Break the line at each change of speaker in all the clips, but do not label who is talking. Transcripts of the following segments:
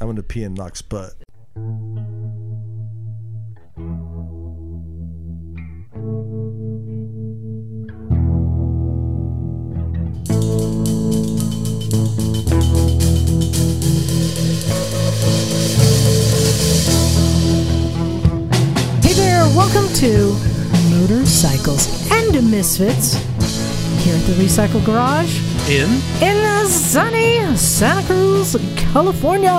I'm gonna pee in Nock's butt.
Hey there, welcome to Motorcycles and Misfits here at the Recycle Garage
In?
in the sunny Santa Cruz, California.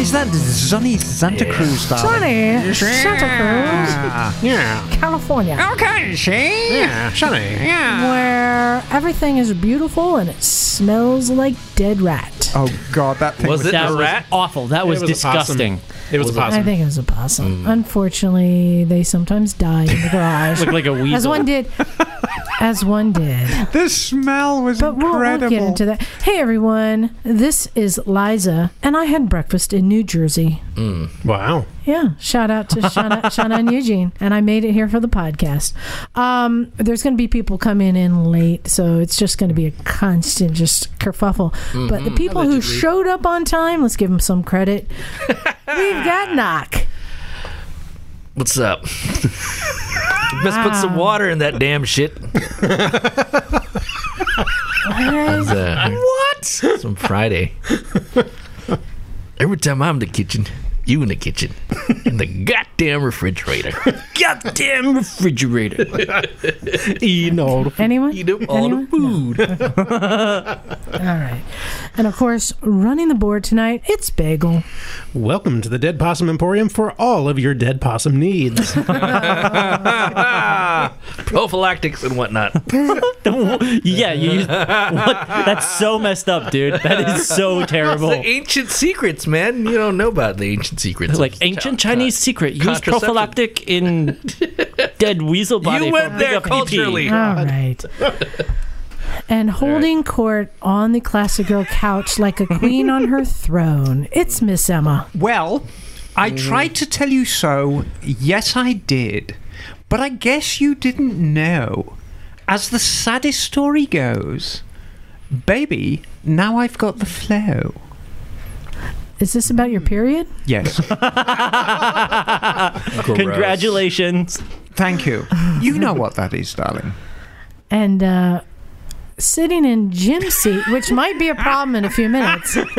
Is that sunny Santa Cruz style?
Sunny Santa
Yeah.
Cruz, California,
Okay, see? Yeah, sunny. Yeah.
where everything is beautiful and it smells like dead rat.
Oh god, that thing
Was
was
it
That
a
was
rat?
awful. That was,
was a possum.
disgusting.
It was, a
I
possum.
think it was a
mm.
possum. Unfortunately, they sometimes die in the garage.
Looked like a weasel.
As one did. As one did.
The smell was
But we'll, we'll
incredible.
get into that. Hey, everyone. This is Liza, and I had breakfast in New Jersey.
Wow.
Yeah. Shout out to Shauna, Shauna and Eugene. And I made it here for the podcast. Um, there's going to be people coming in late, so it's just going to be a constant just kerfuffle. But the people who showed up on time, let's give them some credit. We've got Knock.
What's up? Must put some water in that damn shit. what? uh, Some Friday. Every time I'm in the kitchen, you in the kitchen, in the goddamn refrigerator. goddamn refrigerator.
Anyone?
Eat up all the
Anyone?
food.
All right. And of course, running the board tonight, it's Bagel.
Welcome to the Dead Possum Emporium for all of your dead possum needs.
Prophylactics and whatnot.
yeah, you used, what? That's so messed up, dude. That is so terrible.
The ancient secrets, man. You don't know about the ancient secrets.
Like ancient Chinese secret. Use
contraception.
prophylactic in dead weasel body.
You
for
went
big
there
up PP.
culturally.
All right. And holding court on the classic girl couch like a queen on her throne, it's Miss Emma.
Well, I tried to tell you so. Yes, I did. But I guess you didn't know. As the saddest story goes, baby, now I've got the flow.
Is this about your period?
Yes,
Congratulations.
thank you. You know what that is, darling.
And uh, sitting in Jim's seat, which might be a problem in a few minutes, it's,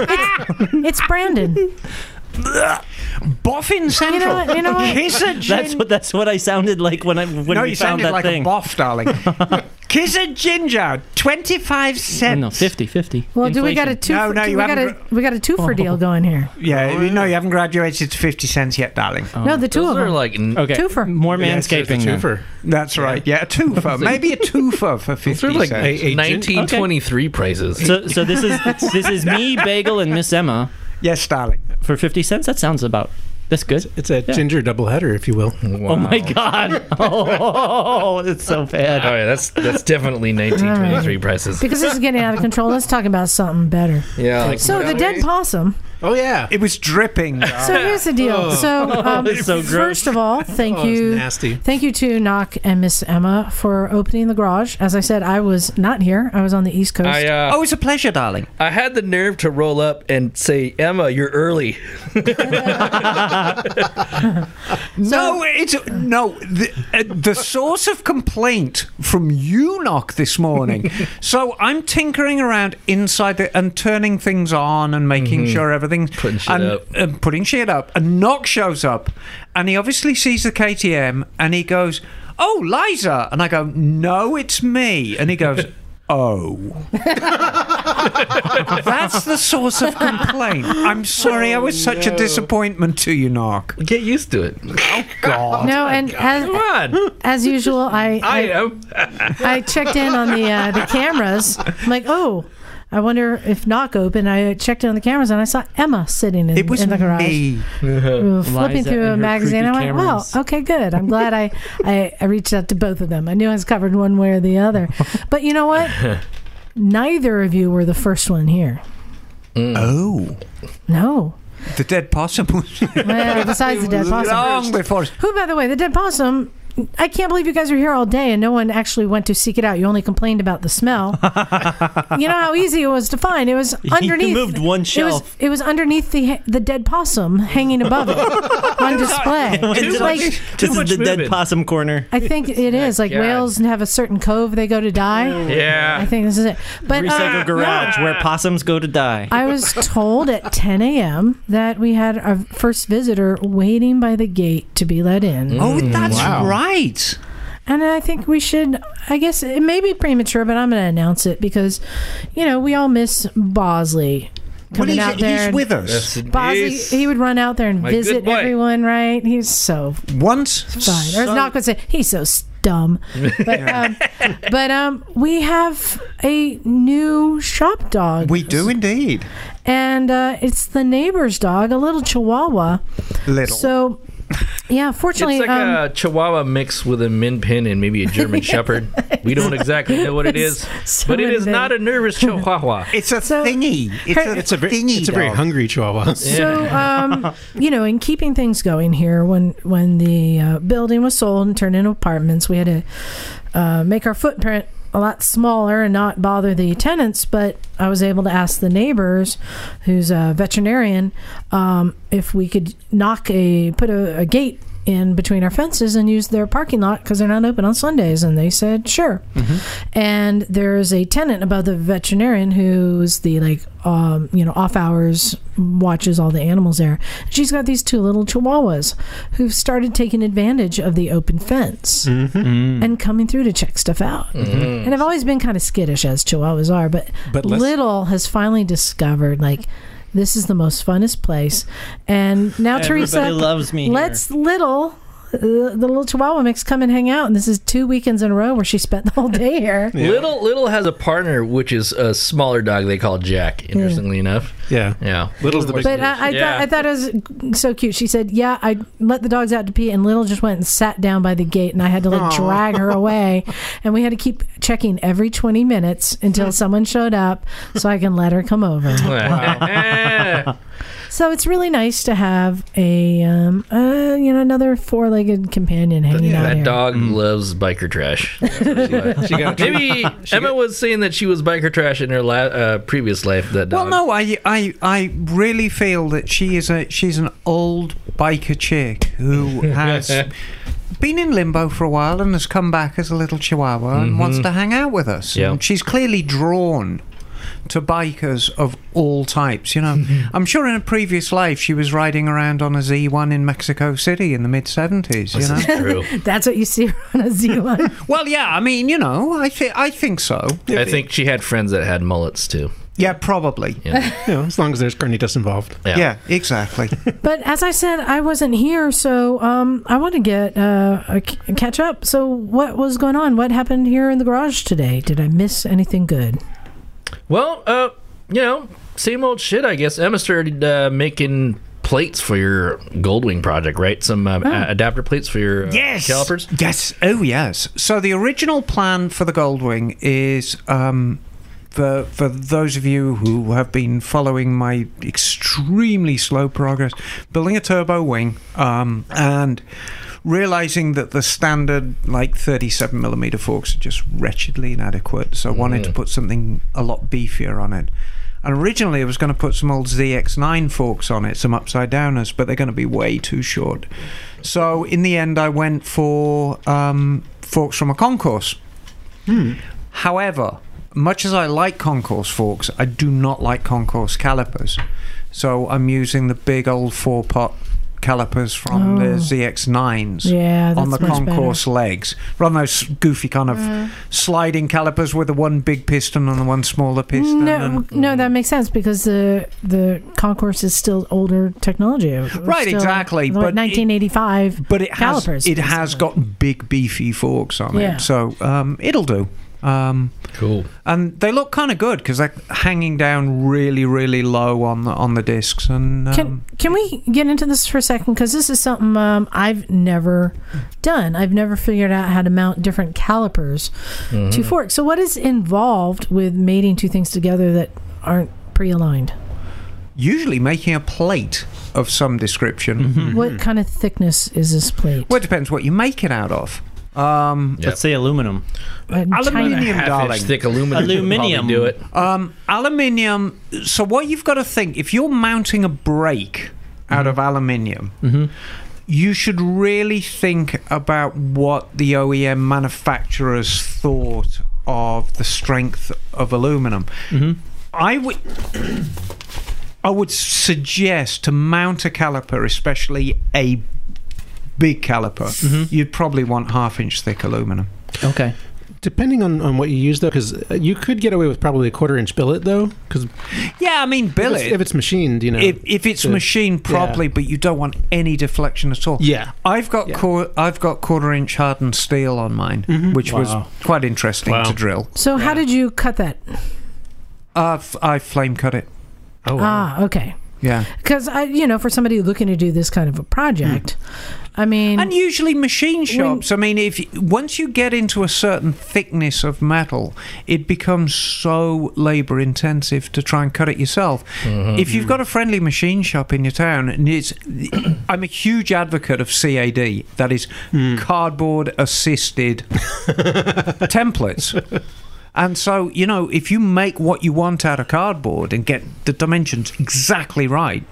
it's Brandon.
Boffin
You know
Central.
what? You know what?
Kiss a gin.
That's what that's what I sounded like when I when
no,
we
you
found
sounded
that
like
thing.
a boff, darling. Kiss a ginger, twenty-five cents.
No, 50, 50.
Well, do we got a
Inflation.
two?
No, no, you
we got a
haven't
we got a two for deal going here.
Oh, Yeah, Oh. you know you haven't graduated to fifty cents yet, darling.
no, the two
Those
of
are
them.
like n-
Okay. Twofer.
More manscaping. then.
That's right. Yeah, a twofer. Maybe a twofer for
Those are
fifty
like
cents.
a, a gin-
1923
1923 prices.
So, so this is this is me, Bagel, and Miss Emma
Yes, darling.
for fifty cents. That sounds about. That's good.
It's a ginger doubleheader, if you will.
Oh my god! Oh, it's so bad.
All right, that's that's definitely 1923 prices.
because this is getting out of control. Let's talk about something better.
Yeah. Like,
So the dead possum.
Oh yeah.
It was dripping.
So here's the deal. So, um,
it's so gross.
first of all, thank
Oh, it's
you,
nasty.
thank you to Knock and Miss Emma for opening the garage. As I said, I was not here. I was on the East Coast.
I uh,
oh, it's a pleasure, darling.
I had the nerve to roll up and say, Emma, you're early.
No, it's no. The, uh, the source of complaint from you, knock this morning. so I'm tinkering around inside the, and turning things on and making sure everything's
Putting shit
and,
up.
and putting shit up. And knock shows up, and he obviously sees the KTM, and he goes, "Oh, Liza," and I go, "No, it's me," and he goes. Oh, that's the source of complaint. I'm sorry, I was such a disappointment to you, Knock.
Get used to it.
uh,
God.
no,
Oh
and
Come
as,
on.
as usual, I
I
I,
am.
I checked in on the uh, the cameras. I'm like, oh, I wonder if Knock opened. I checked in on the cameras and I saw Emma sitting in,
It was
in the garage.
me.
We were flipping
Uh, Liza
through
and
a
her
magazine. I
creepy
went,
cameras.
"Wow, okay, good. I'm glad I, I I reached out to both of them. I knew I was covered one way or the other. But you know what? Neither of you were the first one here.
Oh,
No.
the dead possum was
Well, besides the dead possum.
long before.
Who, by the way, the dead possum I can't believe you guys were here all day and no one actually went to seek it out. You only complained about the smell. you know how easy it was to find. It was underneath.
moved one
It was,
shelf.
it was underneath the the dead possum hanging above it on display.
It's
like-
too
this is
much
the dead
moving. Ah,
possum corner.
I think it is like
God.
whales have a certain cove they go to die. I
Yeah.
think this is it. But uh,
Recycle garage where possums go to die.
I was told at 10 a.m. that we had our first visitor waiting by the gate to be let in.
Oh, that's
Wow.
right.
And I think we should, I guess it may be premature, but I'm going to announce it because, you know, we all miss Bosley coming
well,
out
he's,
there.
he's
and-
with us.
Yes, it
Bosley,
is.
he would run out there and
My good
visit
boy.
everyone, right? He's so
Once.
fine. Or as Knock would say, he's so s- dumb. But, um, but um, we have a new shop dog.
We do indeed.
and uh, it's the neighbor's dog, a little chihuahua.
Little.
So, yeah,
It's
fortunately,
like
um,
a Chihuahua mix with a Min Pin and maybe a German Shepherd. We don't exactly know what it is,
so
but it is
many
not a nervous Chihuahua.
it's a
so-
thingy. It's a,
It's a very,
thingy.
it's a very
dog.
hungry chihuahua.
so um, you know, in keeping things going here, when when the uh, building was sold and turned into apartments, we had to uh, make our footprint a lot smaller and not bother the tenants. But I was able to ask the neighbors, who's a veterinarian, um, if we could knock a put a, a gate in between our fences and use their parking lot because they're not open on Sundays. And they said, sure. And there's a tenant above the veterinarian who's the like, um, you know, off hours watches all the animals there. She's got these two little chihuahuas who've started taking advantage of the open fence
Mm.
and coming through to check stuff out.
Mm-hmm.
And I've always been kind of skittish as chihuahuas are, but,
But less-
little has finally discovered like, this is the most funnest place. And now Teresa
Everybody loves me. here.
Let's little uh, the little Chihuahua mix come and hang out, and this is two weekends in a row where she spent the whole day here.
Little Little has a partner, which is a smaller dog they call Jack. Interestingly enough,
Yeah.
yeah,
Little's the big
But
uh,
I, I,
Yeah.
thought, I thought it was so cute. She said, "Yeah, I let the dogs out to pee, and Little just went and sat down by the gate, and I had to like drag her away, and we had to keep checking every twenty minutes until someone showed up so I can let her come over."
Eh,
So it's really nice to have a um, uh, you know another four-legged companion hanging out
that
here.
dog loves biker trash.
Mm. she got a
Maybe Emma was saying that she was biker trash in her la- uh, previous life. That
Well,
dog.
no, I, I, I really feel that she is a she's an old biker chick who has been in limbo for a while and has come back as a little chihuahua and wants to hang out with us.
Yeah.
And she's clearly drawn to bikers of all types. You know, I'm sure in a previous life she was riding around on a Z1 in Mexico City in the mid 70s. You
This is
know,
true.
That's what you see on a Z-line.
well, yeah, I mean, you know, I think I think so.
I think she had friends that had mullets too.
Yeah, probably.
you know, as long as there's carnitas involved.
Yeah, exactly.
But as I said, I wasn't here, so um, I want to get uh, a c- catch up. So, what was going on? What happened here in the garage today? Did I miss anything good?
Well, uh, you know, same old shit, I guess. Emma started uh, making plates for your Goldwing project, right? Some uh, a- adapter plates for your uh,
yes
calipers.
yes oh yes so the original plan for the goldwing is um for for those of you who have been following my extremely slow progress building a turbo wing um and realizing that the standard like 37 millimeter forks are just wretchedly inadequate so i wanted to put something a lot beefier on it and originally I was going to put some old ZX9 forks on it, some upside downers, but they're going to be way too short. So in the end, I went for um, forks from a concourse. However, much as I like concourse forks, I do not like concourse calipers. So I'm using the big old four pot calipers from the
Oh.
ZX9s
Yeah, that's
on the
much Mm.
concourse legs. Rather than those goofy kind of sliding calipers with the one big piston and the one smaller
Better.
piston.
No,
and-
no, that makes sense because the the concourse is still older technology. It was
Right,
still
exactly,
like
but it-
1985.
but it has
Calipers,
it has
basically.
got big beefy forks on
Yeah.
it, so um, it'll do. Um,
Cool.
and they look kind of good because they're hanging down really, really low on the on the discs. And um,
Can can we get into this for a second? Because this is something um, I've never done. I've never figured out how to mount different calipers to forks. So, what is involved with mating two things together that aren't pre-aligned?
usually making a plate of some description.
Mm-hmm.
Mm-hmm.
What kind of thickness is this plate?
Well, it depends what you make it out of. Um,
Yep.
Let's say aluminum.
And Uh, China.
aluminium, darling.
Half-inch thick aluminum. would
Aluminium.
probably do it.
Um, aluminium. So what you've got to think if you're mounting a brake out of aluminium, you should really think about what the OEM manufacturers thought of the strength of aluminum. Mm-hmm. I would. I would suggest to mount a caliper, especially a big caliper, you'd probably want half inch thick aluminum.
Okay.
Depending on, on what you use, though, because you could get away with probably a quarter inch billet, though, because
Yeah, I mean,
if,
billet.
it's- if it's machined, you know.
if, if it's
to-
machined properly, but you don't want any deflection at all.
yeah.
I've got
Yeah. Mm-hmm.
quar- I've got quarter inch hardened steel on mine, which
Wow.
was quite interesting
Wow.
to drill.
So how did you cut that?
Uh, f- I flame cut it.
Oh,
Ah, okay.
Yeah,
Because I, you know, for somebody looking to do this kind of a project, I mean,
Mm. and usually machine shops. I mean, if y- once you get into a certain thickness of metal, it becomes so labor intensive to try and cut it yourself.
Mm-hmm.
If you've got a friendly machine shop in your town, and it's, I'm a huge advocate of CAD. That is
Mm.
cardboard assisted templates. And so, you know, if you make what you want out of cardboard and get the dimensions exactly right,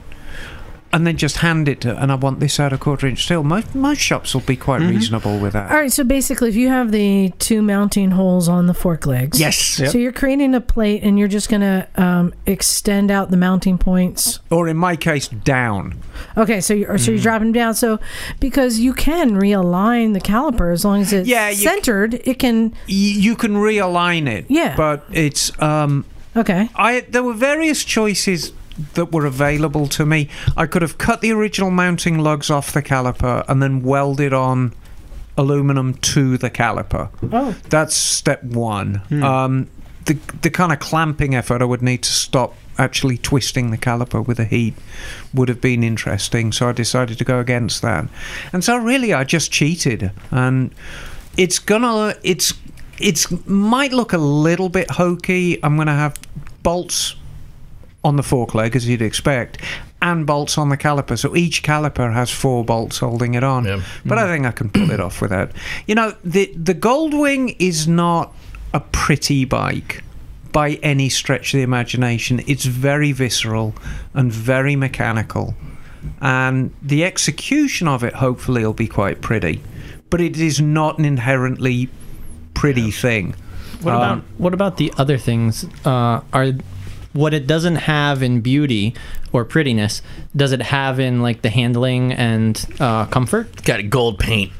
and then just hand it to, and I want this out of quarter inch steel, most, most shops will be quite reasonable with that.
all right. So basically, if you have the two mounting holes on the fork legs,
Yes.
So you're creating a plate, and you're just going to um, extend out the mounting points.
Or in my case, down.
Okay, so you're so you're dropping them down. So because you can realign the caliper as long as it's
Yeah, you c-
centered, it can.
Y- you can realign it.
Yeah.
But it's, um,
Okay,
I there were various choices that were available to me. I could have cut the original mounting lugs off the caliper and then welded on aluminum to the caliper.
Oh.
That's step 1. Um the the kind of clamping effort I would need to stop actually twisting the caliper with the heat would have been interesting, so I decided to go against that. And so really I just cheated and it's gonna it's it's might look a little bit hokey. I'm gonna have bolts on the fork leg as you'd expect, and bolts on the caliper. So each caliper has four bolts holding it on.
Yeah.
But I think I can pull it off without. You know, the the Goldwing is not a pretty bike by any stretch of the imagination. It's very visceral and very mechanical. And the execution of it hopefully will be quite pretty. But it is not an inherently pretty thing.
What
Um,
about Uh, what about the other things? Uh, are what it doesn't have in beauty or prettiness? Does it have in like the handling and uh, comfort?
Got gold paint.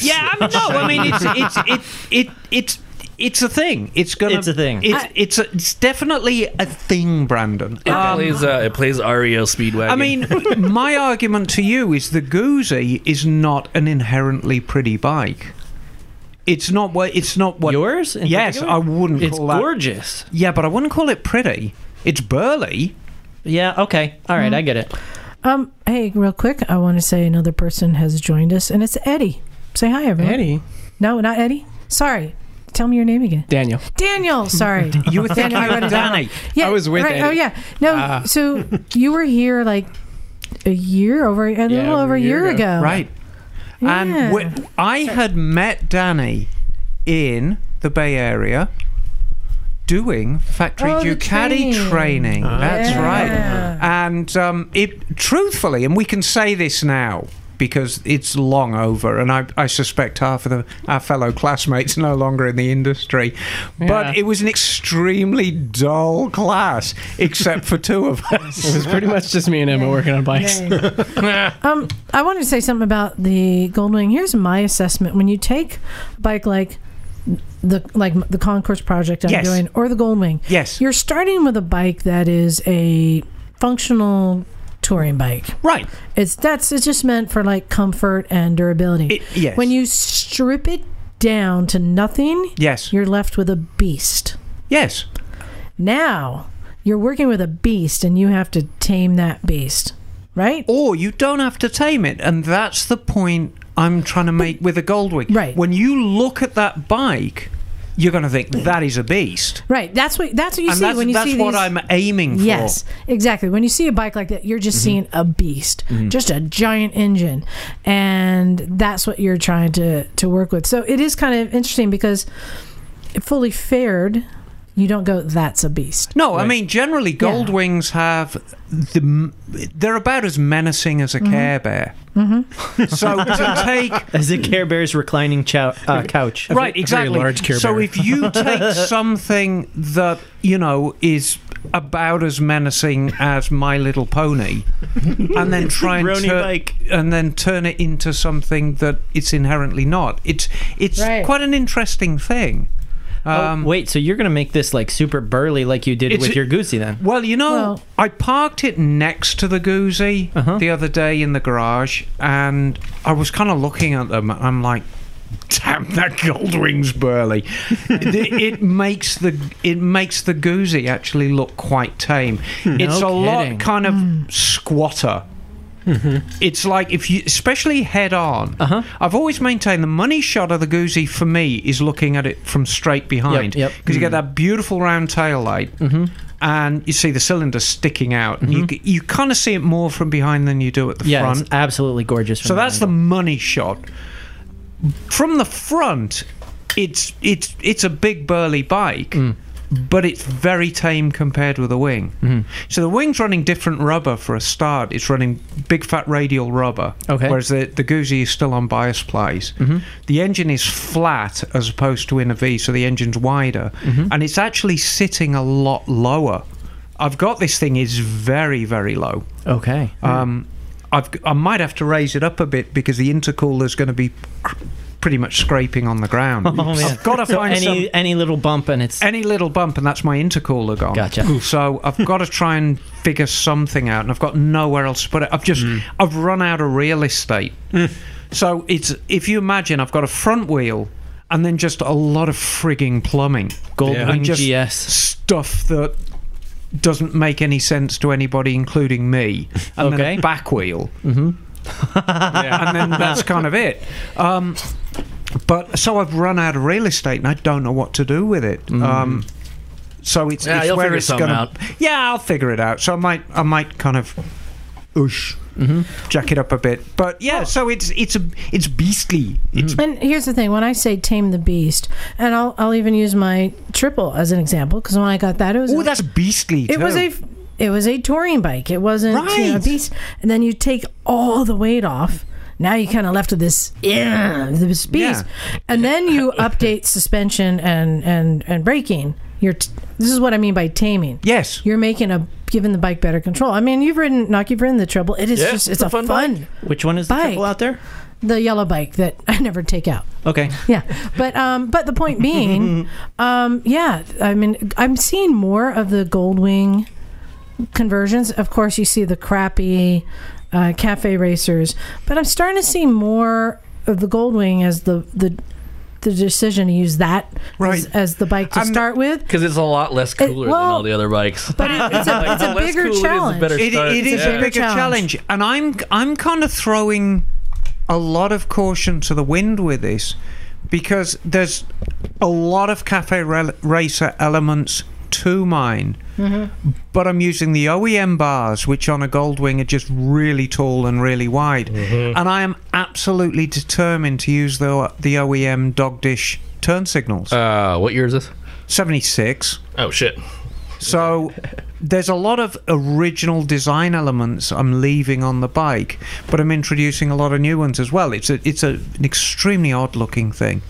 Yeah, I mean, no, I mean it's it's it it it's it's a thing. It's gonna.
It's a thing.
It's it's, a, it's definitely a thing, Brandon.
Oh,
It
Um,
plays. Uh, it plays REO Speedwagon.
I mean, my argument to you is the Guzzi is not an inherently pretty bike. It's not what. It's not what.
Yours? in
yes,
particular?
I wouldn't
It's
call that.
gorgeous.
Yeah, but I wouldn't call it pretty. It's burly.
Yeah. Okay. All right, I get it.
um, hey, real quick, I want to say another person has joined us, and it's Eddie. Say hi, everyone. No, not Eddie. Sorry. Tell me your name again.
Daniel.
Daniel. Sorry.
You were thinking
Daniel, I
I
wrote it down.
Danny.
Yeah,
I was with
right. Oh
Eddie.
yeah. No. So you were here like a year over a little over a year, ago.
Right.
Oh. Yeah.
And we, I had met Danny in the Bay Area doing factory
Oh, the
Ducati
training.
training.
Ah.
That's
Yeah.
right. And um, it truthfully, and we can say this now because it's long over, and I, I suspect half of the, our fellow classmates are no longer in the industry.
Yeah.
But it was an extremely dull class, except for two of
It
us.
was pretty much just me and Emma working on bikes.
Um, I wanted to say something about the Goldwing. Here's my assessment: when you take a bike like the like the Concourse project I'm
Yes.
doing, or the Goldwing,
Yes.
you're starting with a bike that is a functional touring bike.
Right.
It's that's it's just meant for like comfort and durability.
It- yes.
When you strip it down to nothing,
Yes.
you're left with a beast.
Yes.
Now you're working with a beast, and you have to tame that beast, right?
or you don't have to tame it and that's the point i'm trying to make with a goldwing
Right.
when you look at that bike you're going to think that is a beast.
Right. That's what that's what you
and
see
that's,
when you
that's
see
what
these.
I'm aiming for. Mm-hmm.
Yes, exactly. When you see a bike like that, you're just seeing a beast, just a giant engine, and that's what you're trying to to work with. So it is kind of interesting because fully fared, you don't go. That's a beast.
No, I mean generally, gold wings have the m- they're about as menacing as a Care Bear. Mm-hmm. so to take
As a Care Bear's reclining chow- uh, couch.
right
a very
exactly
large Care
so
Bear.
if you take something that you know is about as menacing as My Little Pony, and then try and
Brony
tur-
bike.
and then turn it into something that it's inherently not. It's it's
Right.
quite an interesting thing. Um,
oh, wait, so you're going to make this like super burly like you did
It's-
with your Goosey then?
Well, you know,
Well-
I parked it next to the Goozy
Uh-huh.
the other day in the garage, and I was kind of looking at them. and I'm like, damn, that gold ring's burly. it, it makes the it makes the Goozy actually look quite tame. it's
Hmm. No
a
kidding. Mm-hmm.
lot kind of squatter. It's like if you, especially head on.
Uh-huh.
I've always maintained the money shot of the Goozy for me is looking at it from straight behind
yep.
because you get that beautiful round tail light and you see the cylinder sticking out. and You c- you kind of see it more from behind than you do at the
Yeah,
front.
it's absolutely gorgeous.
So that's the money shot. From the front, it's it's it's a big burly bike, but it's very tame compared with the wing. So the wing's running different rubber for a start. It's running big fat radial rubber,
Okay.
whereas the the Guzzi is still on bias plies. The engine is flat as opposed to in a V, so the engine's wider, and it's actually sitting a lot lower. I've got this thing is very very low.
the. Okay.
Um, I've, I might have to raise it up a bit because the intercooler's going to be cr- pretty much scraping on the ground.
Oh, man.
I've got to
So
find
any,
some,
any little bump and it's.
any little bump, and that's my intercooler gone.
Gotcha.
So I've got to try and figure something out, and I've got nowhere else to put it. I've just
Mm.
I've run out of real estate. so it's if you imagine, I've got a front wheel. And then just a lot of frigging plumbing,
Goldwing
And just
GS.
stuff that doesn't make any sense to anybody, including me. And
Okay.
then a back wheel,
Mm-hmm.
and then that's kind of it. Um, but so I've run out of real estate, and I don't know what to do with it. Um, so it's,
Mm. Yeah,
it's
you'll
where
figure
it's
something
gonna.
out.
Yeah, I'll figure it out. So I might, I might kind of, oosh,
Mm-hmm.
jack it up a bit. But yeah, so it's it's a it's beastly. It's
And here's the thing: when I say tame the beast, and I'll I'll even use my triple as an example because when I got that, it was
Mm.
oh,
a-
that's beastly.
it was
too.
a it was a touring bike. It wasn't you know, a
Right.
beast. And then you take all the weight off. Now you kind of left with this yeah, this beast, and then you update suspension and and and braking. You're t- this is what I mean by taming.
yes.
You're making a giving the bike better control. I mean, you've ridden, knock, you've ridden the treble. It is
Yeah,
just, it's,
it's
a
a
fun,
fun
Which one is the
Bike.
triple out there?
the yellow bike that I never take out.
Okay.
Yeah, but um, but the point being, um, yeah, I mean, I'm seeing more of the Goldwing conversions. Of course, you see the crappy uh, cafe racers, but I'm starting to see more of the Goldwing as the the the decision to use that
Right.
as, as the bike to
I'm-
start with.
Because it's a lot less
It-
cooler
well,
than all the other bikes.
But it, it's a it's a
The less
bigger
cool it is, the
challenge.
better
It,
start.
it is
Yeah.
a bigger
Challenge.
challenge. and I'm I'm kind of throwing a lot of caution to the wind with this because there's a lot of cafe rel- racer elements to mine, but I'm using the OEM bars, which on a Goldwing are just really tall and really wide,
Mm-hmm.
and I am absolutely determined to use the the OEM dog dish turn signals.
Uh, what year is this?
Seventy six.
Oh shit!
So there's a lot of original design elements I'm leaving on the bike, but I'm introducing a lot of new ones as well. It's a it's a, an extremely odd looking thing.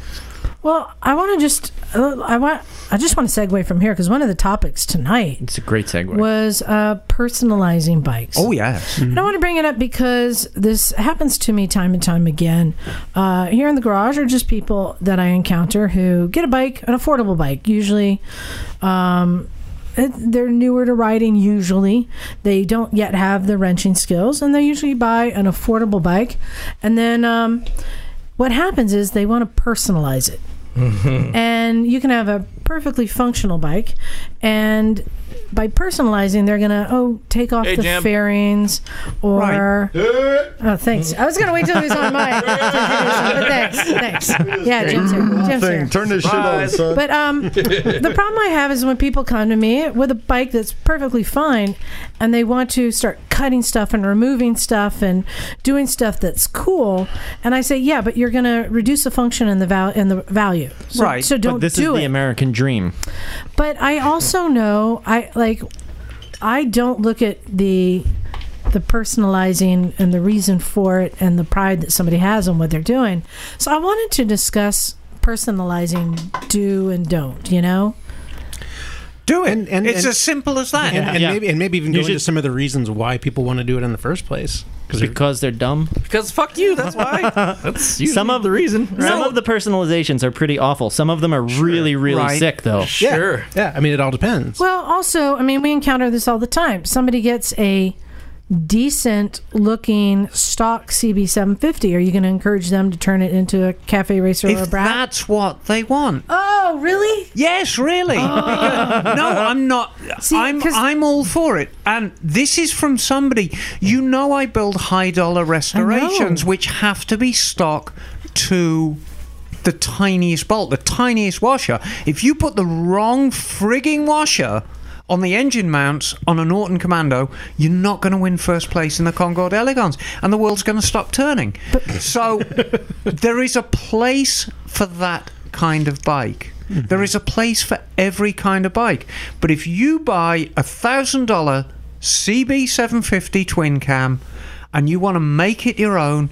Well, I want to just uh, I want I just want to segue from here because one of the topics tonight
It's a great segue.
was uh, personalizing bikes.
Oh yes,
And I want to bring it up because this happens to me time and time again. Uh, here in the garage are just people that I encounter who get a bike, an affordable bike, usually. Um, it- they're newer to riding, usually. They don't yet have the wrenching skills, and they usually buy an affordable bike. And then um, what happens is they want to personalize it. And you can have a perfectly functional bike, and by personalizing, they're gonna oh take off
Hey,
the
Jim.
fairings or oh thanks. I was gonna wait till he was on mine, but thanks, thanks. Yeah, Jim's here. Jim's here.
Thing. Turn this shit on, son.
But um, the problem I have is when people come to me with a bike that's perfectly fine, and they want to start cutting stuff and removing stuff and doing stuff that's cool, and I say, yeah, but you're going to reduce the function and the val- and the value, so,
Right,
So don't
but this
do
is the
it.
American dream.
but I also know I like I don't look at the the personalizing and the reason for it and the pride that somebody has on what they're doing. So I wanted to discuss personalizing do and don't, you know?
Do it.
And- and-
it's
and-
as simple as that.
And, and
Yeah.
maybe and maybe even
You
go into
should-
some of the reasons why people want to do it in the first place. Because
Because they're dumb.
Because fuck you. That's why. That's you.
Some of the reason. Some of the personalizations are pretty awful. Some of them are really, really
Right.
sick though.
yeah,
sure.
yeah. I mean, it all depends.
Well, also, I mean, we encounter this all the time. Somebody gets a decent looking stock CB750. Are you going to encourage them to turn it into a cafe racer or a
If
brat?
that's what they want.
oh, really?
Yes, really. Because- no, I'm not.
See,
I'm
'cause-
I'm all for it. And this is from somebody. You know, I build high dollar restorations, which have to be stock to the tiniest bolt, the tiniest washer. If you put the wrong frigging washer. On the engine mounts on a Norton Commando, you're not going to win first place in the Concorde Elegance, and the world's going to stop turning. so there is a place for that kind of bike. There is a place for every kind of bike. But if you buy a thousand dollar CB750 twin cam and you want to make it your own,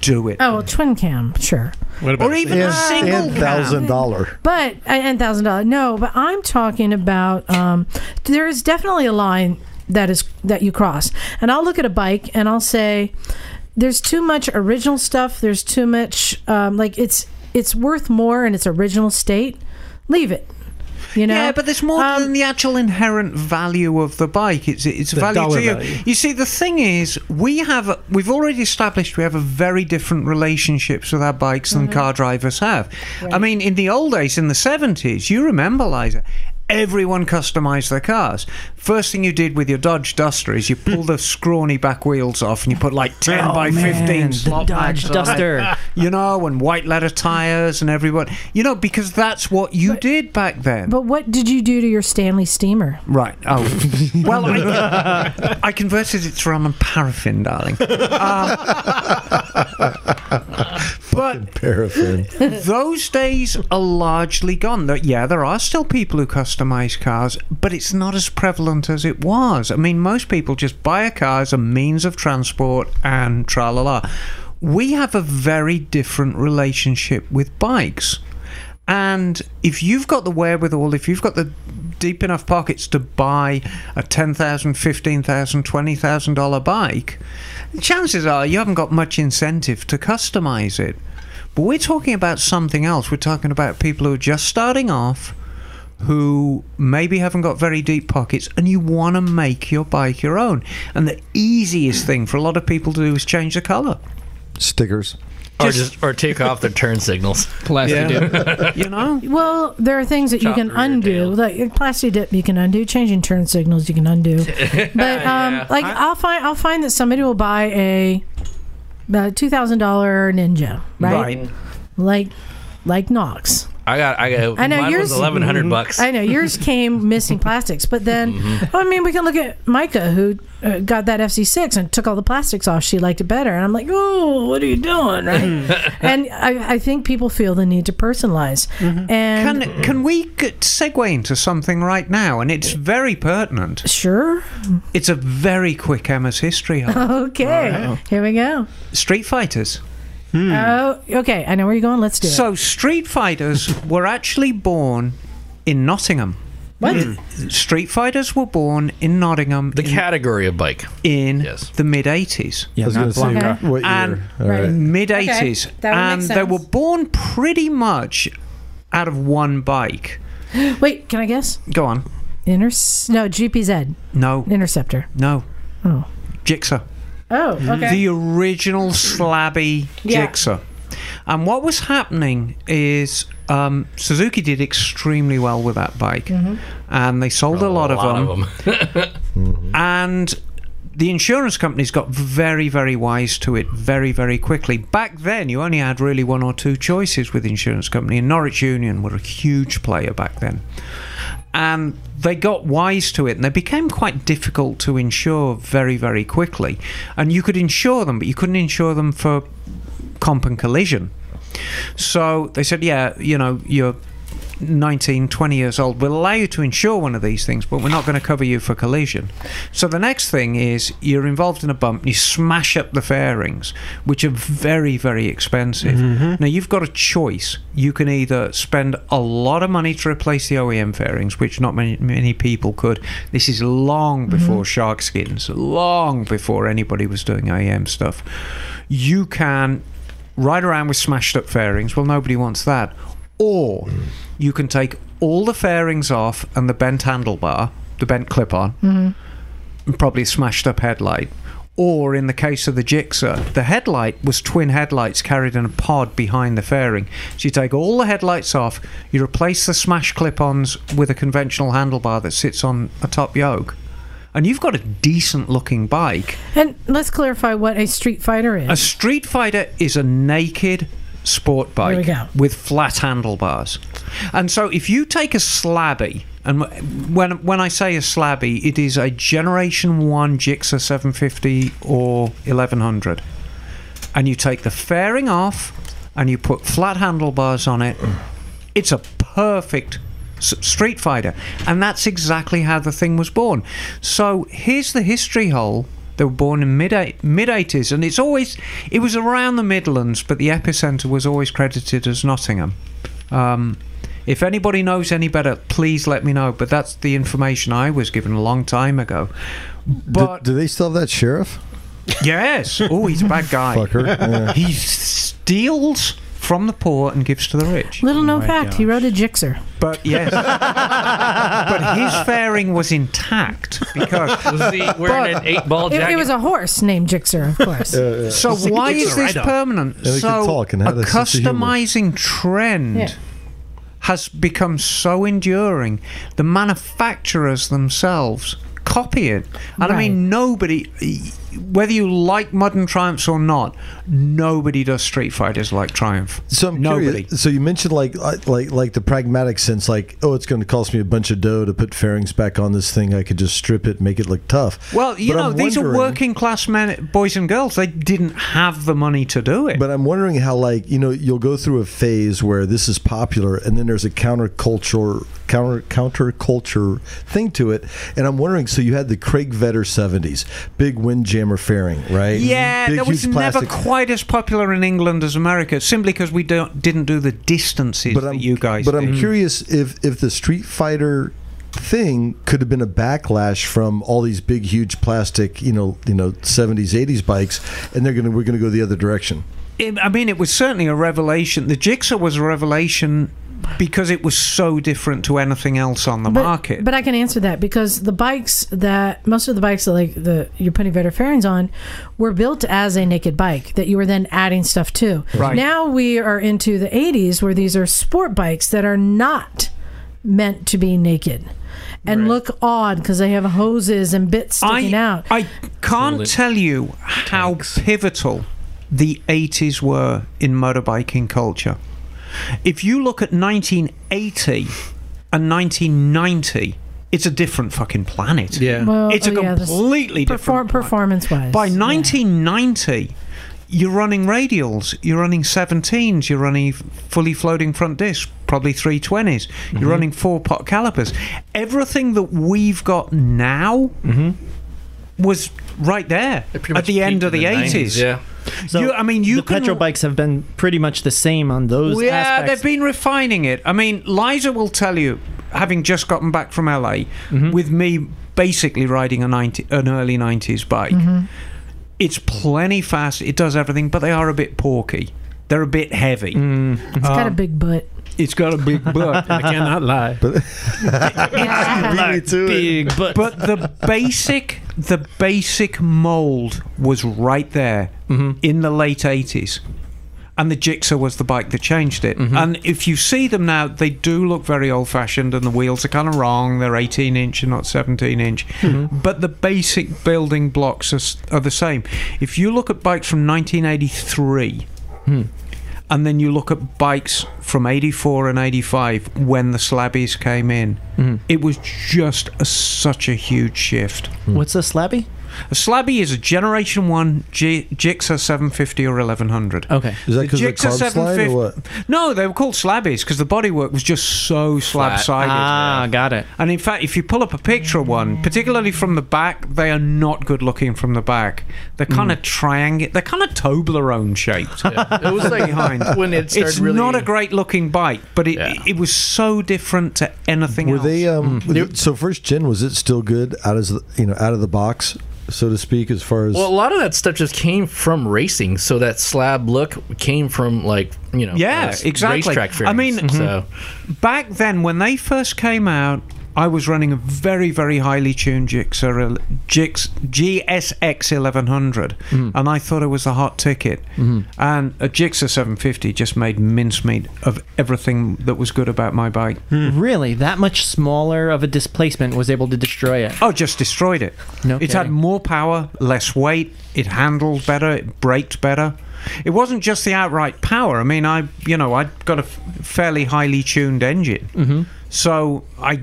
do it.
Oh, well, twin cam, sure.
What about
or even a single
and
cam.
thousand dollar.
But and thousand dollar no, but I'm talking about um, there is definitely a line that is that you cross, and I'll look at a bike and I'll say there's too much original stuff. There's too much um, like it's it's worth more in its original state. Leave it, you know.
Yeah, but there's more
Um,
than the actual inherent value of the bike. It's it's
The
value
dollar
to you.
value.
You see, the thing is, we have we've already established we have a very different relationships with our bikes than car drivers have. I mean, in the old days, in the seventies, you remember, Liza. Everyone customized their cars. First thing you did with your Dodge Duster is you pull the scrawny back wheels off and you put like 10 by 15 slot
Dodge
bags on it
Duster.
you know, and white leather tires and everyone, you know, because that's what you did back then.
but what did you do to your Stanley steamer?
right. Oh, well, I, I converted it to rum and paraffin, darling. Uh, but
Paraffin.
those days are largely gone. There- Yeah, there are still people who customize cars, but it's not as prevalent as it was. I mean, most people just buy a car as a means of transport and tra la la. We have a very different relationship with bikes. And if you've got the wherewithal, if you've got the deep enough pockets to buy a $10,000, $15,000, $20,000 bike, chances are you haven't got much incentive to customize it. But we're talking about something else. We're talking about people who are just starting off, who maybe haven't got very deep pockets, and you want to make your bike your own. And the easiest thing for a lot of people to do is change the color.
Stickers.
Or just or take off their turn signals.
Plastic dip.
You know?
Well, there are things that you
Chop
can
the rear
undo,
tail.
like plastic dip. You can undo changing turn signals. You can undo, but um, like I'll find I'll find that somebody will buy a, a two thousand dollar Ninja, right? Like like Knox.
I got I got
I know
mine
yours
was eleven hundred bucks.
I know yours came missing plastics, but then
Mm-hmm.
I mean we can look at Micah who uh, got that FC6 and took all the plastics off. She liked it better, and I'm like, oh, what are you doing, right? and I, I think people feel the need to personalize, and
Can, can we g- segue into something right now? And it's very pertinent.
sure.
It's a very quick Emma's history. hub.
Okay,
Oh.
here we go.
Street Fighters.
Oh, okay. I know where you're going. Let's do it.
Hmm. So, Street Fighters were actually born in Nottingham.
What?
hmm. Street Fighters were born in Nottingham
the
in,
category of bike.
in
Yes.
the mid 80s.
I
Yeah,
was going
not
to say
Blanca.
Okay.
what year.
And-
All
Right.
right.
Mid 80s.
that would make
and they
sense.
were born pretty much out of one bike.
Wait, can I guess?
Go on.
Inter no GPZ
No,
interceptor.
no.
Oh.
Jigsaw.
Oh, okay.
Hmm. The original slabby
Yeah.
jigsaw. And what was happening is Um, Suzuki did extremely well with that bike, and they sold a lot, of them. And the insurance companies got very, very wise to it very, very quickly. Back then, you only had really one or two choices with insurance company, and Norwich Union were a huge player back then. And they got wise to it, and they became quite difficult to insure very, very quickly. And you could insure them, but you couldn't insure them for comp and collision. So they said, yeah, you know, you're 19, 20 years old. We'll allow you to insure one of these things, but we're not going to cover you for collision. So the next thing is you're involved in a bump and you smash up the fairings, which are very, very expensive. Now you've got a choice. You can either spend a lot of money to replace the OEM fairings, which not many, many people could. This is long before shark skins, long before anybody was doing OEM stuff. You can ride around with smashed up fairings. Well, nobody wants that. Or you can take all the fairings off and the bent handlebar, the bent clip on, and probably a smashed up headlight. Or in the case of the Gixxer, the headlight was twin headlights carried in a pod behind the fairing. So you take all the headlights off, you replace the smash clip-ons with a conventional handlebar that sits on a top yoke, and you've got a decent-looking bike.
And let's clarify what a Street Fighter is.
A Street Fighter is a naked sport
we
bike
go.
with flat handlebars. And so if you take a slabby, and wh- when when I say a slabby, it is a Generation 1 Gixxer 750 or 1100. And you take the fairing off and you put flat handlebars on it. It's a perfect s- Street Fighter. And that's exactly how the thing was born. So here's the history hole. They were born in mid mid 80s, and it's always it was around the Midlands, but the epicenter was always credited as Nottingham. Um, if anybody knows any better, please let me know. But that's the information I was given a long time ago. But
do, do they still have that sheriff?
yes, oh, he's a bad guy.
Fucker. Yeah.
He steals from the poor and gives to the rich.
Little known fact, he rode a Gixxer.
But yes, but his fairing was intact because.
Was he wearing an eight
Oh,
ball
It,
jacket?
it was a horse named Gixxer, of course.
Yeah, yeah.
So why is this permanent?
Yeah, they can
so
talk and
a
have that sense of humor.
customizing trend
Yeah.
has become so enduring. The manufacturers themselves copy it, and I mean nobody, whether you like modern triumphs or not, nobody does Street Fighters like Triumph.
So I'm
nobody.
curious. So you mentioned like uh, like like the pragmatic sense, like oh, it's going to cost me a bunch of dough to put fairings back on this thing. I could just strip it, make it look tough.
Well, you
But
know,
I'm
these are
wondering-
working class men, boys and girls. They didn't have the money to do it.
But I'm wondering how, like, you know, you'll go through a phase where this is popular, and then there's a counterculture, counter counterculture thing to it. And I'm wondering, so you had the Craig Vetter 70s, big windjammer fairing, right?
Yeah,
big,
that was
huge
never
plastic.
quite as popular in England as America, simply because we don't didn't do the distances
But
that
I'm
you guys.
But I'm
did.
curious if if the Street Fighter thing could have been a backlash from all these big, huge plastic, you know, you know, 70s, 80s bikes, and they're gonna we're gonna go the other direction.
It- I mean, it was certainly a revelation. The Jigsaw was a revelation because it was so different to anything else on the
but,
market.
But I can answer that because the bikes that most of the bikes that like the you're putting better fairings on were built as a naked bike that you were then adding stuff to.
Right.
Now we are into the 80s where these are sport bikes that are not meant to be naked and look odd because they have hoses and bits sticking
I,
out.
I can't tell you how pivotal the 80s were in motorbiking culture. If you look at 1980 and 1990, it's a different fucking planet.
Yeah.
Well,
it's a
oh, yeah, this-
completely
Perform,
different planet.
performance wise.
By 1990, you're running radials, you're running 17s, you're running f- fully floating front discs, probably 320s, you're
Mm-hmm.
running four pot calipers. Everything that we've got now was right there
It Mm-hmm. pretty
at
much
the end
peaked
of
in
the, 80s.
Yeah.
So
You- I mean, you
the
can-
petrol bikes have been pretty much the same on those
yeah,
aspects.
they've been refining it. I mean, Liza will tell you, having just gotten back from LA,
Mm-hmm.
with me basically riding a 90, an early 90s bike,
Mm-hmm.
it's plenty fast, it does everything, but they are a bit porky. They're a bit heavy.
Mm.
it's got
um,
a big butt.
It's got a big butt.
I cannot lie.
big, but
but the basic the basic mold was right there in the late 80s and the Gixxer was the bike that changed it. And if you see them now, they do look very old fashioned, and the wheels are kind of wrong. They're 18 inch and not 17 inch, but the basic building blocks are, s- are the same. If you look at bikes from 1983. And then you look at bikes from 84 and 85 when the slabbies came in. It was just a, such a huge shift.
What's a slabby?
A slabby is a Generation 1 G- Gixxer 750 or 1100.
Okay.
Is that
The
because of the
Gixxer
carb slide or
750
what?
No, they were called slabbies because the bodywork was just so slab
Flat.
sided.
Ah, got it.
And in fact, if you pull up a picture of one, particularly from the back, they are not good looking from the back. They're kind of triangle. They're kind of Toblerone shaped.
It was like
Behind.
when it started
It's
really.
not a great looking bike, but it,
Yeah.
it was so different to anything
Were
else.
they um were they- so first gen was it still good out of the- you know out of the box so to speak as far as
well, a lot of that stuff just came from racing, so that slab look came from like you know,
Yeah,
uh, s-
exactly.
Racetrack
I
fairings.
mean- mhm.
so
back then when they first came out I was running a very, very highly tuned Gixxer, uh, Gix, GSX 1100,
Mm.
and I thought it was the hot ticket.
Mm-hmm.
And a Gixxer 750 just made mincemeat of everything that was good about my bike.
Really, that much smaller of a displacement was able to destroy it.
Oh, just destroyed it.
No
it had
kidding.
more power, less weight. It handled better. It braked better. It wasn't just the outright power. I mean, I you know I got a f- fairly highly tuned engine, mm-hmm. so I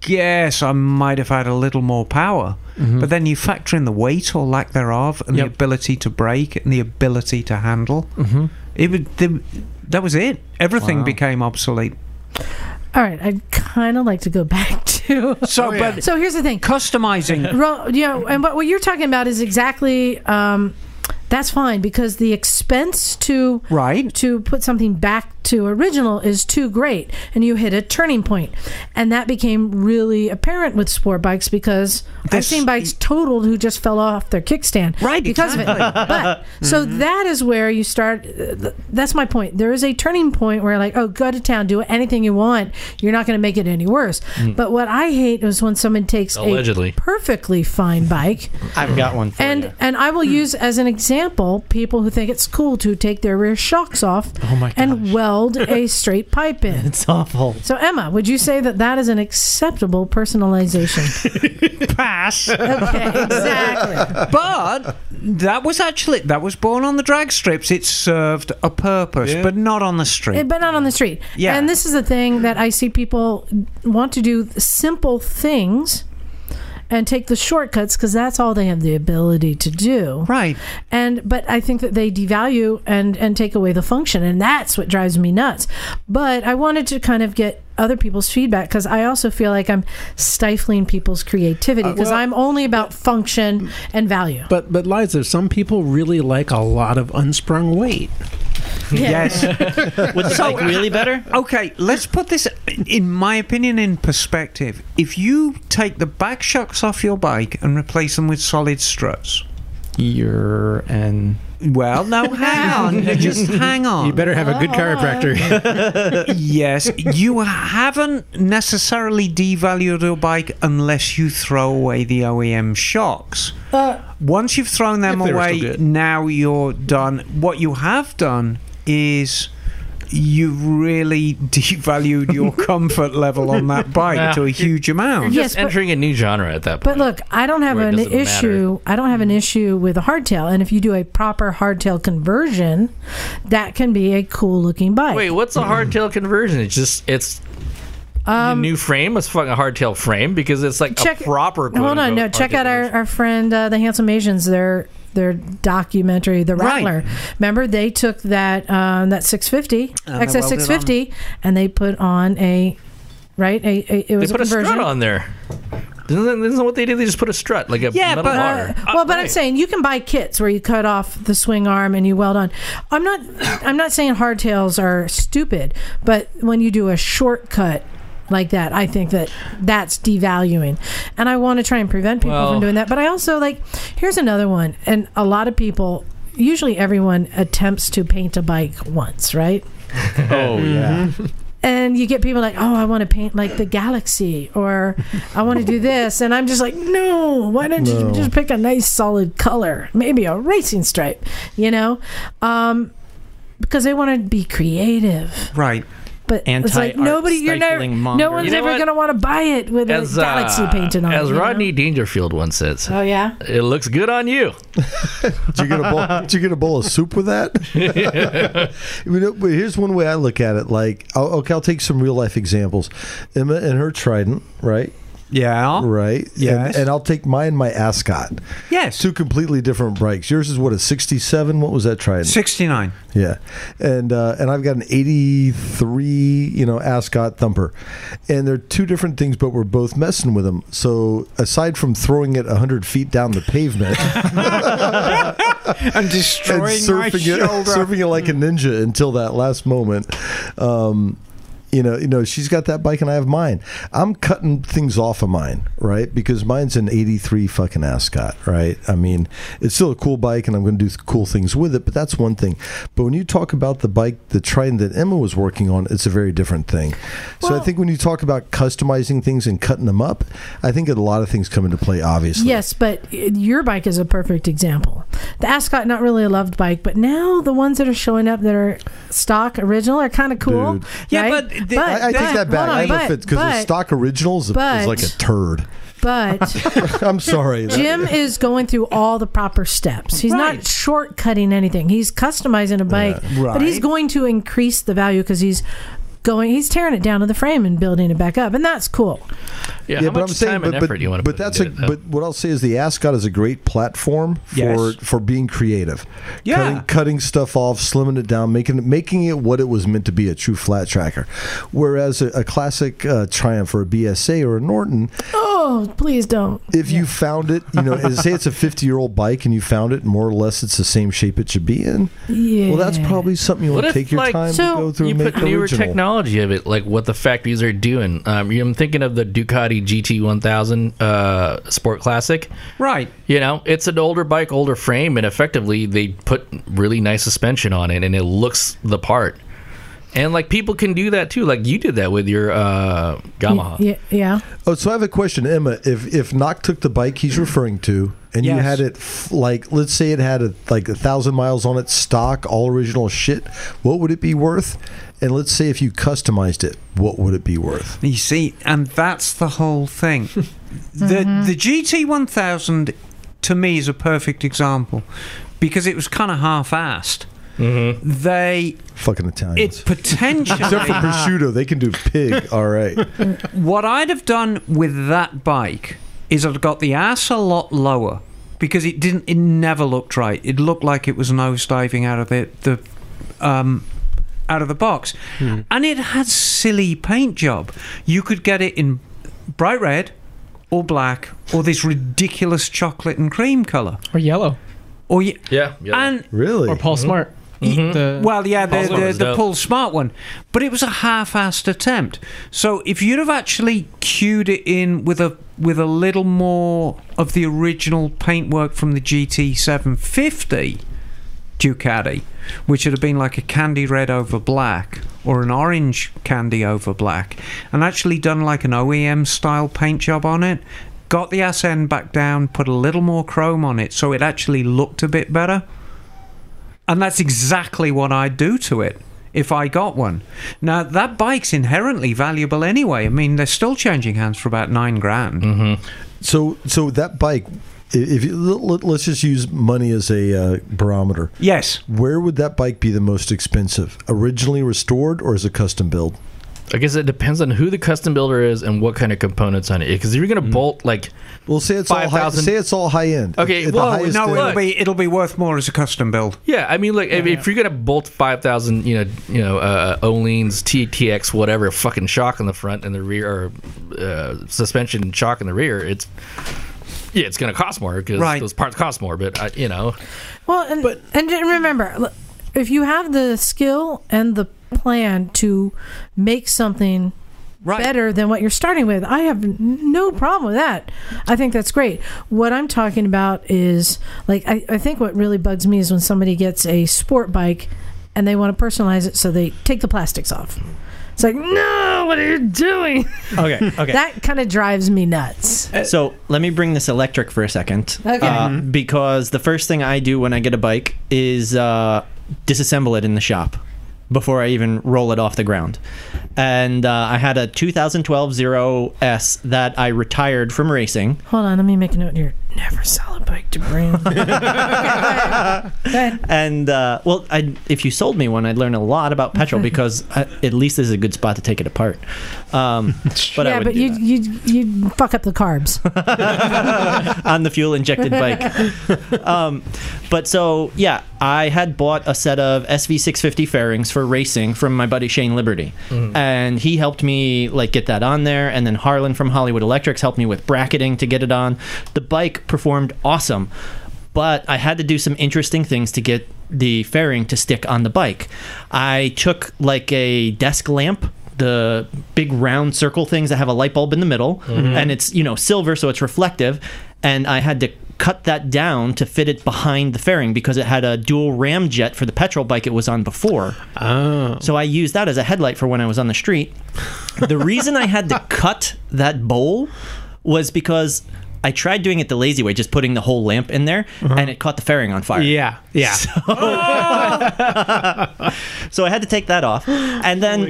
guess I might have had a little more power. But then you factor in the weight or lack thereof, and the
Yep.
ability to brake and the ability to handle. Mm-hmm. It would. The, that was it. Everything
Wow.
became obsolete.
All right, I'd kind of like to go back to.
So, but
So here's the thing.
customizing.
Ro- you know, and what, what you're talking about is exactly um, that's fine because the expense to
Right.
to put something back to original is too great, and you hit a turning point, and that became really apparent with sport bikes because I've
This-
seen bikes totaled who just fell off their kickstand
Right, Mm-hmm.
because of it. But so that is where you start. uh, th- That's my point. There is a turning point where like, oh, go to town, do anything you want. You're not going to make it any worse.
Mm.
But what I hate is when someone takes
Allegedly.
a perfectly fine bike
I've got one for
and
you.
and I will use as an example people who think it's cool to take their rear shocks off
my
and weld a straight pipe in.
It's awful.
So Emma, would you say that that is an acceptable personalization?
Pass.
Okay, exactly.
but that was actually that was born on the drag strips. It served a purpose, but not on the
Eh,
street.
But not on the street.
Yeah.
And this is the thing that I see people want to do simple things and take the shortcuts because that's all they have the ability to do.
right.
and but i think that they devalue and and take away the function and that's what drives me nuts but i wanted to kind of get other people's feedback because i also feel like i'm stifling people's creativity
Uh,
because i'm only about function and value
But but Liza, some people really like a lot of unsprung weight.
Yes.
Would the bike really better?
okay, let's put this, in my opinion, in perspective. If you take the back shocks off your bike and replace them with solid struts,
You're and
well, now hang on, just hang on.
You better have a good chiropractor.
yes, you haven't necessarily devalued your bike unless you throw away the OEM shocks. Once you've thrown them
If they were still
away,
good.
now you're done. What you have done is you've really devalued your comfort level on that bike
Yeah.
to a huge amount.
Yes,
just
but-
entering a new genre at that
but
point.
look i don't have
Where it
an
doesn't matter.
issue i don't have an issue with a hardtail and if you do a proper hardtail conversion that can be a cool looking bike
Wait, what's
Mm-hmm.
a hardtail conversion? It's just it's the new frame. It's fucking hardtail frame because it's like
Um, check
a proper.
hold on no
quote-unquote
check out our,
hardtail
our friend uh, the handsome asians their their documentary the
Right.
rattler remember they took that um, that 650
And they
xs 650
welded
and they put on a right a, a it
They
was
put
a
a
conversion
strut on there. Isn't that, isn't that what they did? They just put a strut, like a
Yeah,
metal
but, uh,
bar.
well, but I'm
Right.
saying you can buy kits where you cut off the swing arm and you weld on. I'm not, I'm not saying hardtails are stupid, but when you do a shortcut like that, I think that that's devaluing, and I want to try and prevent people
Well-
from doing that. But I also like, here's another one, and a lot of people. Usually, everyone attempts to paint a bike once, right?
oh yeah.
and you get people like, "Oh, I want to paint like the galaxy," or "I want to do this," and I'm just like, "No, why don't you
No.
just pick a nice solid color, maybe a racing stripe?" You know, um, because they want to be creative.
Right.
But it's like
Anti-art
nobody, you're never,
stifling
no
mongers.
one's
You
know
ever
what?
going to want to buy it with
As,
a
uh,
galaxy painted on it.
as
you know?
Rodney Dangerfield once said,
Oh yeah.
it looks good on you.
Did you get a bowl? did you get a bowl of soup with that? You know, but here's one way I look at it. Like, I'll, okay, I'll take some real life examples. Emma and her trident, right?
Yeah.
Right.
Oh, Yes.
And, and I'll take mine, my ascot.
Yes.
Two completely different bikes. Yours is what a '67. What was that trident?
69.
Yeah, and uh, and I've got an '83, you know, Ascot Thumper, and they're two different things, but we're both messing with them. So aside from throwing it hundred feet down the pavement
And
and
destroying my
surfing it,
shoulder. Hmm.
surfing it like a ninja until that last moment, um, you know, you know, she's got that bike and I have mine. I'm cutting things off of mine, right? Because mine's an '83 fucking Ascot, right? I mean, it's still a cool bike, and I'm going to do th- cool things with it. But that's one thing. But when you talk about the bike, the Triton that Emma was working on, it's a very different thing. so I
Well-
think when you talk about customizing things and cutting them up, I think that a lot of things come into play. Obviously,
Yes, but uh, your bike is a perfect example. The Ascot, not really a loved bike, but now the ones that are showing up that are stock original are kind of cool.
Dude.
Yeah,
right?
but the-
I, I take
but-
that back.
hold on,
I don't know if
but-
it's because the
but-
stock originals is
but-
like a turd.
But
I'm sorry.
Jim is going through all the proper steps. He's
Right.
not shortcutting anything. He's customizing a bike, but he's
Right.
going to increase the value because he's going. He's tearing it down to the frame and building it back up, and that's cool.
Yeah, how much time and effort you want to
but
put
that's a,
into it, though?
but what I'll say is the Ascot is a great platform for
Yes.
for being creative,
Yeah.
cutting, cutting stuff off, slimming it down, making it making it what it was meant to be a true flat tracker. Whereas a, a classic uh, Triumph or a BSA or a Norton,
Oh, please don't.
if you found it, you know, say it's a fifty year old bike and you found it, more or less it's the same shape it should be in.
Yeah.
Well, that's probably something you want
What
to
if,
take your
like,
time
so
to go through
you
and make
put newer
original.
technology of it, like what the factories are doing. Um, I'm thinking of the Ducati GT1000 uh, Sport Classic.
Right.
You know, it's an older bike, older frame, and effectively they put really nice suspension on it, and it looks the part. And like people can do that too. Like you did that with your uh, Yamaha.
Yeah, yeah.
Oh, so I have a question, Emma. If if Nock took the bike he's referring to, and you
Yes.
had it f- like, let's say it had a, like a thousand miles on it, stock, all original shit, what would it be worth? And let's say if you customized it, what would it be worth?
You see, and that's the whole thing. the the GT1000 to me is a perfect example because it was kind of half-assed. They
Fucking
it
Italians. Except for
potentially
prosciutto, they can do pig. All right.
what I'd have done with that bike is I'd got the ass a lot lower because it didn't it never looked right. It looked like it was nose diving out of the the um out of the box. And it had silly paint job. You could get it in bright red or black or this ridiculous chocolate and cream color.
Or yellow.
Or y-
Yeah,
and
Really?
Or Paul Smart. The-
well, yeah, the,
Paul's one
the,
was
the
dope.
Paul Smart one. But it was a half-assed attempt. So if you'd have actually cued it in with a with a little more of the original paintwork from the GT750 Ducati, which would have been like a candy red over black or an orange candy over black, and actually done like an OEM style paint job on it. Got the ass end back down, put a little more chrome on it so it actually looked a bit better. And that's exactly what I'd do to it if I got one. Now, that bike's inherently valuable anyway. I mean, they're still changing hands for about nine grand.
So so that bike, i- if you, let, let's just use money as a uh, barometer.
Yes.
Where would that bike be the most expensive? Originally restored or as a custom build?
I guess it depends on who the custom builder is and what kind of components on it. Because you're gonna bolt like
Well, say it's all high,
5,000.
say it's all high end.
Okay,
At the
well,
highest
No,
end.
it'll be it'll be worth more as a custom build.
Yeah, I mean, like if, if you're gonna bolt five thousand, you know, you know, uh, Olean's TTX whatever fucking shock in the front and the rear, or uh, suspension and shock in the rear, it's yeah, it's gonna cost more because
Right.
those parts cost more. But I, you know,
Well, and, and just remember, l- if you have the skill and the plan to make something
Right.
better than what you're starting with, I have n- no problem with that. I think that's great. What I'm talking about is like, I, I think what really bugs me is when somebody gets a sport bike and they want to personalize it, so they take the plastics off. It's like, no, what are you doing?
Okay, okay.
That kind of drives me nuts.
So let me bring this electric for a second.
Okay. Mm-hmm.
Uh, because the first thing I do when I get a bike is uh, disassemble it in the shop before I even roll it off the ground. And uh, I had a 2012 Zero S that I retired from racing.
Hold on, let me make a note here. Never sell a bike to Brand. Good.
And uh, well, I'd, if you sold me one, I'd learn a lot about petrol because I, at least this is a good spot to take it apart. Um, but I
yeah,
would
but you you you fuck up the carbs.
on the fuel injected bike. um, but so yeah, I had bought a set of SV650 fairings for racing from my buddy Shane Liberty, and he helped me like get that on there. And then Harlan from Hollywood Electrics helped me with bracketing to get it on. The bike performed awesome, but I had to do some interesting things to get the fairing to stick on the bike. I took like a desk lamp the big round circle things that have a light bulb in the middle and it's you know silver so it's reflective and i had to cut that down to fit it behind the fairing because it had a dual ramjet for the petrol bike it was on before so I used that as a headlight for when I was on the street. The reason I had to cut that bowl was because I tried doing it the lazy way, just putting the whole lamp in there, and it caught the fairing on fire.
Yeah, yeah.
So I had to take that off. And then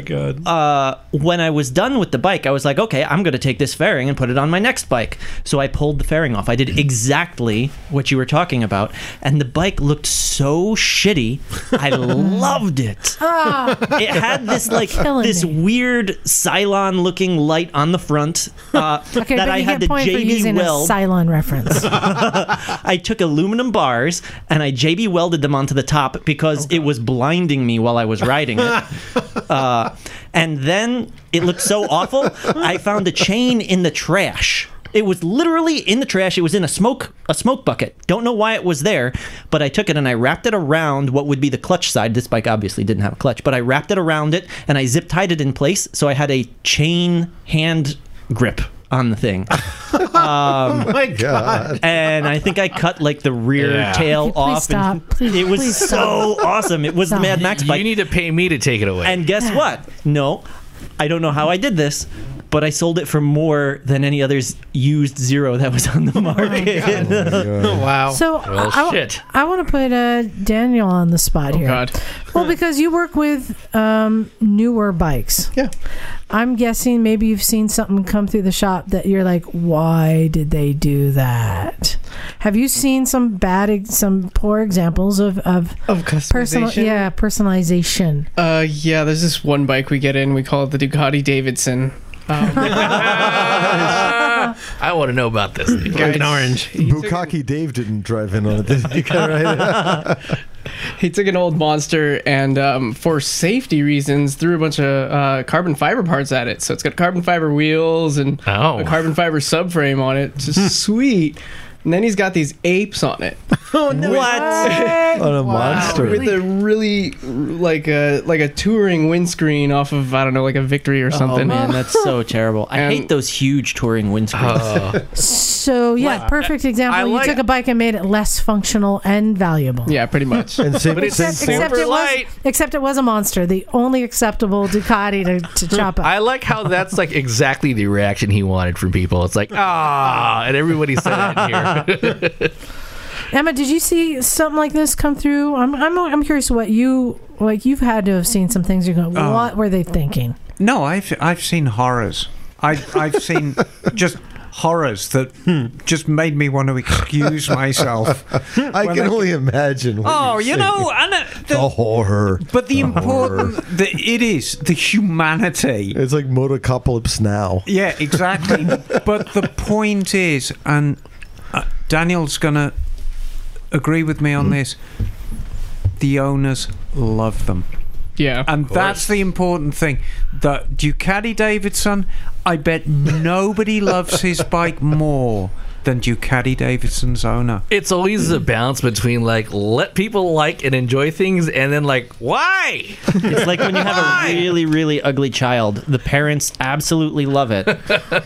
Uh, when I was done with the bike, I was like, okay, I'm going to take this fairing and put it on my next bike. So I pulled the fairing off. I did exactly what you were talking about. And the bike looked so shitty. I loved it.
Ah,
it had this like
Killing
this
me.
weird Cylon looking light on the front uh,
Okay,
that
but
I
you
had
get
to
point for
JB
using
weld.
a Cylon reference.
I took aluminum bars and I JB welded them onto the top because it was blinding me while I was riding it. uh, and then it looked so awful. I found a chain in the trash. It was literally in the trash. It was in a smoke a smoke bucket. Don't know why it was there, but I took it and I wrapped it around what would be the clutch side. This bike obviously didn't have a clutch, but I wrapped it around it and I zip tied it in place. So I had a chain hand grip on the thing
My
uh,
God.
and I think I cut like the rear
Yeah.
tail
Please
off.
stop.
And
Please-
it was
please
so awesome. It was the
Stop.
Mad Max
You
bike.
need to pay me to take it away.
and guess what? No, I don't know how I did this, but I sold it for more than any other s- used zero that was on
Oh
the market.
wow.
So
Well,
I,
shit. Oh,
I want to put uh, Daniel on the spot here.
God.
Well, because you work with um, newer bikes.
Yeah.
I'm guessing maybe you've seen something come through the shop that you're like, why did they do that? Have you seen some bad, ex- some poor examples of, of
Of customization.
personal, yeah, personalization?
Uh, yeah, there's this one bike we get in. We call it the Ducati Davidson. Um,
I want to know about this.
Like an orange.
Bukaki Dave didn't drive in on it. Did he? Right?
he took an old monster and, um, for safety reasons, threw a bunch of uh, carbon fiber parts at it. So it's got carbon fiber wheels and
Oh.
a carbon fiber subframe on it. It's just sweet. And then he's got these apes on it.
Oh, what?
on a monster.
with a really like a like a touring windscreen off of I don't know like a Victory or
Oh
something.
man, that's so terrible. I
And-
hate those huge touring windscreens.
Oh. Uh,
So, yeah, perfect example.
I
you
like-
took a bike and made it less functional and valuable.
Yeah, pretty much.
And same,
But it's
same
super
form.
Except it, was,
light.
except it was a monster, the only acceptable Ducati to, to chop up.
I like how that's like exactly the reaction he wanted from people. It's like ah, and everybody said that in here.
Emma, did you see something like this come through? I'm, I'm, I'm curious what you like. You've had to have seen some things. You're going,
Oh.
what were they thinking?
No, I've I've seen horrors. I've I've seen just horrors that just made me want to excuse myself.
I can only imagine. What
Oh,
you're
you
saying.
know, and uh,
the
the,
horror.
but the
horror.
important the, it is the humanity.
It's like motocopalypse now.
Yeah, exactly. but the point is, and uh, Daniel's gonna agree with me on this. The owners love them.
yeah.
And that's the important thing. That Ducati Davidson, I bet nobody loves his bike more than Ducati Davidson's owner.
it's always the balance between like let people like and enjoy things, and then like why?
It's like when you have a really, really ugly child. The parents absolutely love it,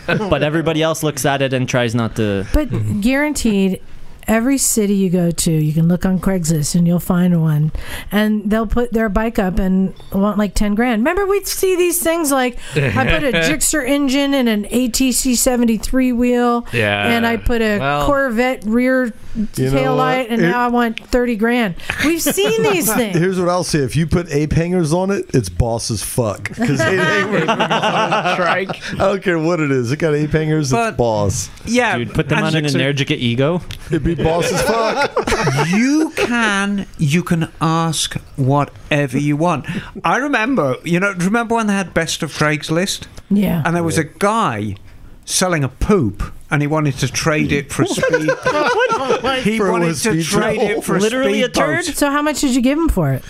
but everybody else looks at it and tries not to.
But guaranteed, every city you go to, you can look on Craigslist and you'll find one. And they'll put their bike up and want like 10 grand. Remember, we'd see these things like I put a Gixxer engine and an ATC 73 wheel.
Yeah.
And I put a
Uh, Well-
Corvette rear
You know
tail
what?
light, and
It-
now I want 30 grand. We've seen these things.
Here's what I'll say: If you put ape hangers on it, it's boss as fuck. 'Cause it ain't worth-
Trike.
I don't care what it is. It got ape hangers.
But-
it's boss.
Yeah,
Dude, put them
and
on an energetic ego.
It'd be boss as fuck.
you can you can ask whatever you want. I remember, you know, remember when they had best of Craigslist,
Yeah.
and there was a guy selling a poop, and he wanted to trade it for a speed. he
For a
wanted to
speed
trade
trap.
it for
Literally a
a speedboat.
turd?
so how much did you give him for it?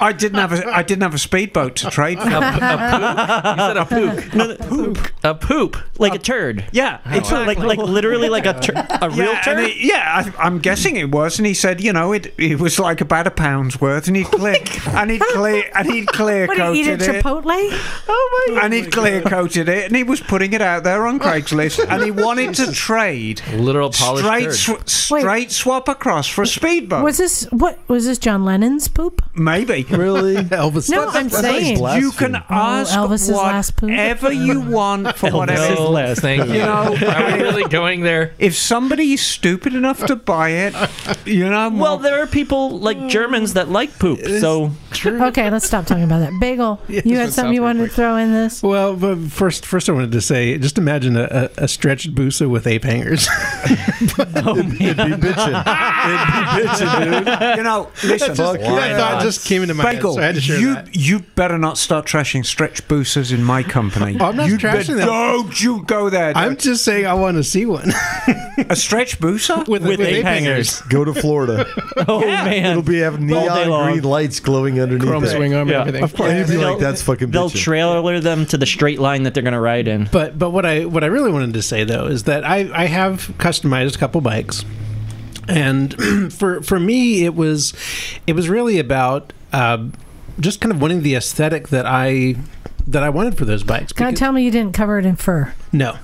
I didn't have a I didn't have a speedboat to trade for.
You said a poop. A poop.
Like a turd.
Yeah, exactly.
Like like literally like a tur- a
yeah,
real
and
turd.
he- yeah, I, I'm guessing it was, and he said, you know, it it was like about a pound's worth, and he'd clear, and he'd clear, and he'd clear
What did you eat at
coated it.
Chipotle?
and he'd clear coated it, and he was putting it out there on Craigslist, and he wanted to trade
Literal polished
straight
turd.
sw-
Wait.
straight swap across for a
Um,
speedboat.
Was this what was this John Lennon's poop?
Maybe
really?
Elvis.
No, I'm saying
you can ask
Oh, Elvis's last poop.
whatever you want for
Elvis's
whatever.
last-
No, thank you.
You know,
Are we really going there?
If somebody's stupid enough to buy it, you know,
Well, there are people like Germans that like poop. So
Okay, let's stop talking about that. Bagel, you had
went
something you
south real
wanted
quick.
to throw in this?
Well, but first, first I wanted to say, just imagine a, a, a stretched busa with ape hangers.
It'd be bitching. It'd be bitching, dude.
you know, listen.
Fuck
that
yeah.
thought just came into my
Bagel,
head, so I had to share
you
that.
you better not start trashing stretch boosters in my company.
Oh, I'm not
you
trashing
bet-
them.
Don't you go there.
I'm just saying I want to see one
a stretch booster?
with,
with ape hangers.
Go to Florida.
Oh man.
It'll be have neon
long.
green lights glowing underneath.
Chrome
it.
swing arm
Yeah,
and everything.
Of course, you'd be
They'll-
like, "That's fucking
They'll
bitching."
trailer them to the straight line that they're going to ride in.
But but what I what I really wanted to say though is that I I have customized a couple bikes, and for for me it was it was really about uh, just kind of wanting the aesthetic that I that I wanted for those bikes.
God,
Because-
tell me you didn't cover it in fur.
no,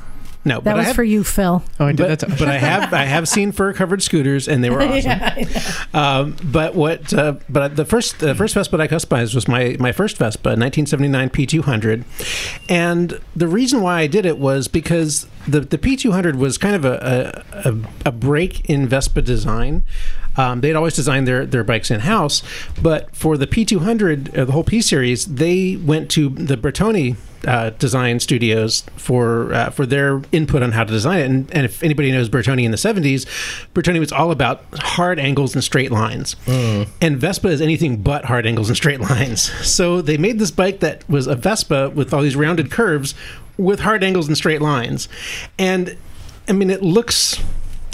no.
That was for you, Phil.
Oh, I did
But,
that to
but I have I have seen fur covered scooters and they were awesome. Um, but what? Uh, but the first the first Vespa that I customized was my my first Vespa, 1979 P200, and the reason why I did it was because the the P200 was kind of a a, a, a break in Vespa design. Um, they'd always designed their, their bikes in house, but for the P200, uh, the whole P series, they went to the Bertoni uh, design studios for uh, for their input on how to design it. And, and if anybody knows Bertoni in the 70s, Bertoni was all about hard angles and straight lines.
Hmm.
And Vespa is anything but hard angles and straight lines. So they made this bike that was a Vespa with all these rounded curves with hard angles and straight lines. And I mean, it looks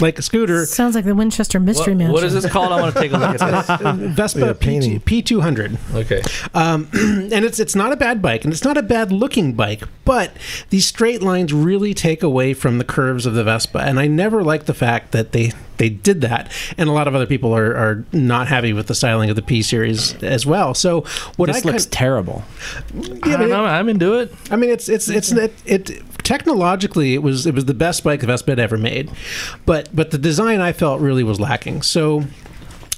like a scooter.
Sounds like the Winchester Mystery
What-
Mansion.
what is this called? I want to take a look at this.
Vespa
Yeah, painting.
P2, P200.
Okay.
Um, and it's it's not a bad bike, and it's not a bad looking bike, but these straight lines really take away from the curves of the Vespa, and I never liked the fact that they they did that, and a lot of other people are, are not happy with the styling of the P series as well. So what I
This looks
kind-
terrible.
I don't know. I'm into it.
I mean, it's it's it's it, it technologically it was it was the best bike the Vespa had ever made, but but the design I felt really was lacking. So.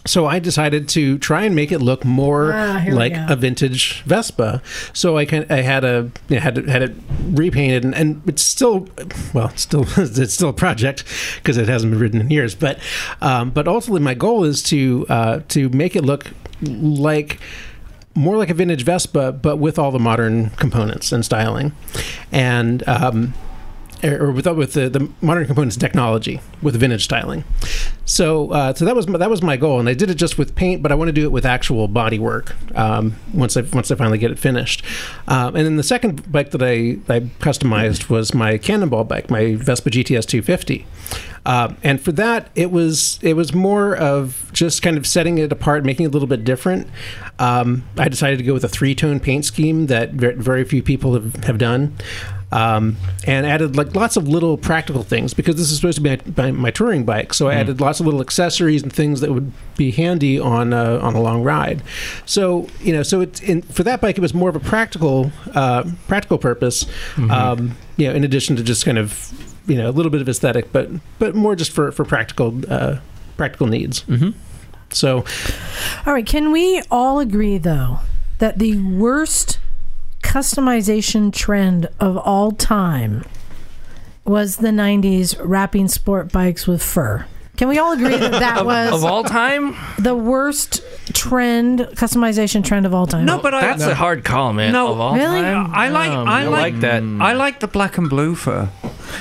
So I decided to try and make it look more
Ah, here we
like
go.
a vintage Vespa. So I can I had a you know, had it- had it repainted and, and it's still well it's still it's still a project because it hasn't been ridden in years. But um, but ultimately my goal is to uh, to make it look like more like a vintage Vespa, but with all the modern components and styling, and um, or with with the, the modern components and technology with vintage styling. So uh, so that was my, that was my goal, and I did it just with paint, but I want to do it with actual body work um, once I once I finally get it finished. Um, and then the second bike that I I customized was my Cannonball bike, my Vespa GTS 250. Um, and for that, it was it was more of just kind of setting it apart, making it a little bit different. Um, I decided to go with a three tone paint scheme that ver- very few people have, have done, um, and added like lots of little practical things because this is supposed to be my, my, my touring bike. So I added lots of little accessories and things that would be handy on a, on a long ride. So you know, so it's in, for that bike, it was more of a practical uh, practical purpose. Um, you know, in addition to just kind of you know a little bit of aesthetic, but but more just for for practical uh, practical needs. Mm-hmm. So
All right. Can we all agree, though, that the worst customization trend of all time was the 90s wrapping sport bikes with fur? Can we all agree that that
Of
was
all time,
the worst trend, customization trend of all time?
No, but
that's
I,
a hard call, man.
No,
of all
really?
time,
I like-
Um,
I like-
that.
I like the black and blue fur.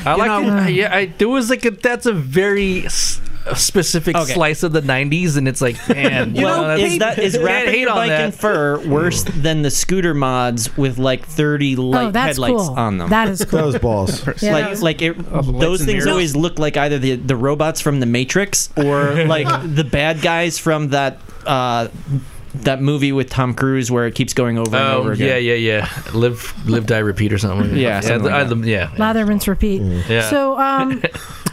I
You
like
know-
that. Yeah, I, there was like a, that's a very s- specific
Okay.
slice of the '90s, and it's like, man,
well,
well,
is that is
can't
wrapping
hate
your
on
bike in
that.
fur worse than the scooter mods with like 30 light
oh, that's
headlights
cool.
on them?
That is cool.
That was balls.
Yeah,
like,
that was-
like it,
lights
those
and
things
mirrors.
always look like either the the robots from the Matrix or like the bad guys from that uh, that movie with Tom Cruise where it keeps going over and
Oh
over
yeah,
again.
yeah, yeah. Live, live, die, repeat, or
Yeah,
something. yeah,
something
I-
like that.
I- yeah.
lather, rinse, repeat.
Yeah.
So, um,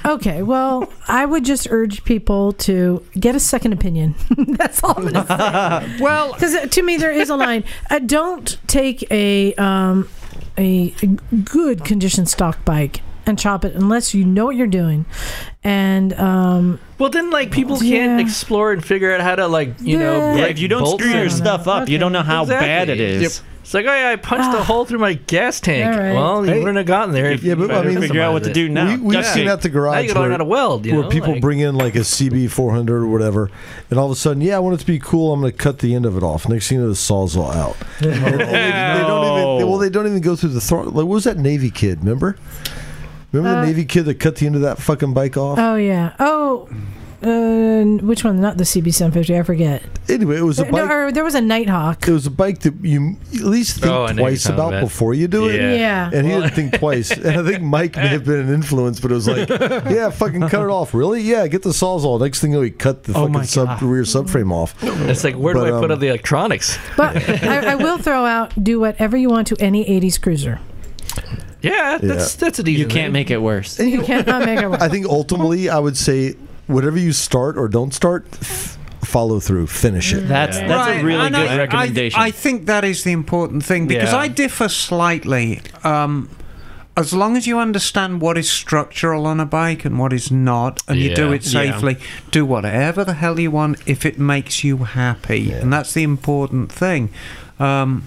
okay. Well, I would just urge people to get a second opinion. That's all I'm going to say.
Well,
Because to me, there is a line. Uh, don't take a um, a a good condition stock bike and chop it unless you know what you're doing. And um,
Well, then, like people
Yeah.
can't explore and figure out how to, like, you know,
Yeah.
Yeah,
break
if you don't
bolts
screw your
and-
stuff up, you
Okay.
don't know how
Exactly.
bad it is.
Yep. It's like, oh yeah, I punched a
Ah.
hole through my gas tank.
All right.
Well, you
Hey.
wouldn't have gotten there. if
Yeah, but,
you
I mean-
customized
Figure out what to
it.
do now.
we, we've
Duct
seen
tape.
at the
Now
garage
you gotta learn
where-
how to weld. You
where
know,
people
like-
bring in like a CB 400 or whatever, and all of a sudden, yeah, I want it to be cool. I'm going to cut the end of it off. Next thing you know, the saw's all out. And they- they don't even, they- well, they don't even go through the throw. Like, what was that Navy kid? Remember? Remember
Uh,
the Navy kid that cut the end of that fucking bike off?
oh yeah, oh. Uh, which one? Not the CB750. I forget.
anyway, it was a
There,
bike.
no, or there was a Nighthawk.
it was a bike that you at least think
Oh, I know you're
twice
talking
about
about.
before you do it.
Yeah.
Yeah.
And he didn't think twice. And I think Mike may have been an influence, but it was like, yeah, fucking cut it off. Really? Yeah, get the sawzall. Next thing you know, he cut the
Oh my
fucking sub,
God.
rear subframe off.
It's like, where do
But,
I put
um,
all the electronics?
But I, I will throw out do whatever you want to any 80s cruiser.
Yeah, that's that's an easy.
You can't
thing.
make it worse.
You cannot make it work.
I think ultimately, I would say whatever you start or don't start, f- follow through, finish it.
That's
Yeah.
that's a
Right,
really
and
good
I- I-
recommendation.
I, think that is the important thing because
Yeah.
I differ slightly. Um, as long as you understand what is structural on a bike and what is not, and you do
Yeah.
it safely, do whatever the hell you want if it makes you happy, and that's the important thing. Um,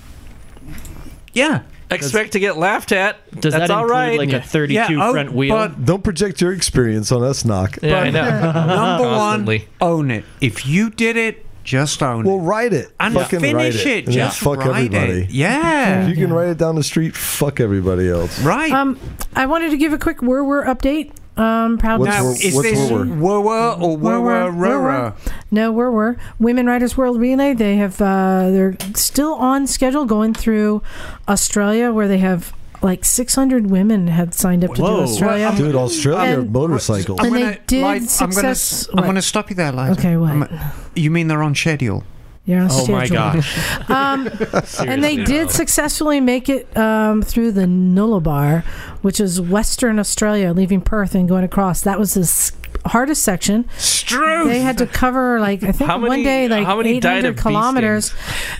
yeah,
Expect to get laughed at.
Does
that's
that
all
include
right.
like
yeah.
a 32
yeah, oh,
front wheel?
but
Don't project your experience on us, knock.
yeah, I know.
number one,
Constantly.
own it. If you did it, just own
Well,
it
write it.
and
fucking write it.
finish it.
And then
Just
fuck
ride
everybody.
it. Yeah,
If you can write it down the street, fuck everybody else.
right.
Um, I wanted to give a quick where we're update. Um, proud
What's
to-
Now,
wor-
is
what's
this
wor-
wor-wor or
Where were- where
wor-wor-ro-ro?
were- No, where were Women Riders World Relay? They have uh, they're still on schedule going through Australia, where they have like 600 women had signed up to
Whoa.
do Australia.
Dude, Australia
And-
motorcycles.
And they
gonna-
did
Liza, I'm gonna,
success-
s- I'm
what?
gonna stop you there, Liza.
Okay, what?
I'm- you mean they're on schedule?
You're on
oh my
schedule.
gosh.
Um, and they
Seriously,
did
no.
successfully make it um, through the Nullabar, which is Western Australia, leaving Perth and going across. That was the s- hardest section.
Struth!
They had to cover like I think
How many-
one day like
how many died
800
of bee
kilometers,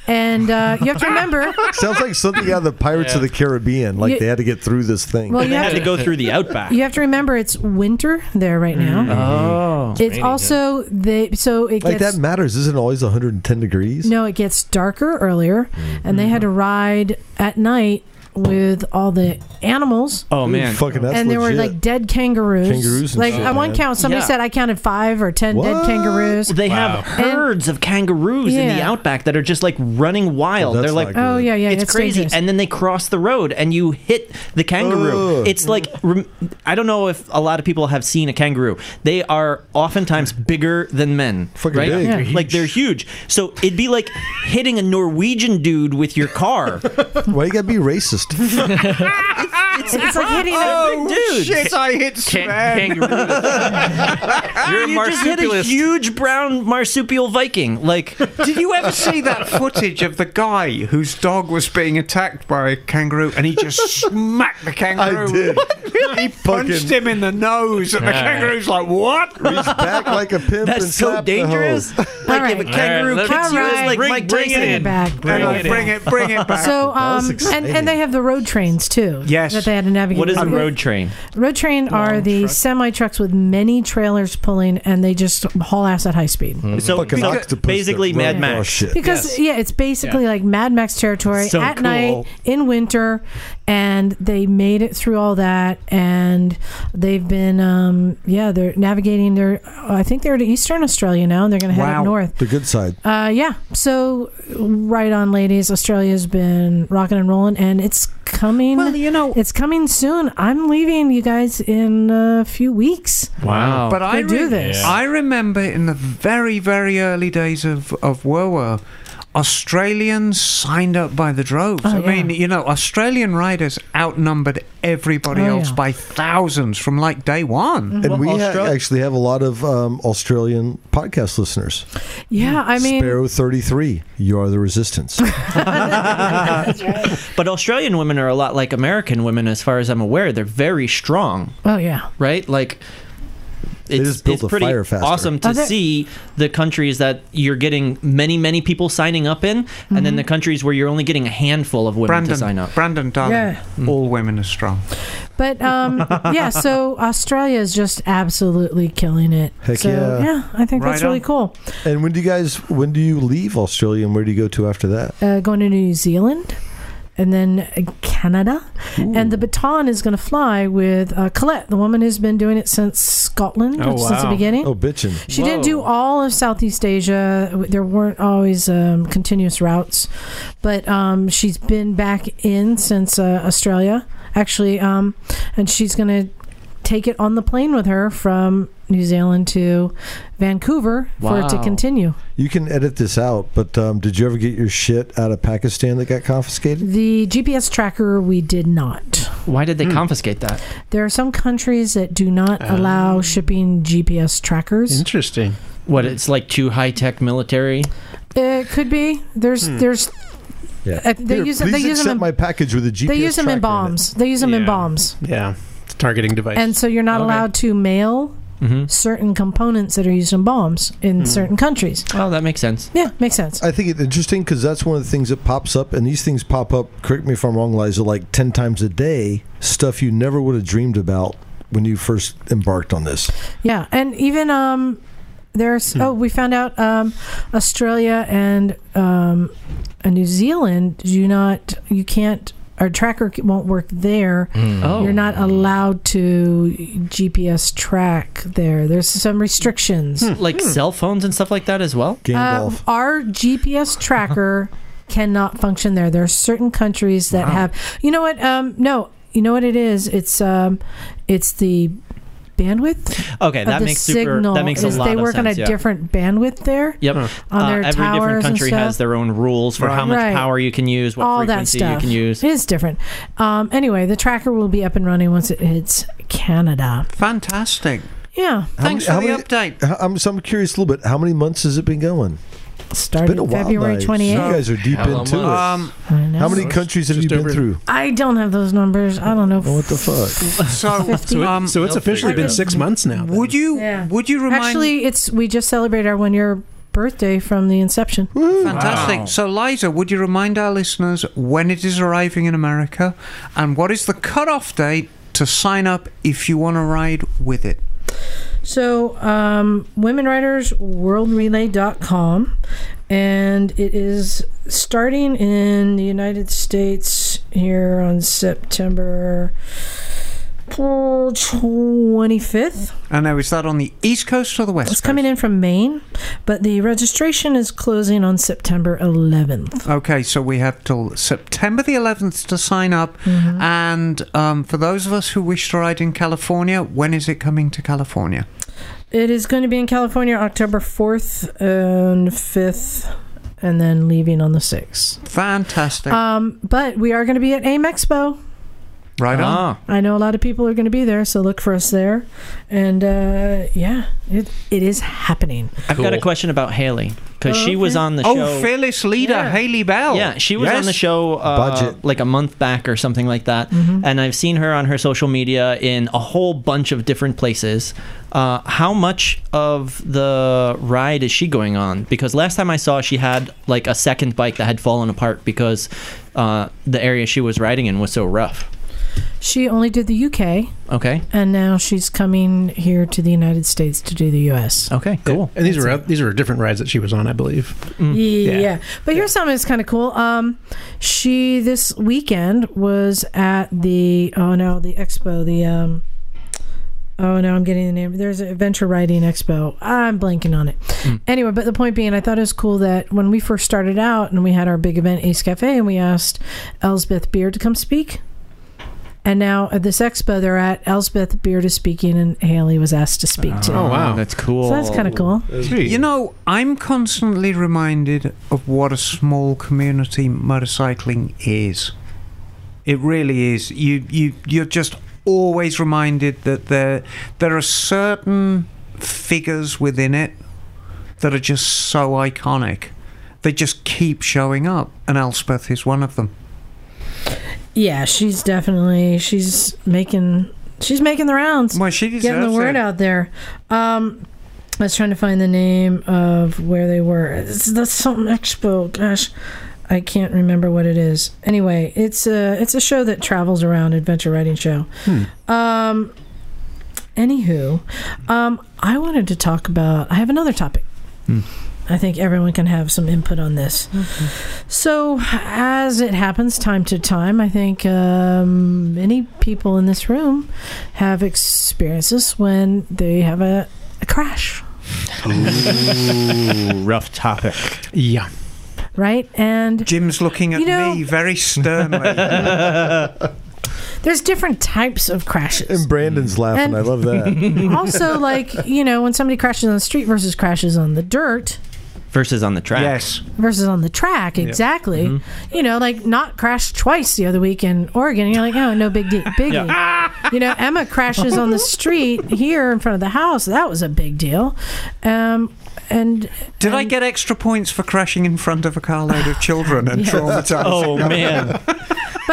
and uh, you have to remember.
Sounds like something out of the Pirates of the Caribbean. Like
You-
they had to get through this thing.
Well, you
Had
have
to
to,
go through the outback.
you have to remember it's winter there right now.
Oh.
it's also they so it
like
gets
that matters. Isn't it always 110 degrees?
no, it gets darker earlier, and they had to ride at night with all the animals.
Oh
Dude,
man.
fucking that's
and there were
legit.
like dead kangaroos.
Kangaroos and
like
shit,
on one
man.
count, somebody
Yeah.
said I counted five or ten
What?
dead kangaroos.
They
Wow.
have herds of kangaroos in the
Yeah.
outback that are just like running wild.
That's
They're
not
like
oh
good.
yeah, yeah,
it's, crazy.
dangerous.
And then they cross the road and you hit the kangaroo.
Ugh.
It's like, rem- I don't know if a lot of people have seen a kangaroo. They are oftentimes bigger than men.
Fucking
right?
big.
Yeah.
Like they're huge. So it'd be like hitting a Norwegian dude with your car.
Why you gotta be racist?
it's, it's like hitting a-
Oh,
dude.
shit, I hit
Can-
Sven.
kangaroo. You're a
You just hit a
marsupialist.
huge brown marsupial Viking. Like,
Did you ever see that footage of the guy whose dog was being attacked by a kangaroo and he just smacked the kangaroo?
I did.
he punched him in the nose and the kangaroo's like, what?
Reach back like a pimp and
that's so
slap the hoe.
dangerous.
All
Like,
right.
if a kangaroo
All right,
let's-
kicks you, it's
All
like
right.
Mike
Bring- bring
Tyson.
it
bring it
in.
back.
Bring
Bring
it, bring it, bring it back.
So,
That was
um, and, and they have the road trains too.
Yes.
That they had to navigate.
What is a
with.
road train?
Road train are the semi trucks with many trailers pulling, and they just haul ass at high speed.
Mm-hmm.
So,
Fucking
so
octopus that
basically,
run
Mad
across
Max.
Oh, shit.
Because yeah, it's basically like Mad Max territory
So
at
cool.
night in winter, and they made it through all that, and they've been um, yeah they're navigating their I think they're to Eastern Australia now, and they're going to head
Wow.
up north.
The good side.
Uh, yeah. So, right on, ladies. Australia's been rocking and rolling, and it's coming.
Well, you know,
it's coming soon. I'm leaving you guys in a few weeks.
Wow.
but I
They do this.
I remember in the very very early days of of WoWA, Australians signed up by the droves.
Oh,
I
yeah.
mean, you know, Australian riders outnumbered everybody
Oh,
else
yeah. Mm-hmm.
by thousands from like day one.
And
Well,
we ha-
Austra-
actually have a lot of um, Australian podcast listeners.
Yeah,
Hmm.
I mean,
Sparrow 33, you are the resistance.
But Australian women are a lot like American women, as far as I'm aware. They're very strong,
oh yeah,
right? Like, it's,
just built
it's
a
pretty
fire faster.
awesome to
Are there-
see the countries that you're getting many, many people signing up in, and then the countries where you're only getting a handful of women to sign
Brandon,
up. Mm.
Brandon, darling,
Yeah.
all women are strong.
but um, yeah. So Australia is just absolutely killing it.
Heck
so,
yeah.
I think that's
Right on.
really cool.
and when do you guys, when do you leave Australia and where do you go to after that?
Uh, going to New Zealand. And then uh, Canada, and the baton is going to fly with uh, Colette, the woman who's been doing it since Scotland,
Oh,
since the
wow.
beginning.
Oh, bitchin'.
She didn't do
Whoa.
all of Southeast Asia. There weren't always um, continuous routes, but um, she's been back in since uh, Australia, actually, um, and she's going to take it on the plane with her from New Zealand to Vancouver for it to
Wow.
continue.
You can edit this out, but um, did you ever get your shit out of Pakistan that got confiscated?
The GPS tracker, we did not.
Why did they confiscate that?
There are some countries that do not
Uh-huh.
allow shipping GPS trackers.
Interesting.
What? It's like too high tech military.
It could be. There's there's
Yeah.
uh, they
Hmm. Here,
use
please
they use
accept
them in,
my package with a GPS.
they use them in
tracker it.
bombs. They use them in
Yeah.
bombs.
Yeah. It's a targeting device.
And so you're not
Okay.
allowed to mail
Mm-hmm.
certain components that are used in bombs in certain countries.
Oh, that makes sense.
Yeah, makes sense.
I think it's interesting because that's one of the things that pops up, and these things pop up. Correct me if I'm wrong, Liza. Like ten times a day, stuff you never would have dreamed about when you first embarked on this.
Yeah, and even um, there's oh, we found out um, Australia and um, and New Zealand do not you can't our tracker c- won't work there.
Oh,
You're not allowed to GPS track there. There's some restrictions.
like cell phones and stuff like that as well.
Um,
Gandalf.
our GPS tracker cannot function there. There are certain countries that have. You know what? Um, no, you know what it is. It's um, it's the bandwidth
Okay,
of
that
the
makes super.
signal.
That makes a
is
lot
they
of
work on a
sense, yeah.
different bandwidth there.
Yep.
on
Uh,
their
every different
towers and
country has
stuff.
their own rules for how much
Right.
power you can use, what
All that
frequency
stuff
you can use.
It is different. Um, anyway, the tracker will be up and running once it hits Canada.
Fantastic.
Yeah,
How
Thanks
many-
for
how
the update.
How- I'm so I'm curious a little bit. How many months has it been going? It's
starting
been a while.
February
now.
twenty
You
eighth.
guys are deep
Hell, I'm
into it.
on.
Um,
I know.
How many countries have you
Just
been
over-
through?
I don't have those numbers. I don't know.
What the fuck?
so,
Fifty.
um,
so it's
They'll
officially
figure it
been
out.
six months now. then.
would you
Yeah.
would you remind
Actually, it's we just celebrated our one year birthday from the inception.
Fantastic. So, Liza, would you remind our listeners when it is arriving in America and what is the cutoff date to sign up if you want to ride with it?
So, um, womenwritersworldrelay.com, and it is starting in the United States here on September 25th.
And now, is that on the East Coast or the West
It's
Coast?
coming in from Maine, but the registration is closing on September 11th.
Okay, so we have till September the 11th to sign up. And um, for those of us who wish to ride in California, when is it coming to California?
It is going to be in California October 4th and 5th, and then leaving on the 6th.
Fantastic.
Um, but we are going to be at AIM Expo.
right on.
Ah,
I know a lot of people are going to be there, so look for us there. And uh, yeah, it, it is happening.
I've got a
Cool. question
question about Haley because she was
Okay.
on the show.
Oh, fearless leader
Yeah.
Haley Bell.
Yeah, she was on
Yes.
the show uh,
Budget.
like a month back or something like that.
Mm-hmm.
And I've seen her on her social media in a whole bunch of different places. Uh, how much of the ride is she going on? Because last time I saw, she had like a second bike that had fallen apart because uh, the area she was riding in was so rough.
She only did the UK,
Okay.
and now she's coming here to the United States to do the US.
Okay. Cool.
And these were these were different rides that she was on, I believe.
Yeah.
Hmm. Yeah.
But here's something that's kind of cool. Um, she this weekend was at the oh no the expo the um. Oh no, I'm getting the name. There's an adventure riding expo. I'm blanking on it.
Hmm.
Anyway, but the point being, I thought it was cool that when we first started out and we had our big event, Ace Cafe, and we asked Elsbeth Beard to come speak. And now at this expo they're at, Elsbeth Beard is speaking, and Haley was asked to speak too.
Oh, wow.
That's cool.
So that's kind of cool.
You know, I'm constantly reminded of what a small community motorcycling is. It really is. You you you're just always reminded that there there are certain figures within it that are just so iconic. They just keep showing up, and Elspeth is one of them.
Yeah, she's definitely she's making she's making the rounds,
Well, she deserves
getting the word
it.
out there. Um, I was trying to find the name of where they were. It's, that's something expo. Gosh, I can't remember what it is. Anyway, it's a it's a show that travels around adventure writing show. Um, anywho, um, I wanted to talk about. I have another topic. I think everyone can have some input on this. So, as it happens time to time, I think um, many people in this room have experiences when they have a, a crash,
Ooh, rough topic.
Yeah.
right? And
Jim's looking at
You know-
me very sternly.
there's different types of crashes.
And
Mm.
Brandon's laughing.
And-
I love that.
also, like, you know, when somebody crashes on the street versus crashes on the dirt,
Versus on the track.
yes.
versus on the track exactly
Mm-hmm.
you know like not crashed twice the other week in oregon and you're like oh no big deal biggie you know emma crashes on the street here in front of the house that was a big deal um and
Did I get extra points for crashing in front of a carload of children and traumatizing?
Oh man, Uh,
but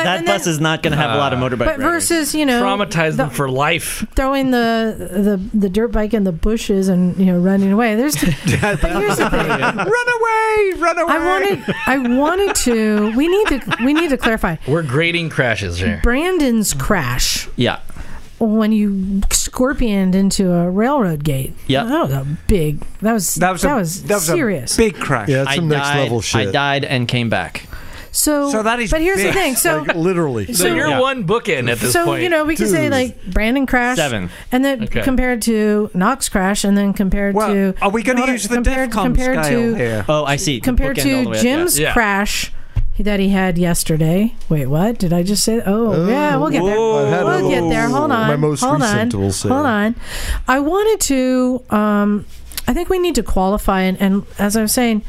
that
and
bus
then-
is not going to have a lot of motorbike.
but
riders.
versus you know
Traumatize them
the-
for life.
throwing the, the the dirt bike in the bushes and you know running away there's but here's the thing
Run away! Run away!
i wanted i wanted to we need to we need to clarify
We're grading crashes here.
brandon's crash
yeah,
when you scorpioned into a railroad gate.
Yep.
that was a big. That was that was,
a- a
serious.
big crash.
Yeah, that's
I
some next
died-
level shit.
I died and came back.
so
So that is
But here's the
big.
thing. So
Like, literally.
So, you're
Yeah.
one bookend at this
so
point.
you know we can say
Dude.
like Brandon crash
Seven.
and then
Okay.
compared to Knox crash, and then compared
Well,
to
are we going
hold
to
on,
use the DEFCON scale
to
here?
Oh, I see.
compared
Bookend all the way
to
up,
Jim's
Yeah.
crash that he had yesterday. Wait, what did I just say? Oh, yeah, we'll get there.
I've had
We'll
a-
get there. Hold on.
My most
Hold
recent,
on.
we'll say.
Hold on. I wanted to. Um, I think we need to qualify, and, and as I was saying,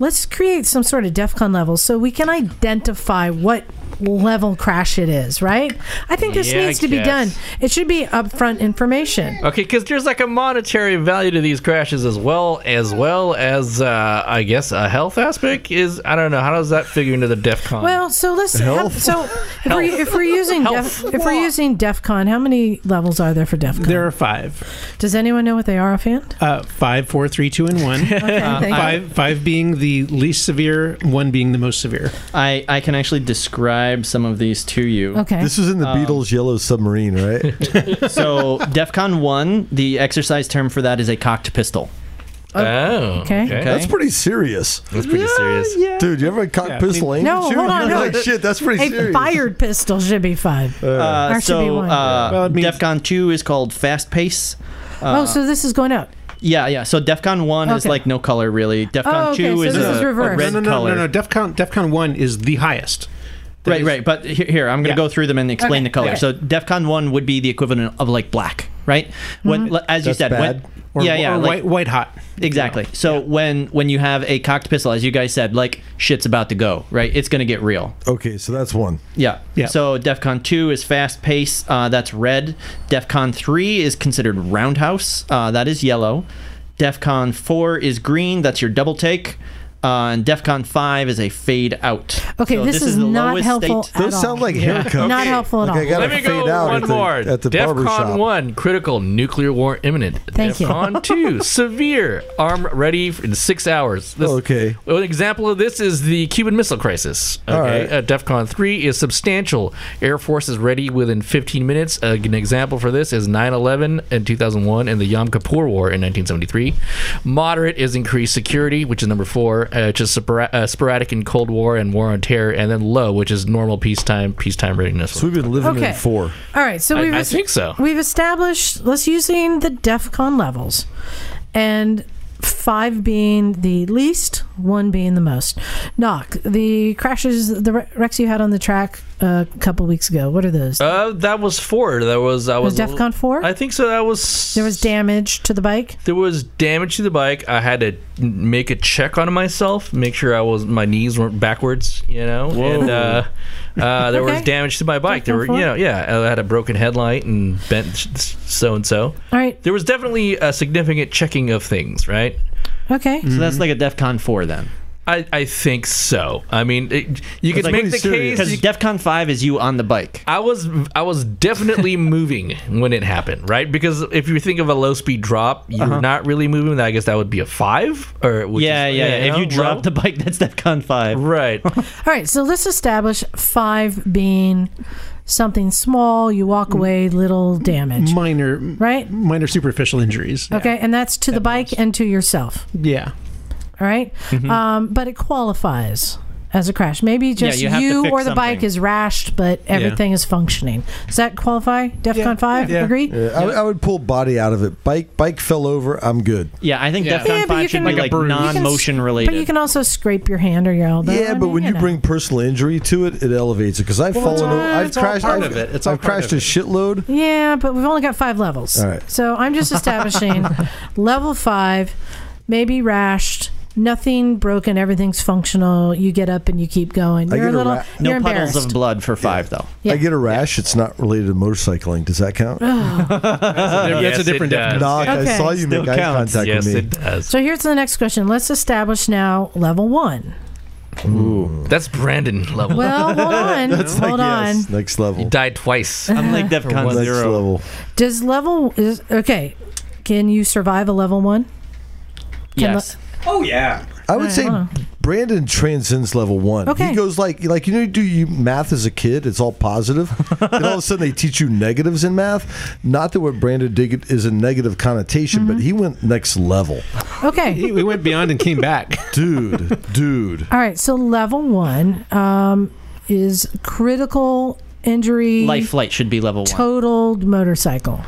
let's create some sort of DEF CON level so we can identify what level crash it is. Right? I think this
Yeah, I
needs to be
guess.
done. It should be upfront information.
Okay, because there's like a monetary value to these crashes as well, as well as uh, I guess a health aspect is. I don't know how does that figure into the DEF
Oh.
CON?
Well, so let's have,
Health?
so if we're, if we're using def, if we're using DEF CON, how many levels are there for DEF CON?
There are five.
Does anyone know what they are offhand?
Uh, five, four, three, two, and one. Uh,
Okay, thank you.
five, five being the least severe, one being the most severe.
I I can actually describe some of these to you.
Okay.
This is in
um,
the Beatles' Yellow Submarine, right?
So DEF CON one, the exercise term for that is a cocked pistol.
oh,
uh, okay.
That's pretty serious.
That's pretty serious.
Dude, you ever had a cock
Yeah.
pistol aimed
No,
at you?
hold on,
You're
no.
like, shit, that's pretty
a
serious.
fired pistol should be five.
Uh,
There should be
so
one.
uh,
Well, it means-
DEF CON two is called fast pace.
oh, so this is going up.
Yeah, yeah. So DEF CON one is
Okay.
like no color really. DEF CON
Oh, okay,
two
so
is,
this
a,
is
a
reverse.
red
Uh, no, no,
color.
no, no, no. DEFCON, DEFCON 1 is the highest. That
Right,
is-
right. But here, here I'm going
Yeah.
to go through them and explain
Okay,
the color.
okay.
So DEF CON 1 would be the equivalent of like black, right? When, l- As you
That's
said,
bad.
when.
Or,
yeah, yeah.
or
like-
white, white hot.
exactly. So when when you have a cocked pistol, as you guys said, like shit's about to go, right? It's going to get real.
Okay, so that's one.
Yeah.
Yeah.
So DEF CON 2 is fast pace. Uh, that's red. DEF CON 3 is considered roundhouse. Uh, that is yellow. DEF CON 4 is green. That's your double take. Uh, and DEFCON 5 is a fade out.
Okay,
So
this, is,
the
not
lowest
helpful.
state.
At
Those
all.
sound like haircuts.
Not helpful at all.
Like, I gotta
Let me
fade
go
out
one
at the,
more.
at the barber shop.
DEFCON one, critical nuclear war imminent.
Thank you.
DEFCON two, severe, arm ready for- in six hours. This,
Okay.
well, An example of this is the Cuban Missile Crisis. Okay.
All right.
Uh, DEFCON three is substantial. Air Force is ready within 15 minutes. Uh, an example for this is 9/11 in 2001 and the Yom Kippur War in 1973. Moderate is increased security, which is number four, uh, which is spora- uh, sporadic in Cold War and War on Terror, and then low, which is normal peacetime peacetime readiness.
So we've been living
Okay.
in four.
All right, so
I-
we've
I
es-
think so.
We've established let's using the DEF CON levels, and five being the least, one being the most. Knock the crashes, the wre- wrecks you had on the track uh, a couple weeks ago. What are those?
Uh, that was four. That was that
was
was,
DEF CON four?
I think so. That was
there was damage to the bike.
there was damage to the bike. I had to make a check on myself, make sure I was my knees weren't backwards, you know. And uh, uh, there was
Okay.
damage to my bike. There were you know yeah, I had a broken headlight and bent so and so.
All right,
There was definitely a significant checking of things, right?
okay.
So
Mm-hmm.
that's like a DEFCON 4 then.
I, I think so. I mean, it, you could
like,
make
pretty
the
serious.
case.
Because
you-
DEFCON 5 is you on the bike.
I was I was definitely moving when it happened, right? Because if you think of a low speed drop, you're not really moving. I guess that would be a five, or which
Uh-huh. yeah,
is,
yeah, yeah. If
know,
you drop
low.
the bike, that's DEFCON 5.
right,
All right, so let's establish five being something small. You walk away, little damage.
minor,
Right?
Minor superficial injuries.
Okay, and that's to the bike and to yourself.
Yeah.
All right? um, but it qualifies as a crash. Maybe just
you have to
you,
fix
or the bike
something.
is rashed, but everything is functioning. Does that qualify? DEFCON
Yeah,
five?
yeah.
Agree?
Yeah, I, I would pull body out of it. Bike bike fell over. I'm good.
Yeah, I think
Yeah.
DEFCON
Yeah, but
5
you
should
can-
be
Like a
like
bruise. You
You can
non
s-
motion related.
But you can also scrape your hand or your elbow.
Yeah,
I
but
mean,
when you
know.
bring personal injury to it, it elevates it. Because I've
it's
fallen,
all-
over, I've
it's all
crashed.
part
I've,
of it. It's all
I've
part of
crashed a
it.
shitload.
Yeah, but we've only got five levels.
All right.
So I'm just establishing level five, maybe rashed, nothing broken, everything's functional. You get up and you keep going.
I
You're a
get a
little,
ra-
no
you're
puddles
embarrassed.
of blood for 5, though.
Yeah.
I get a rash. It's not related to motorcycling. Does that count? Knock.
Yes,
That's a
it
different
does.
definition.
Okay.
I saw you
Still
make eye
counts.
contact
yes,
with me.
it does.
so here's the next question. Let's establish now level one.
That's Brandon level.
Well, hold on.
That's
hold
like,
on.
yes, next
he
level.
died twice.
Unlike DEFCON
Next
0.
level.
Does level is okay? Can you survive a level one? Can
Yes.
Oh, yeah.
I would say
hold on.
Brandon transcends level one.
Okay.
He goes like like you know you do you math as a kid. It's all positive. and all of a sudden they teach you negatives in math. Not that what Brandon did is a negative connotation,
Mm-hmm.
but he went next level,
Okay.
He- We went beyond and came back.
dude, dude.
All right. So level one um, is critical injury,
Life flight should be level 1.
totaled motorcycle.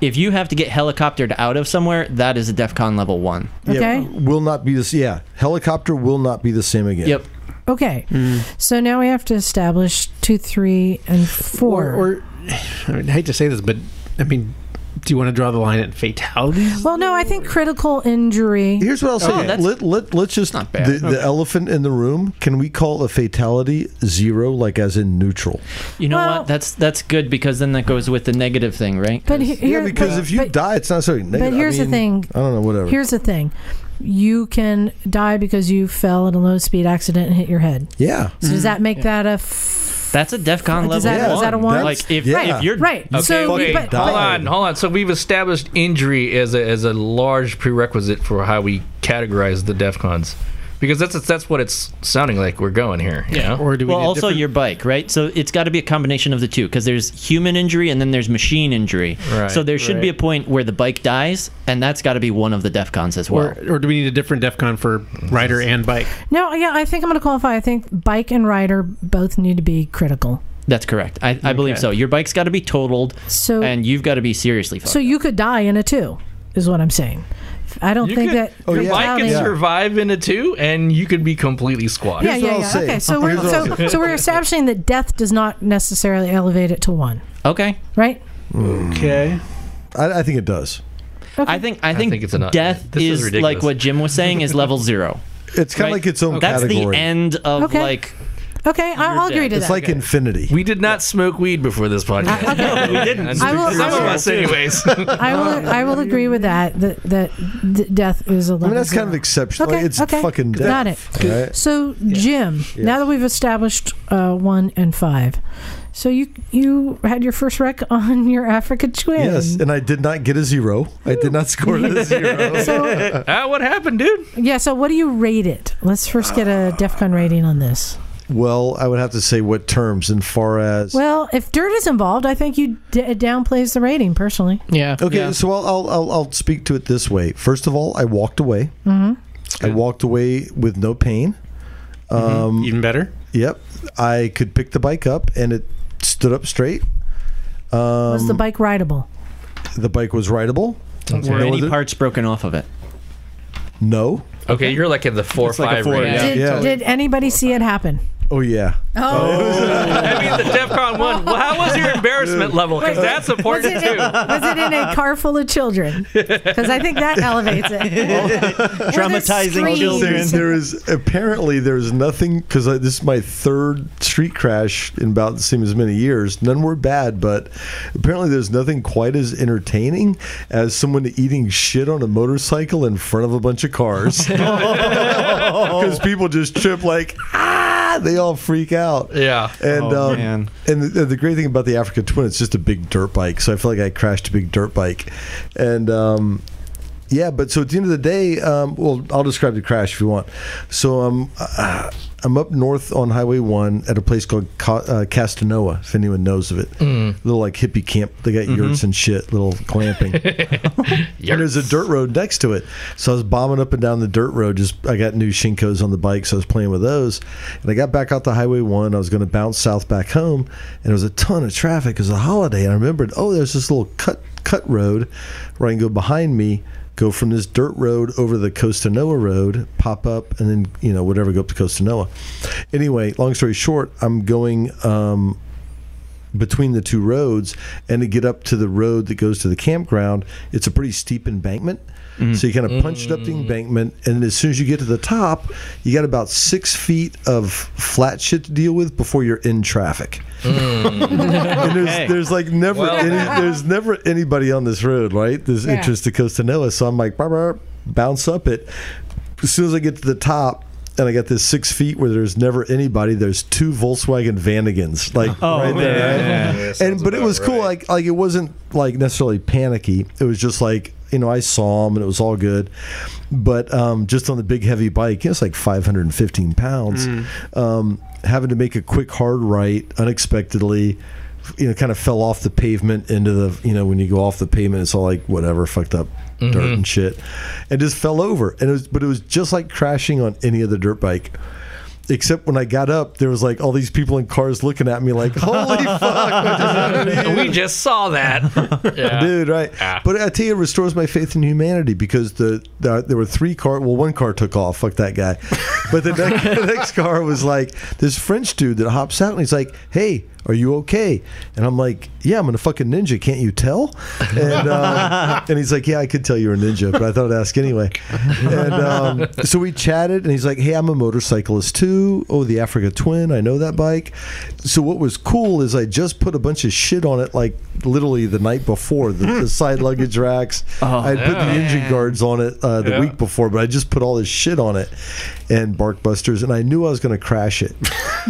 if you have to get helicoptered out of somewhere, that is a DEFCON level 1.
Yeah,
Okay.
will not be this. Yeah, helicopter will not be the same again.
Yep.
Okay.
Mm-hmm.
So now we have to establish two, three, and four.
Or, or I, mean, I hate to say this, but I mean, do you want to draw the line at fatalities?
well, no, I think critical injury.
Here's what I'll say.
Oh, that's-
let, let, let's just
not bad.
The, the elephant in the room. Can we call a fatality zero, like as in neutral?
You know
Well-
what? That's that's good because then that goes with the negative thing, right?
But he- here,
yeah, because
but-
if you
but-
die, it's not sorry.
but here's the thing.
I don't know. Whatever.
Here's the thing. You can die because you fell in a low speed accident and hit your head.
yeah.
So does that make that a f-
That's a DEFCON level
Does that-
is that a
one.
one?
Like if,
Yeah.
if you're
right?
Okay,
so,
wait,
but,
hold
but-
on, hold on. So we've established injury as a, as a large prerequisite for how we categorize the DEFCONs, because that's that's what it's sounding like we're going here. you know?
Or do we
well,
need
also
different-
your bike, right? So it's got to be a combination of the two because there's human injury and then there's machine injury.
Right,
so there should be a point where the bike dies, and that's got to be one of the DEFCONs as well.
or, or do we need a different DEFCON for rider and bike?
no, yeah, I think I'm going to qualify. I think bike and rider both need to be critical.
that's correct. I, I believe so. Your bike's got to be totaled,
So,
and you've got to be seriously fucked.
so you could die in a two, is what I'm saying. I don't
You
think
could-
that.
Oh,
your
yeah.
bike can
fatality-
Yeah.
survive in a two, and you could be completely squashed.
Yeah,
Here's what
yeah,
I'll
yeah.
say.
Okay, so we're
Here's what I'll
so, so we're establishing that death does not necessarily elevate it to one,
okay.
right?
Okay.
I, I think it does.
I think I think,
think it's an-
death
this is
is,
ridiculous.
like what Jim was saying is level zero.
It's kind
Right.
of like its own
That's
category.
the end of
Okay.
like
Okay, I- I'll agree to
It's
that.
like infinity.
We did not smoke weed before this podcast.
we didn't.
Some
I will- I
of
will-
us, anyways.
I will. I will agree with that. That that d- death is a.
I mean, that's kind of exceptional. Like, it's fucking death.
Got it.
right?
So Jim, now that we've established uh, one and five, so you you had your first wreck on your Africa twin.
Yes, and I did not get a zero. I did not score a zero.
So
Ah, what happened, dude?
yeah. So what do you rate it? Let's first get a DefCon rating on this.
well, I would have to say what terms, and far as
Well, if dirt is involved, I think you d- it downplays the rating personally.
Yeah.
Okay,
yeah.
so I'll, I'll I'll I'll speak to it this way. First of all, I walked away. I walked away with no pain.
Even better.
Yep, I could pick the bike up and it stood up straight.
Was the bike rideable?
The bike was rideable.
Were
No
any
other-
parts broken off of it?
No.
Okay, you're like in the four
It's like a
five
four,
range.
Yeah.
Did,
Yeah.
did anybody see it happen?
Oh yeah.
Oh.
I mean, the DefCon one. Well, how was your embarrassment level? Because that's
Was
important
it, in,
too.
was it in a car full of children? Because I think that elevates it.
Traumatizing
screams.
children.
Yes.
There is apparently there is nothing because this is my third street crash in about the same as many years. None were bad, but apparently there's nothing quite as entertaining as someone eating shit on a motorcycle in front of a bunch of cars. Because people just trip like ah, they all freak out.
Yeah.
And
Oh,
um,
man.
and the, the great thing about the Africa Twin, it's just a big dirt bike. So I feel like I crashed a big dirt bike, and um, yeah. But so at the end of the day, um, well, I'll describe the crash if you want. So um, uh, I'm up north on Highway One at a place called Ca uh, Castanoa, if anyone knows of it. Little like hippie camp. They got yurts and shit. Little clamping. And there's a dirt road next to it. So I was bombing up and down the dirt road. Just I got new Shinkos on the bike, so I was playing with those. And I got back out to Highway One. I was going to bounce south back home, and there was a ton of traffic. It was a holiday, and I remembered, oh, there's this little cut cut road where I can go behind me, go from this dirt road over the Costa Noa road, pop up, and then you know whatever, go up to Costa Noa. Anyway, long story short, I'm going. Um, between the two roads and to get up to the road that goes to the campground it's a pretty steep embankment so you kind of punched up the embankment and as soon as you get to the top you got about six feet of flat shit to deal with before you're in traffic and there's,
Okay.
there's like never
Well-
any, there's never anybody on this road right there's
Yeah.
interest to costa Noa, so i'm like "Brr, brr," bounce up it as soon as i get to the top and I got this six feet where there's never anybody. There's two Volkswagen Vanagons, like right there. right? and but it was cool. Like like it wasn't like necessarily panicky. It was just like you know I saw him and it was all good. But um, just on the big heavy bike, it was like 515 pounds. Um, having to make a quick hard right unexpectedly. You know, kind of fell off the pavement into the you know when you go off the pavement, it's all like whatever fucked up dirt and shit, and just fell over. And it was but it was just like crashing on any other dirt bike except when I got up, there was like all these people in cars looking at me like, holy fuck,
We just saw that. Yeah.
dude, right?
Ah.
But I tell you, it restores my faith in humanity because the, the there were three car. Well, one car took off. Fuck that guy. But the next, the next car was like this French dude that hops out and he's like, "Hey, are you okay?" And I'm like, "Yeah, I'm a fucking ninja. Can't you tell?" And um, and he's like, "Yeah, I could tell you're a ninja, but I thought I'd ask anyway." And um, so we chatted, and he's like, "Hey, I'm a motorcyclist too. Oh, the Africa Twin. I know that bike." So what was cool is I just put a bunch of shit on it, like literally the night before the, the side luggage racks.
Oh,
I'd put the engine guards on it uh, the week before, but I just put all this shit on it and bark busters, and I knew I was going to crash it.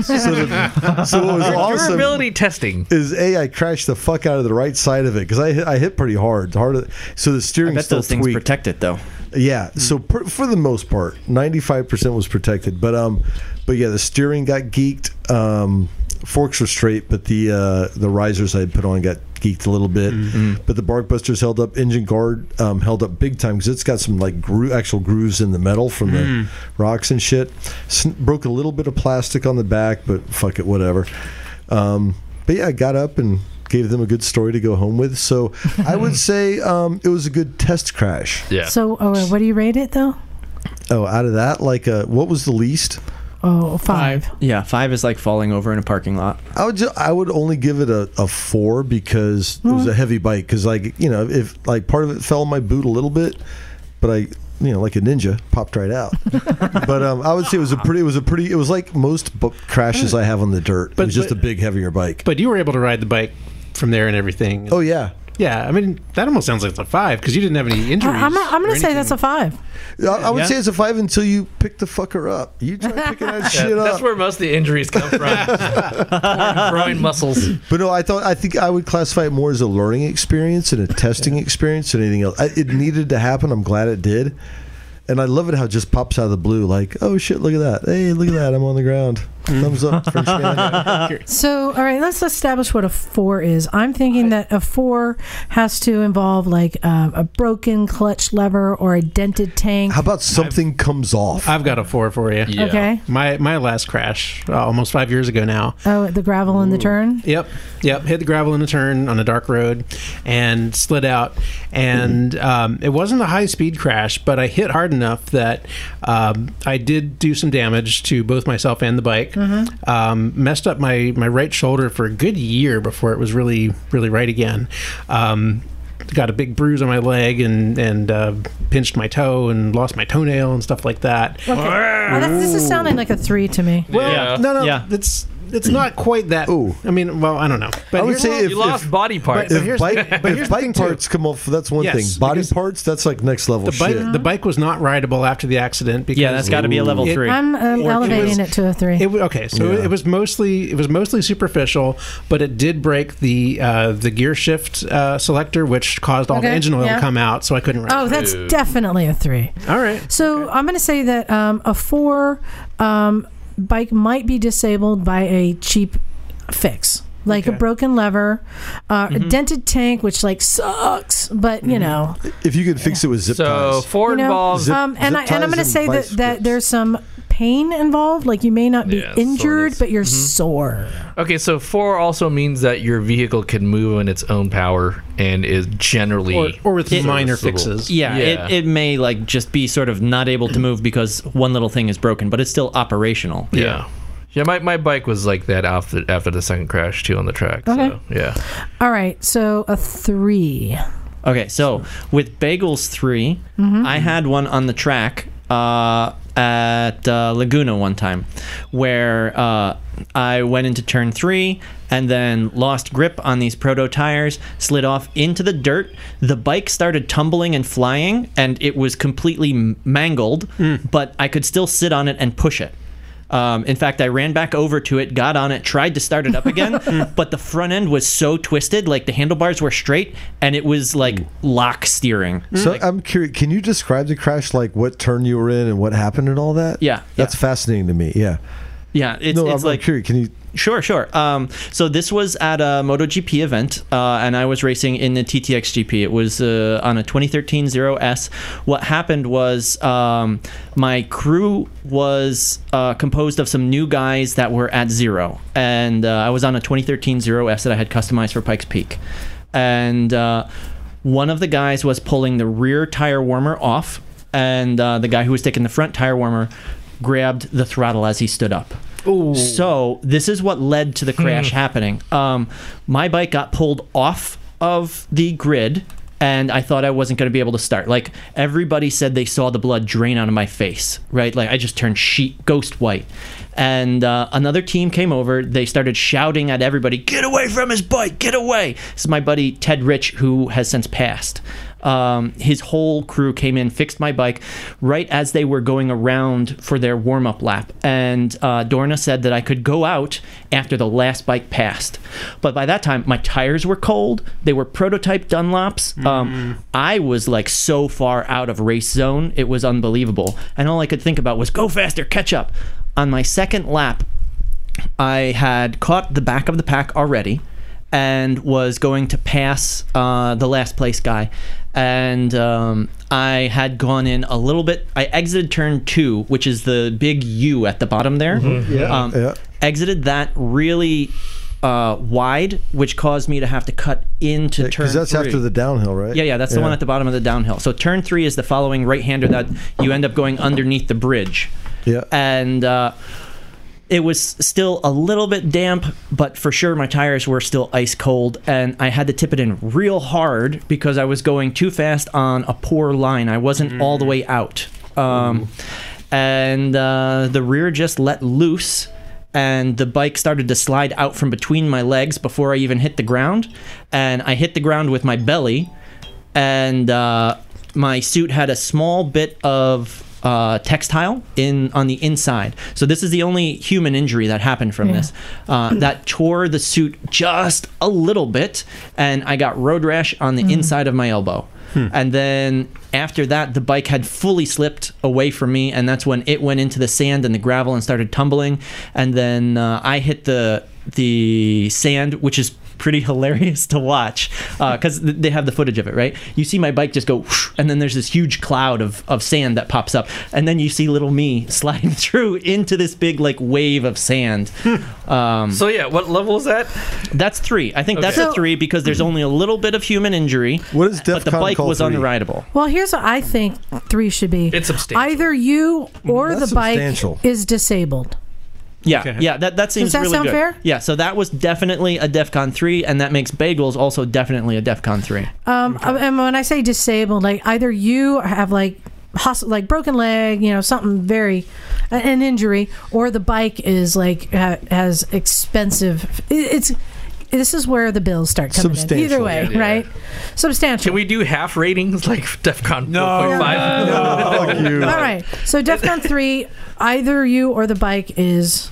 so, the, so what was awesome
Durability testing.
is a I crashed the fuck out of the right side of it because I hit, I hit pretty hard, hard. So the
I
steering
bet
still
those things
tweaked.
protect it though.
Yeah. So per, for the most part, ninety five percent was protected, but um, but yeah, the steering got geeked. Um, forks were straight, but the uh, the risers I had put on got geeked a little bit. But the Barkbusters held up. Engine guard um, held up big time because it's got some like gro- actual grooves in the metal from the rocks and shit. Sn- broke a little bit of plastic on the back, but fuck it, whatever. Um, but yeah, I got up and. Gave them a good story to go home with, so I would say um, it was a good test crash.
Yeah.
So uh, what do you rate it though?
Oh, out of that, like, uh, what was the least?
Oh, five.
Yeah, five is like falling over in a parking lot.
I would ju- I would only give it a, a four because it was a heavy bike. Because like you know, if like part of it fell in my boot a little bit, but I you know, like a ninja, popped right out. but um, I would say it was a pretty, it was a pretty, it was like most bu- crashes I have on the dirt.
But-
it was just
but-
a big, heavier bike.
But you were able to ride the bike from there and everything.
oh yeah,
yeah. I mean, that almost sounds like it's a five because you didn't have any injuries.
I, am I'm
or
going to say
anything.
that's a five.
I, I would
Yeah.
say it's a five until you pick the fucker up. You try picking that shit up.
That's where most of the injuries come from. Torn groin muscles.
But no, I thought I think I would classify it more as a learning experience and a testing experience than anything else. I, it needed to happen. I'm glad it did, and I love it how it just pops out of the blue. Like, oh shit, look at that! Hey, look at that! I'm on the ground. Thumbs up. French Mm. hand.
So, all right, let's establish what a four is. I'm thinking that a four has to involve like uh, a broken clutch lever or a dented tank.
How about something comes off?
I've got a four for you.
Yeah.
Okay.
My my last crash, uh, almost five years ago now.
Oh, the gravel and the turn.
Yep, yep. Hit the gravel in the turn on a dark road, and slid out. And
Mm-hmm.
um, it wasn't a high speed crash, but I hit hard enough that um, I did do some damage to both myself and the bike.
Mm-hmm.
Um, messed up my my right shoulder for a good year before it was really really right again. Um, got a big bruise on my leg and and uh, pinched my toe and lost my toenail and stuff like that.
Okay. Oh, that's, this is sounding like a three to me.
Well,
Yeah.
no, no,
Yeah.
it's it's not quite that.
Ooh.
I mean, well, I don't know. But
I would
here's-
say if,
you lost
if,
body parts.
here's-
if bike,
but
if
here's the thing,
bike
too.
parts come off, that's one
Yes,
thing. Body
because-
parts, that's like next level
the bike
shit.
the bike was not rideable after the accident because
Yeah, that's got to be a level
It-
three.
I'm um,
Or it was-
elevating it to a three.
It, wa- okay, so
Yeah.
it was mostly it was mostly superficial, but it did break the uh, the gear shift uh, selector, which caused all the
Okay,
engine oil
yeah.
to come out, so I couldn't ride.
oh, that's definitely a three.
all right,
So I'm going to say that um, a four um, bike might be disabled by a cheap fix, like a
Okay. Mm-hmm.
broken lever, uh, a dented tank, which like sucks, but you know.
if you could fix it with zip
So
ties.
four
You know,
involves
Zip-
um, and,
zip
I, and I'm
ties
going to
and
say that,
vice
that
grips.
there's some pain involved. Like you may not be
Yeah,
injured,
soreness.
but
Mm-hmm.
you're sore.
Okay, so four also means that your vehicle can move on its own power and is generally
or, or with
It-
minor
serviceable.
fixes.
yeah,
Yeah.
It, it may like just be sort of not able to move because one little thing is broken, but it's still operational.
yeah. Yeah, my, my bike was like that after after the second crash too on the track.
Okay.
So yeah,
All right, so a three.
Okay, so with Bagels 3, I had one on the track uh, at uh, Laguna one time where uh, I went into turn 3 and then lost grip on these proto tires, slid off into the dirt. The bike started tumbling and flying, and it was completely m- mangled,
Mm.
but I could still sit on it and push it. Um, in fact, I ran back over to it, got on it, tried to start it up again,
Hmm.
but the front end was so twisted, like the handlebars were straight, and it was like lock steering.
Hmm. So I'm curious. Can you describe the crash, like what turn you were in and what happened and all that?
Yeah,
that's fascinating to me. Yeah.
Yeah, it's,
No,
it's
I'm,
like
I'm curious. Can you?
sure, sure. Um, so this was at a MotoGP event, uh, and I was racing in the TTX GP. It was uh, on a 2013 Zero S. What happened was um, my crew was uh, composed of some new guys that were at Zero, and uh, I was on a 2013 Zero S that I had customized for Pikes Peak, and. Uh, one of the guys was pulling the rear tire warmer off, and uh, the guy who was taking the front tire warmer grabbed the throttle as he stood up. So this is what led to the crash happening. Um, my bike got pulled off of the grid. And I thought I wasn't going to be able to start. Like everybody said, they saw the blood drain out of my face, right? Like I just turned sheet ghost white. And uh, another team came over. They started shouting at everybody, "Get away from his bike! Get away!" This is my buddy Ted Rich, who has since passed. Um, his whole crew came in, fixed my bike right as they were going around for their warm up lap. And uh, Dorna said that I could go out after the last bike passed. But by that time, my tires were cold. They were prototype Dunlops. Um, I was like so far out of race zone, it was unbelievable. And all I could think about was go faster, catch up. On my second lap, I had caught the back of the pack already and was going to pass uh, the last place guy. And um, I had gone in a little bit. I exited turn two, which is the big U at the bottom there. Yeah. Um,
Yeah.
Exited that really uh, wide, which caused me to have to cut into turn
Because that's
three.
after the downhill, right?
Yeah, yeah, that's the one at the bottom of the downhill. So turn three is the following right hander that you end up going underneath the bridge.
Yeah.
And uh, It was still a little bit damp, but for sure my tires were still ice cold, and I had to tip it in real hard because I was going too fast on a poor line. I wasn't all the way out. Um, and uh, the rear just let loose and the bike started to slide out from between my legs before I even hit the ground. And I hit the ground with my belly, and uh, my suit had a small bit of uh, textile in on the inside. So this is the only human injury that happened from this. Uh, that tore the suit just a little bit, and I got road rash on the inside of my elbow. And then after that, the bike had fully slipped away from me, and that's when it went into the sand and the gravel and started tumbling. And then uh, I hit the the sand, which is pretty hilarious to watch because th- they have the footage of it, right? You see my bike just go, whoosh, and then there's this huge cloud of, of sand that pops up, and then you see little me sliding through into this big like wave of sand.
Hmm.
um,
So yeah, what level is that?
that's three. I think that's
Okay.
a three because there's only a little bit of human injury.
What is
But the
DEFCON
bike
call
was
three?
unrideable.
Well, here's what I think three should be.
It's substantial.
Either you or
That's
the bike
substantial.
is disabled.
Yeah,
Okay.
yeah, that, that seems
that
really
sound
good.
fair?
Yeah, so that was definitely a DEFCON 3, and that makes bagels also definitely a DEFCON 3.
Um, And when I say disabled, like either you have like hos- like broken leg, you know, something very an injury, or the bike is like ha- has expensive. it- It's this is where the bills start coming in. Either
Substantial.
way,
Yeah.
right? Substantial.
Can we do half ratings like DefCon
No.
4.5?
Fuck you.
uh,
All right. So DEFCON three, either you or the bike is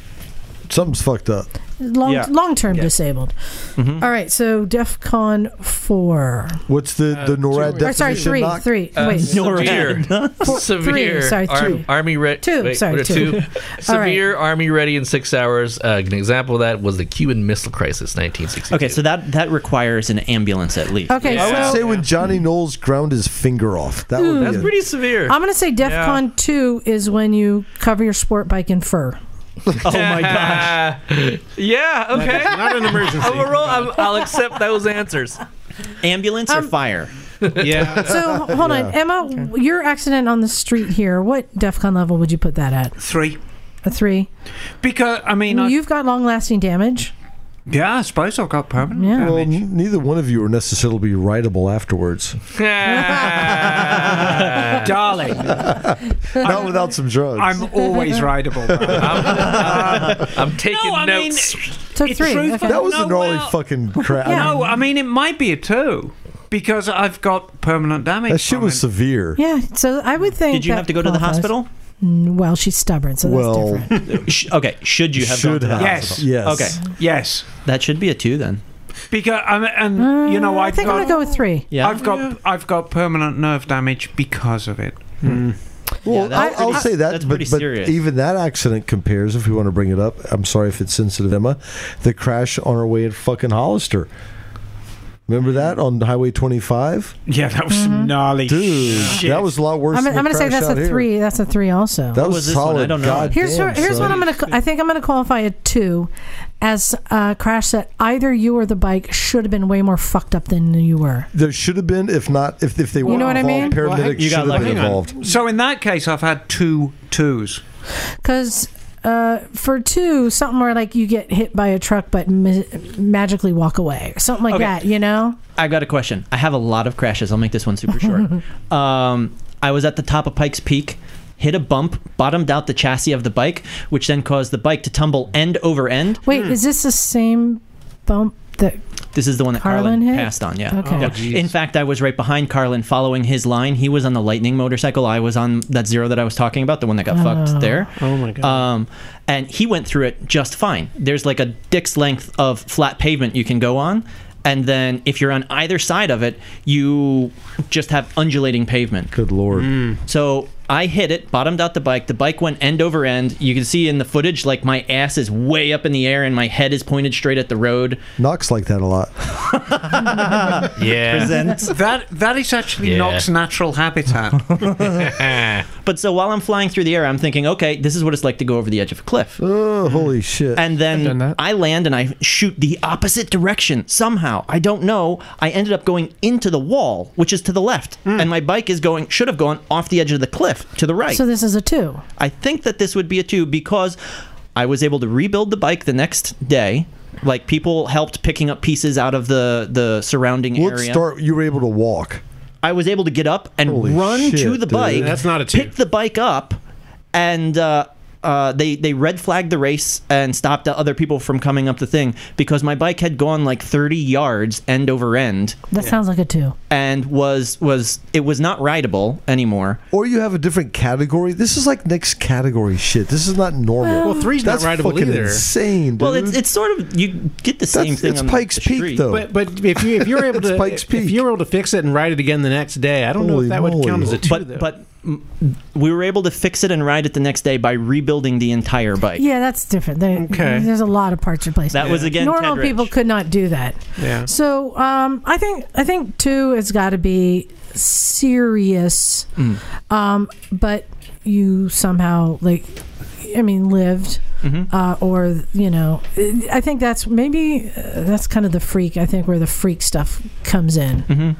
Something's fucked up.
long
Yeah.
long term disabled. All right. So DEFCON four.
What's the, the NORAD
Or sorry,
definition?
Uh, three,
Knock?
three. Wait,
Severe, severe
Three, sorry,
arm-
two.
army ready.
Two, sorry, two.
severe army ready in six hours. Uh, an example of that was the Cuban Missile Crisis, 1962.
Okay, so that, that requires an ambulance at least.
Okay,
I would
so
say when Johnny Knowles ground his finger off. That
Hmm.
would
that's
be a-
pretty severe.
I'm going to say DEF
Yeah.
CON 2 is when you cover your sport bike in fur.
Oh my gosh.
yeah. Okay.
Not an emergency.
I'm a roll. I'm, I'll accept those answers.
Ambulance
Um,
or fire?
yeah.
So hold on. Emma, your accident on the street here, what DEF CON level would you put that at?
Three.
A three?
Because, I mean, I,
You've got long lasting damage.
yeah, I suppose I've got permanent
Yeah.
Well,
damage.
n- neither one of you are necessarily rideable afterwards.
Ah.
Darling,
Not without some drugs.
I'm always rideable.
I'm, I'm taking
No, I mean,
notes.
So
It's
three.
truthful.
that was
No,
a gnarly
well-
fucking crap.
Yeah.
no, I mean, it might be a two because I've got permanent damage.
that shit
from
was
it.
severe.
Yeah. So I would think.
Did you
that
have to go to the
qualifies.
hospital?
Mm, Well, she's stubborn, so that's
Well,
different.
Sh- okay, should you have gone
should
to the
have.
Yes.
hospital?
Yes.
Okay,
Yes.
that should be a two then.
Because, I'm, and, you know,
Uh, I
I've
think I'm going
got,
to go with three.
Yeah.
I've got I've got permanent nerve damage because of it.
Well,
Yeah, that's
I'll, I'll
pretty-
say that,
that's
but,
pretty
but
serious.
even that accident compares. If we want to bring it up, I'm sorry if it's sensitive, Emma. The crash on our way at fucking Hollister.
Mm.
Remember that on Highway 25,
Yeah, that was
Mm-hmm.
some gnarly
dude?
shit.
That was a lot worse.
I'm,
than
I'm
the
going to say
crash
that's
out
a
here.
three. That's a three also.
That
What
was,
was this one?
solid.
I don't know.
God
Here's
damn,
what, here's
son.
what I'm gonna. ca- I think I'm gonna qualify a two, as uh, crash that either you or the bike should have been way more fucked up than you were.
There should have been, if not, if if they were
know what I mean?
involved,
Well, hang-
paramedics
you
should
got
have
lucky.
been
Hang on.
involved.
So in that case, I've had two twos.
Because uh, for two, something where like you get hit by a truck but ma- magically walk away or something like
Okay.
that. You know,
I've got a question. I have a lot of crashes. I'll make this one super short. um, I was at the top of Pikes Peak, hit a bump, bottomed out the chassis of the bike, which then caused the bike to tumble end over end.
wait, is this the same bump that?
This is the one that
Carlin
Carlin,
hit?
passed on. Yeah.
Okay. Oh,
Yeah. In fact, I was right behind Carlin, following his line. He was on the Lightning motorcycle. I was on that zero that I was talking about, the one that got fucked there.
Oh my god.
Um, and he went through it just fine. There's like a dick's length of flat pavement you can go on. And then if you're on either side of it, you just have undulating pavement. Mm.
Good lord.
So I hit it, bottomed out the bike. The bike went end over end. You can see in the footage, like my ass is way up in the air and my head is pointed straight at the road.
Knocks like that a lot.
Yeah.
That that is actually
Yeah.
Nock's natural habitat.
But so while I'm flying through the air, I'm thinking, okay, this is what it's like to go over the edge of a cliff.
Oh, holy shit.
And
done
then
that.
I land and I shoot the opposite direction somehow. I don't know. I ended up going into the wall, which is to the left,
Hmm.
and my bike is going should have gone off the edge of the cliff to the right.
So this is a two.
I think that this would be a two because I was able to rebuild the bike the next day. Like people helped picking up pieces out of the the surrounding
Let's
area.
start. You were able to walk.
I was able to get up and
Holy
run
shit,
to the
dude.
bike.
That's not a two.
pick the bike up, and uh, uh, they they red flagged the race and stopped the other people from coming up the thing because my bike had gone like 30 yards end over end
That sounds like a two.
and was was it was not rideable anymore.
Or you have a different category. This is like next category shit. This is not normal.
Well, three's not
That's
rideable
fucking
either.
insane, dude.
Well, it's it's sort of you get the
That's-
same thing.
it's
on the
Pikes Peak,
street.
though.
But but if you if you're able
It's
to
Pike's Peak.
if you're able to fix it and ride it again the next day, I don't know
Holy
if that would
moly.
count as a two.
But
though.
but mm, we were able to fix it and ride it the next day by rebuilding the entire bike.
Yeah, that's different. There,
Okay.
There's a lot of parts replaced.
That was again
Normal
Ted
people
Rich.
could not do that.
yeah.
So um, I think I think two has got to be serious,
Mm.
um, but you somehow like, I mean, lived.
Mm-hmm.
Uh, or you know, I think that's maybe uh, that's kind of the freak. I think where the freak stuff comes in.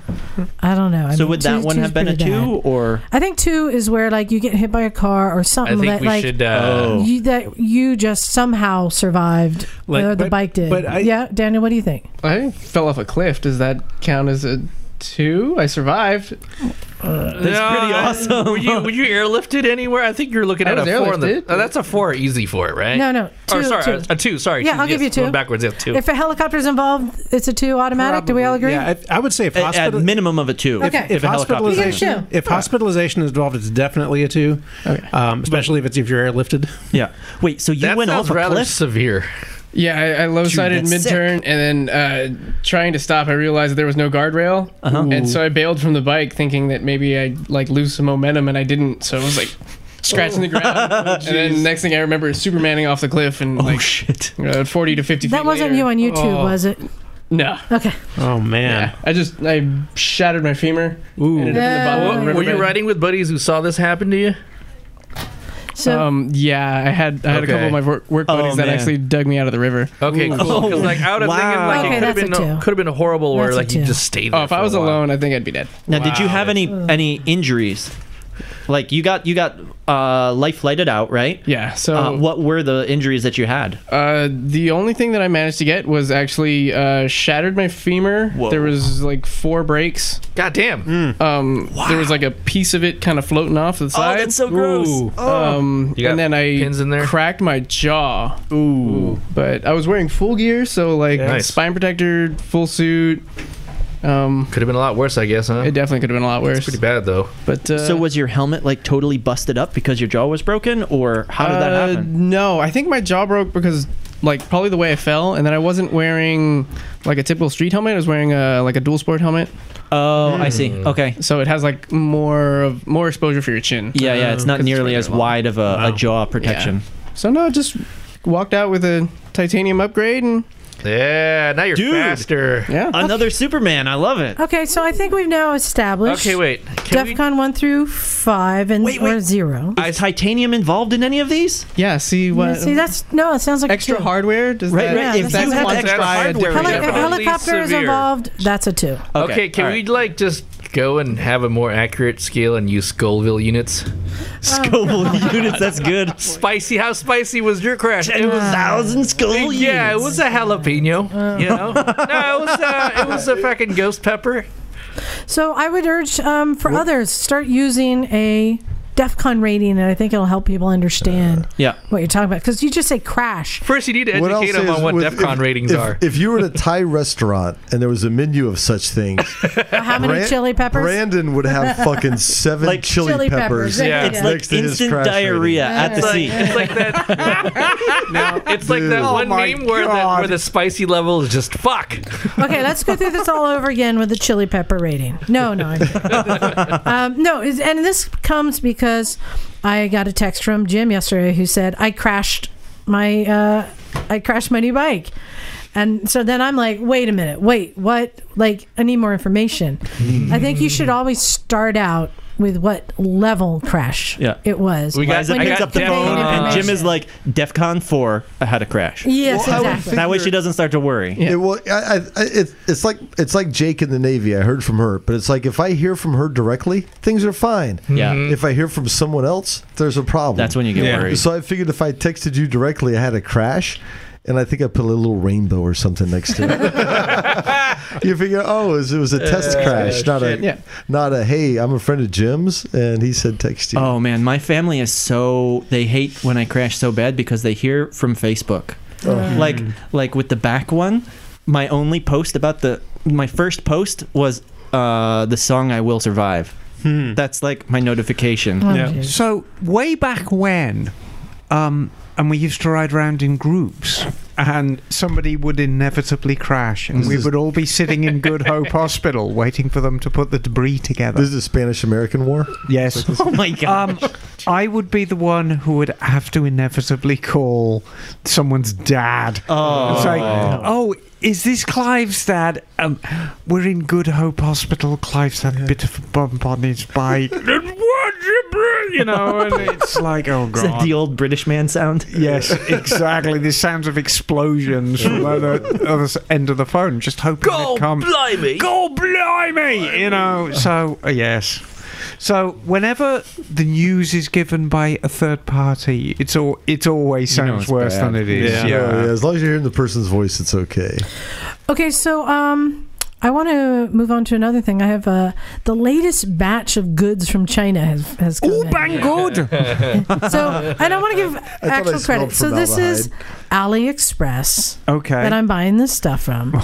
I don't know. I
Mm-hmm. So
mean,
would that
two-
one
two's
have been a
pretty
two
bad.
or
I think two is where like you get hit by a car or
I
something
think
that
we
like
should. Uh,
Oh.
you, that you just somehow survived,
Like,
or the
but-
bike did.
but I-
yeah, Daniel, what do you think?
I fell off a cliff. Does that count as a two? I survived.
Oh,
That's
pretty awesome.
Were you, were you airlifted anywhere? I think you're looking
I
at a
was
four. in The,
airlifted.
oh, that's a four, easy for it, right?
No, no,
Or
two,
Oh, sorry,
two.
a two. Sorry.
Yeah,
Excuse
I'll
me,
give you
yes,
two.
Going backwards, yeah, two.
If a helicopter's involved, it's a two automatic. Do we all agree?
Yeah, I, I would say if
a, at
hospital.
minimum of a two?
Okay.
If
a helicopter-
You get a
hospitalization,
two.
if hospitalization is involved, it's definitely a two.
Okay.
Um, especially if it's if you're airlifted.
Yeah. Wait. So you
that
went
sounds
off a
rather
cliff?
severe.
Yeah, I, I low sided
Dude,
mid
that's
turn and then uh, trying to stop. I realized there was no guardrail,
Uh-huh.
and so I bailed from the bike, thinking that maybe I'd like lose some momentum, and I didn't. So I was like scratching the
Oh.
ground, and then next thing I remember is Supermaning off the cliff, and
oh
like
shit.
uh, forty to fifty.
That
feet
wasn't
later-
you on YouTube,
Oh,
was it?
No.
Okay.
Oh man.
Yeah, I just I shattered my femur.
Ooh.
Ended up in the bottom of the
No.
riverbed.
Were you riding with buddies who saw this happen to you?
So
Um, yeah, I had I had a
Okay.
couple of my work, work
Oh,
buddies that
man.
actually dug me out of the river.
Okay, cool. 'Cause, like I would have thinking like
Okay,
it could have
that's a
been no,
two.
could have been horrible where
That's a
like you
two.
just stayed. There
Oh, if
for
I
a
was
while.
alone, I think I'd be dead.
Now, did you
Wow.
have any any injuries? Like you got you got uh, life lighted out, right?
Yeah. So
Uh, what were the injuries that you had?
Uh, the only thing that I managed to get was actually uh, shattered my femur.
Whoa.
There was like four breaks.
God damn.
Um, There was like a piece of it kind of floating off
Oh,
to the side.
Oh, gross.
Um,
You got
and then I
pins in there?
cracked my jaw. Ooh. But I was wearing full gear, so like
Nice.
spine protector, full suit. Um,
Could have been a lot worse, I guess, huh?
it definitely could have been a lot worse.
Pretty bad though.
But uh,
So was your helmet like totally busted up because your jaw was broken, or how did that
Uh,
happen?
No, I think my jaw broke because like probably the way I fell, and then I wasn't wearing like a typical street helmet. I was wearing a like a dual sport helmet,
Oh, I see. Okay.
so it has like more of more exposure for your chin. Um,
Yeah, yeah. It's not
it's
nearly
further
as
along.
wide of a, a jaw protection.
So no, just walked out with a titanium upgrade, and
Yeah, now you're
Dude.
faster.
yeah,
Another Superman. I love it.
okay, so I think we've now established
Okay, wait. Can we,
DefCon one through five and
Wait, wait.
or zero.
Is titanium involved in any of these?
yeah. See what?
See, that's no. It sounds like a
extra
two.
hardware. Does
Right,
that,
right.
Yeah,
if
that's
you had
one.
extra
That's
hardware,
Heli-
hardware. Yeah,
if a
probably
helicopter is
severe.
involved. That's a two.
okay, can
all
we
right.
like just go and have a more accurate scale and use Scoville units? Oh,
Scoville units? That's good.
Spicy? How spicy was your crash? It was
Thousand Scoville
Yeah, it was a jalapeno. You know, no, it was a, it was a fucking ghost pepper.
So I would urge um, for others start using a DefCon rating, and I think it'll help people understand
Yeah.
what you're talking about because you just say crash.
First, you need to
What I'll
educate
say
them on
is
what
with-
DEF CON
if-
ratings
if-
are.
If you were at a Thai restaurant and there was a menu of such things,
How many
Bran-
chili peppers?
Brandon would have fucking seven
Like
chili,
chili
peppers.
peppers, yeah.
It's like
Next in his
instant
crash rating.
diarrhea at the
It's like,
sea.
it's like that. it's like that
Dude.
one meme where the, where the spicy level is just fuck.
Okay, let's go through this all over again with the chili pepper rating. No, no, I'm kidding. um, no, is- and this comes because I got a text from Jim yesterday who said I crashed my uh, I crashed my new bike, and so then I'm like, wait a minute, wait, what? Like, I need more information. I think you should always start out with what level crash
Yeah.
it was.
We got-
Liza
When
I
you're
picks up the
Def
conveying
phone and
Con.
Jim
information.
is like, DEFCON 4, I had a crash.
Yes,
Well, I would
exactly.
think-
That way she doesn't start to worry.
It, well, I, I, I- it, it's like it's like Jake in the Navy. I heard from her, but it's like if I hear from her directly, things are fine.
Mm-hmm.
Yeah.
If I hear from someone else, there's a problem.
That's when you get
Yeah.
worried.
So I figured if I texted you directly, I had a crash, and I think I put a little rainbow or something next to it. you figure, oh, it was, it was a test crash, not a
Yeah.
not a hey, I'm a friend of Jim's, and he said text you.
Oh man, my family is so they hate when I crash so bad because they hear from Facebook.
Mm.
Oh.
Like like with the back one, my only post about the my first post was uh the song I Will Survive.
Hmm.
That's like my notification.
Oh,
Yeah.
geez.
So way back when, um, and we used to ride around in groups, and somebody would inevitably crash, and we would all be sitting in Good Hope Hospital waiting for them to put the debris together.
This is the Spanish American War.
yes.
Oh my god.
Um, I would be the one who would have to inevitably call someone's dad.
Oh.
It's like, oh, is this Clive's dad? Um, we're in Good Hope Hospital. Clive's had a bit of a bump on his bike. And what you bring? You know, and it's like, oh
Is that
god.
the old British man sound?
Yes, exactly. The sounds of explosions from the other, other s- end of the phone. Just hoping it comes.
blimey!
Go blimey! You know, so, uh, yes. So, whenever the news is given by a third party, it's all, it always
You know
sounds
it's
worse
bad.
than it is.
Yeah.
Yeah.
Oh, yeah, as long as you're hearing the person's voice, it's okay.
Okay, so um, I want to move on to another thing. I have uh, the latest batch of goods from China has has come.
Oh,
in.
bang good!
So, and I want to give
I
actual
smelled
credit. So this is
formaldehyde.
AliExpress.
Okay.
that I'm buying this stuff from.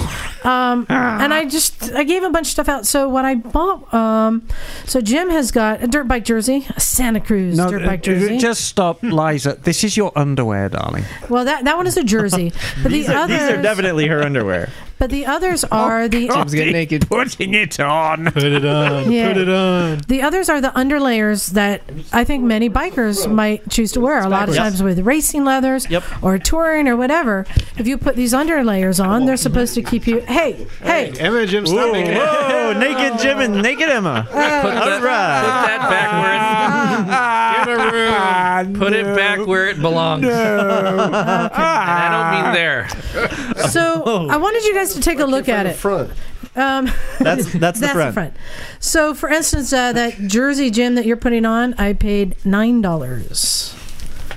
Um, and I just I gave a bunch of stuff out. So what I bought, um, so Jim has got a dirt bike jersey, a Santa Cruz
no,
dirt
uh,
bike jersey.
just stop, Liza. This is your underwear, darling.
well, that that one is a jersey, but the others,
These are definitely her underwear.
but the others are the
Jim's getting naked.
Putting it on.
Put it on.
Yeah.
Put it on.
The others are the underlayers that I think many bikers might choose to wear. A lot of
Yes.
times with racing leathers
Yep.
or touring or whatever. If you put these underlayers on, they're supposed to keep you. Hey, hey,
Emma Jim
Whoa, whoa, naked Jim and naked Emma.
Put that,
All
put
right.
that back where it, give
Ah,
it room. Put it back where it belongs. And I don't mean there.
So I wanted you guys to take a look at it.
Front.
Um,
That's that's the
That's
front.
So, for instance, uh, that jersey, Jim, that you're putting on, I paid nine dollars.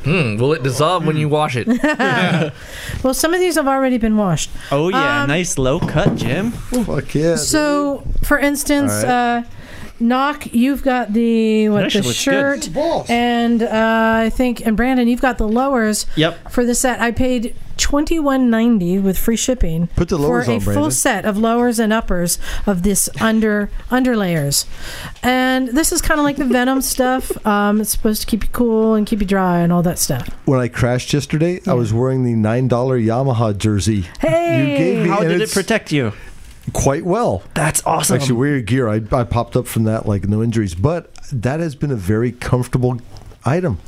Hmm, will it dissolve when you wash it?
Well, some of these have already been washed.
Oh yeah,
Um,
nice low cut, Jim.
Fuck yeah.
So, for instance,
All
uh, knock, you've got the
That
what
shit
the
looks
shirt,
good. Balls.
and uh, I think, and Brandon, you've got the lowers.
Yep.
For the set, I paid twenty one ninety with free shipping.
Put the lowers
for a
on,
full
Brandon.
set of lowers and uppers of this under underlayers, and this is kind of like the Venom stuff. Um, it's supposed to keep you cool and keep you dry and all that stuff.
when I crashed yesterday, I was wearing the nine dollar Yamaha jersey.
Hey,
You gave me
How
and
did it
it's
protect you?
quite well.
That's awesome.
Actually, weird gear. I, I popped up from that like no injuries, but that has been a very comfortable item,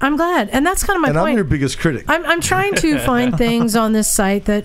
I'm glad, and that's kind of my
and I'm
point.
your biggest critic.
I'm, I'm trying to find things on this site that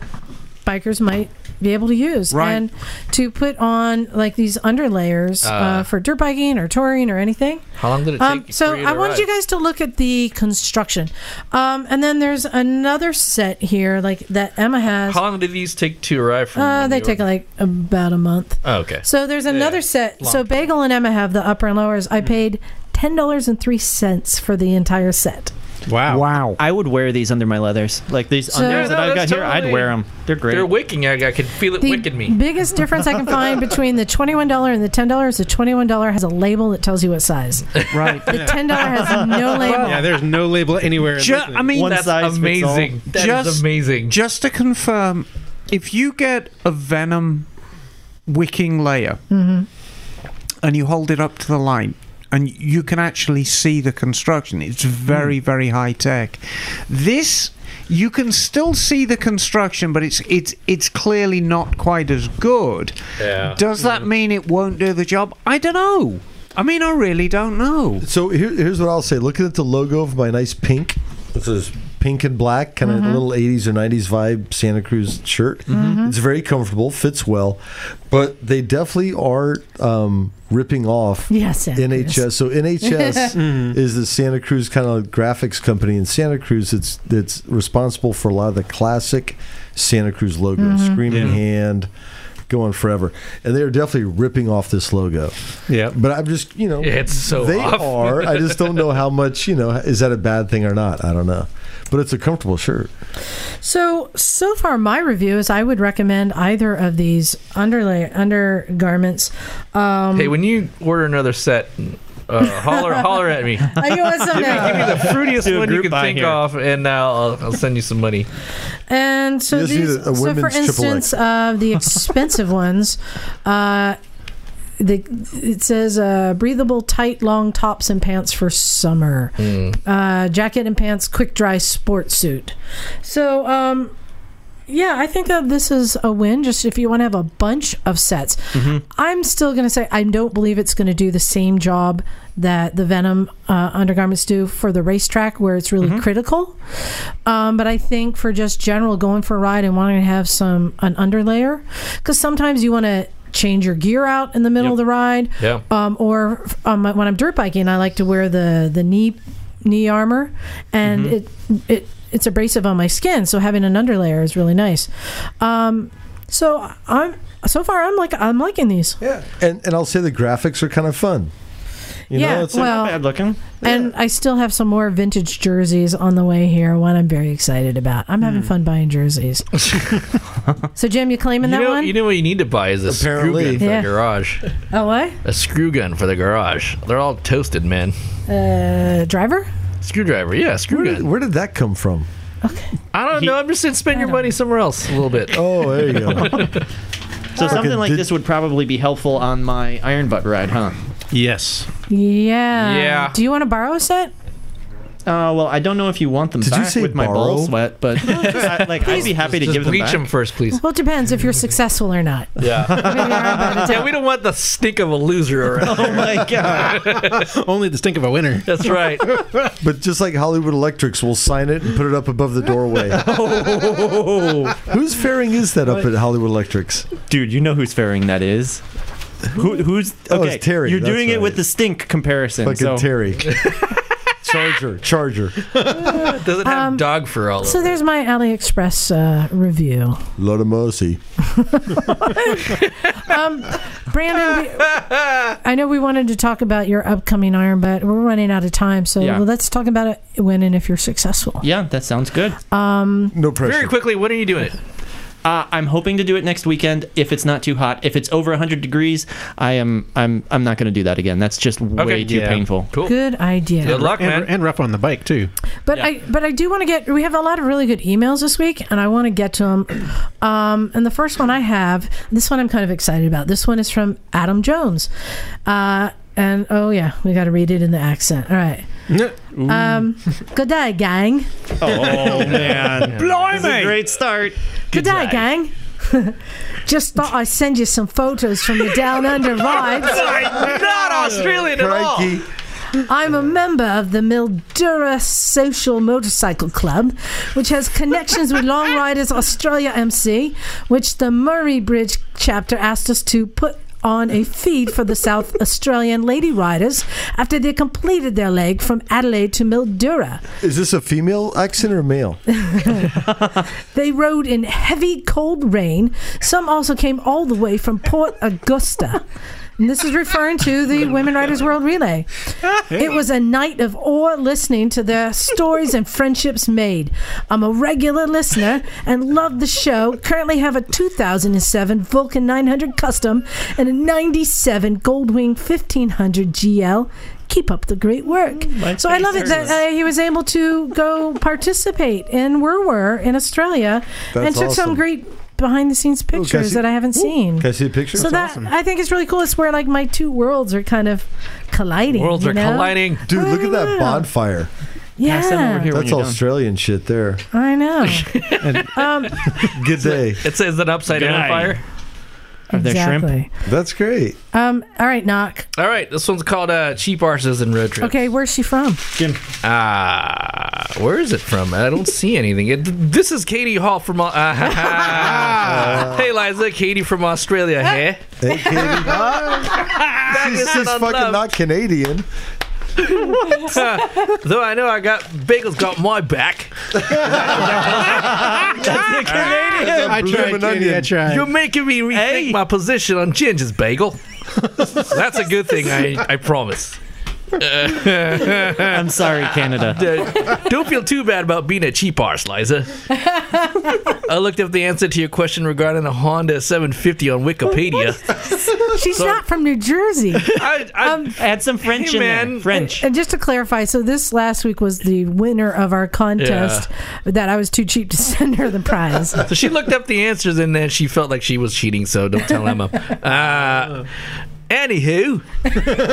bikers might be able to use
Right.
and to put on like these underlayers uh,
Uh.
for dirt biking or touring or anything.
How long did it take?
Um, so
for you to
I wanted you
arrive?
guys to look at the construction, um, and then there's another set here like that Emma has.
How long did these take to arrive from?
Uh, they
New
take
York?
like about a month.
Oh, okay.
So there's another
yeah.
set.
Long. Mm-hmm.
So Bagel and Emma have the upper and lowers. I paid ten dollars and three cents for the entire set.
Wow.
Wow.
I would wear these under my leathers. Like these
So-
unders
Yeah,
that
no,
I've got
that's
here, I'd
totally-
wear them. They're great.
They're wicking. I, I could feel it
The
wicking me.
biggest difference I can find between the twenty-one dollar and the ten dollars. The twenty-one dollar has a label that tells you what size.
Right.
The ten dollar has no label.
Yeah, there's no label anywhere. In
Ju-
this thing.
I mean,
One
That's
size fits all.
amazing. That is
Just-
amazing.
Just to confirm, if you get a venom wicking layer and you hold it up to the light, and you can actually see the construction, it's very, very high tech. This you can still see the construction, but it's it's it's clearly not quite as good.
Yeah. Mm.
Does that mean it won't do the job? I don't know. I mean, I really don't know.
so here, here's what I'll say: looking at the logo of my nice pink, this is pink and black, kind of little 80s or 90s vibe Santa Cruz shirt. It's very comfortable, fits well, but they definitely are um, ripping off
Yes, it
NHS.
is.
So NHS is the Santa Cruz kind of graphics company in Santa Cruz. It's that's responsible for a lot of the classic Santa Cruz logo, screaming
Yeah.
hand, going forever, and they are definitely ripping off this logo.
Yeah.
But I'm just you know
It's so
they
off.
are. I just don't know how much you know. Is that a bad thing or not? I don't know. But it's a comfortable shirt.
So so far, my review is I would recommend either of these underlay undergarments. Um,
Hey, when you order another set, uh, holler holler at me. Give
I want some
me, give me
now.
the
Do
fruitiest
a
one you
group
can
buy
think
here.
of, and now I'll, I'll send you some money.
And so
You just need
these,
a- a
so for
women's triple
instance, uh, the expensive ones, uh, the it says uh, breathable, tight, long tops and pants for summer, uh, jacket and pants, quick dry sport suit. So. Um, yeah, I think that this is a win. Just if you want to have a bunch of sets,
Mm-hmm.
I'm still going to say I don't believe it's going to do the same job that the Venom uh, undergarments do for the racetrack, where it's
Mm-hmm.
really critical. Um, but I think for just general going for a ride and wanting to have some an underlayer, because sometimes you want to change your gear out in the middle of the ride.
Yeah.
Um, or um, when I'm dirt biking, I like to wear the the knee knee armor, and
Mm-hmm.
it it it's abrasive on my skin, so having an underlayer is really nice. Um, so I'm so far I'm like I'm liking these.
Yeah. And and I'll say the graphics are kind of fun. You
yeah.
know, it's
well,
Bad looking.
and I still have some more vintage jerseys on the way here. One I'm very excited about. I'm
Hmm.
having fun buying jerseys. so Jim, you claiming
You
that
know,
one?
you know what you need to buy is a
Apparently.
screw gun for
Yeah.
the garage.
oh what?
A screw gun for the garage. They're all toasted, man.
Uh, driver?
Screwdriver, yeah,
where,
screw
did,
gun.
where did that come from?
I don't know. I'm just saying, spend your money somewhere else a little bit.
Oh, there you go.
So something like
did-
this would probably be helpful on my iron butt ride, huh?
Yes.
Yeah.
Yeah.
Do you want to borrow a set?
Uh, well, I don't know if you want them
Did you
back
say
with my
borrow?
ball sweat, but I, like I'd be happy to
Just
give them
bleach
back.
them first, please.
Well, it depends if you're successful or not.
Yeah.
Maybe I am, but it's-
yeah, we don't want the stink of a loser around.
Oh my god!
Only the stink of a winner.
That's right.
but just like Hollywood Electrics, we'll sign it and put it up above the doorway. Whose fairing is that up at Hollywood Electrics?
Dude, you know who's fairing that is. Who, who's okay?
Oh, it's Terry,
You're
that's
doing it with
right.
the stink comparison.
Fucking
so
Terry. Charger, Charger.
Does it have
Um,
dog fur all over?
So there's my AliExpress uh, review.
Lot of mercy.
Brandon, we, I know we wanted to talk about your upcoming Iron, but we're running out of time. So
Yeah.
let's talk about it when and if you're successful.
yeah, that sounds good.
No pressure.
Very quickly, when are you doing it?
Uh, I'm hoping to do it next weekend if it's not too hot. If it's over 100 degrees, I am I'm I'm not going to do that again. That's just way too
yeah.
painful.
Cool. Good,
Good idea.
luck, man.
And, and rough on the bike, too.
But
Yeah.
I but I do want to get. We have a lot of really good emails this week, and I want to get to them. Um, and the first one I have, this one I'm kind of excited about. This one is from Adam Jones, uh, and oh yeah, we got to read it in the accent. All right. Um, good day, gang.
Oh man,
Blimey!
great start.
Good day, gang. Just thought I'd send you some photos from the Down Under vibes.
Not Australian at all.
Crikey.
I'm a member of the Mildura Social Motorcycle Club, which has connections with Long Riders Australia MC, which the Murray Bridge chapter asked us to put on a feed for the South Australian lady riders after they completed their leg from Adelaide to Mildura.
Is this a female accent or male?
They rode in heavy, cold rain. Some also came all the way from Port Augusta. And this is referring to the Women Riders World Relay. It was a night of awe listening to their stories and friendships made. I'm a regular listener and love the show. Currently have a 2007 Vulcan 900 Custom and a 97 Goldwing 1500 GL. Keep up the great work.
Mm,
So I love it that uh, he was able to go participate in Werwer in Australia
That's
and took some
awesome.
great behind the scenes pictures
Oh, see-
that I haven't seen.
Can I see a picture?
So that I think is really cool. It's where like my two worlds are kind of colliding.
Worlds
you
are
know?
colliding.
Dude, look at
Wow.
that bonfire.
Yeah,
Pass them over here when
That's
you're done.
Australian shit there.
I know.
Good day.
It says an upside down
Guy.
fire.
of their shrimp.
exactly.
That's great.
Um, all right, knock.
All right, this one's called uh, Cheap Arses and Road Trips.
Okay, where's she from?
Jim,
Ah, where is it from? I don't see anything. It, this is Katie Hall from. Au- Ah, hey, Liza, Katie from Australia. Hey,
Hey, Katie. Hi. She's,
is
she's
not
fucking
love.
not Canadian.
though I know I got bagels got my back.
I
Blue
tried,
and
Katie, I
onion.
tried.
You're making me rethink
Hey.
my position on Ginger's bagel. That's a good thing. I I promise.
I'm sorry, Canada.
Uh, don't feel too bad about being a cheap arse, Liza. I looked up the answer to your question regarding a Honda 750 on Wikipedia.
She's
So-
not from New Jersey.
I, I,
Um,
Add some French
Hey,
in
man.
there. French.
and just to clarify, so this last week was the winner of our contest that I was too cheap to send her the prize.
So she looked up the answers and then she felt like she was cheating, so don't tell Emma. Uh, anywho,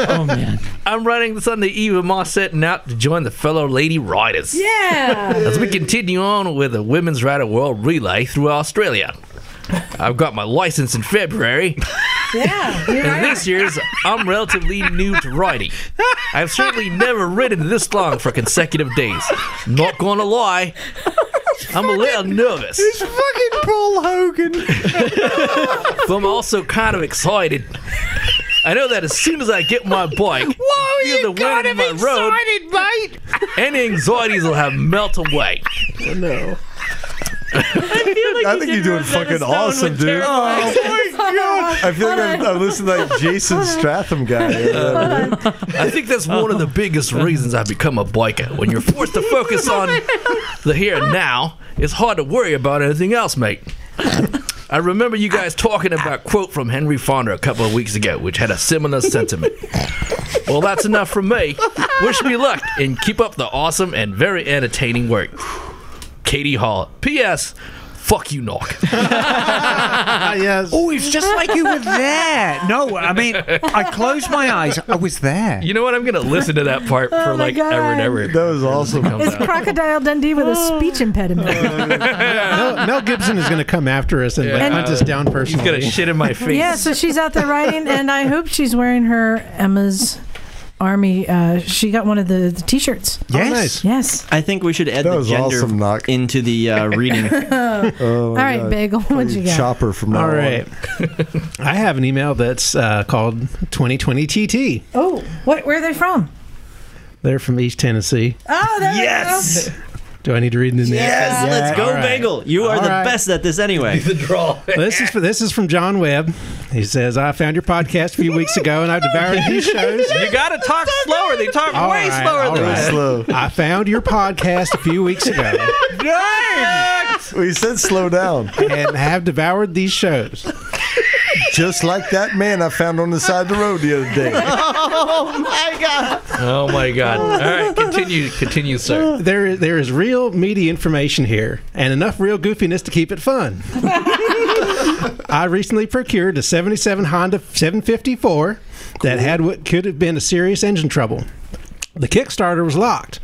Oh man.
I'm running this on the eve of my setting out to join the fellow lady riders.
Yeah.
As we continue on with the Women's Rider World Relay through Australia. I've got my license in February,
Yeah. You're
and
right.
this year's I'm relatively new to riding. I've certainly never ridden this long for consecutive days. Not gonna lie, I'm a little nervous.
fucking Paul Hogan.
but I'm also kind of excited. I know that as soon as I get my bike,
Whoa,
feel the
you
wind
got
in
him
my road,
excited, mate!
any anxieties will have melt away.
No. I think you're
did
doing
Rosetta
fucking
Stone
awesome,
with
dude.
terrible
Oh my god! I feel like I'm, I'm listening to like Jason Stratham guy.
I think that's one of the biggest reasons I've become a biker. When you're forced to focus on the here and now, it's hard to worry about anything else, mate. I remember you guys talking about quote from Henry Fonda a couple of weeks ago, which had a similar sentiment. Well, that's enough from me. Wish me luck and keep up the awesome and very entertaining work. Katie Hall. P.S. Fuck you, Knock.
yes.
Oh, it's just like you were there. No, I mean, I closed my eyes. I was there.
You know what? I'm gonna listen to that part for
Oh my
like ever and
God.
ever.
That was awesome.
It's Crocodile Dundee with a speech impediment.
Mel, Mel Gibson is going to come after us and uh, like,
Yeah.
hunt us down
He's
personally.
gonna shit in my face.
yeah, so she's out there riding, and I hope she's wearing her Emma's Army. Uh, she got one of the, the t shirts.
Oh, nice.
yes.
Yes.
I think we should add
That
the
was
gender
awesome, Knock.
into the uh, reading.
Oh my
All right,
God.
Bagel, what'd you get?
Chopper from now
All right. I have an email that's uh, called 2020 TT.
Oh, what? Where are they from?
They're from East Tennessee.
Oh, there
Yes!
we go.
Do I need to read the name?
Yes,
Yeah,
let's go,
all right.
Bagel. You are
All
the
right.
best at this anyway.
The draw.
This is this is from John Webb. He says, "I found your podcast a few weeks ago, and I devoured these shows.
You gotta talk slower. They talk
All
way
right,
slower
all
than
right.
that.
Slow.
I found your podcast a few weeks ago,
We said slow down.
and have devoured these shows.
Just like that man I found on the side of the road the other day.
Oh my god. All right, continue, continue, sir.
There is there is real meaty information here, and enough real goofiness to keep it fun." I recently procured a 77 Honda 754 that had what could have been a serious engine trouble. The Kickstarter was locked.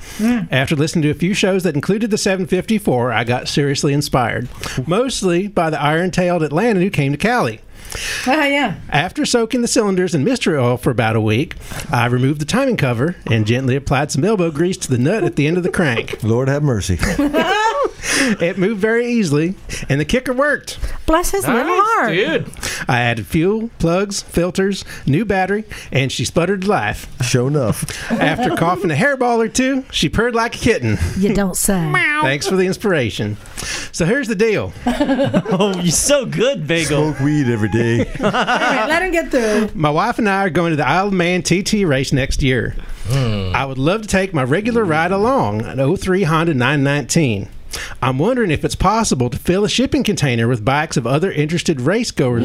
After listening to a few shows that included the 754, I got seriously inspired, mostly by the iron tailed Atlanta who came to Cali.
Oh, yeah.
After soaking the cylinders in mystery oil for about a week, I removed the timing cover and gently applied some elbow grease to the nut at the end of the crank.
Lord have mercy.
It moved very easily, and the kicker worked.
Bless his little heart.
Dude,
I added fuel, plugs, filters, new battery, and she sputtered to life.
Show enough.
After coughing a hairball or two, she purred like a kitten.
You don't say.
Thanks for the inspiration. So here's the deal.
Oh, you're so good, Bagel.
Smoke weed every day.
let him get through.
My wife and I are going to the Isle of Man TT race next year. I would love to take my regular ride along, an 03 Honda 919. I'm wondering if it's possible to fill a shipping container with bikes of other interested race goers,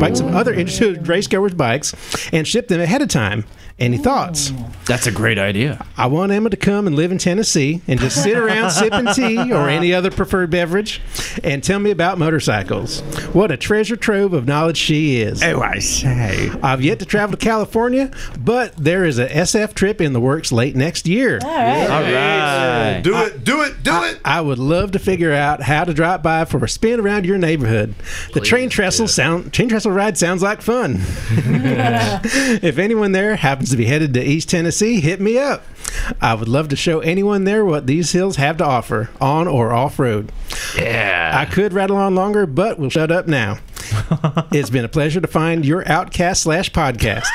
bikes of other interested race goers' bikes, and ship them ahead of time. Any thoughts?
That's a great idea.
I want Emma to come and live in Tennessee and just sit around sipping tea or any other preferred beverage and tell me about motorcycles. What a treasure trove of knowledge she is.
Oh, I say.
I've yet to travel to California, but there is a SF trip in the works late next year.
All right.
Do it, do it, do it.
I would love to figure out how to drop by for a spin around your neighborhood. The train
Please,
trestle
yeah.
sound train trestle ride sounds like fun. if anyone there happens to be headed to East Tennessee, hit me up. I would love to show anyone there what these hills have to offer, on or off road. I
Yeah.
could rattle on longer, but we'll shut up now. it's been a pleasure to find your outcast slash podcast.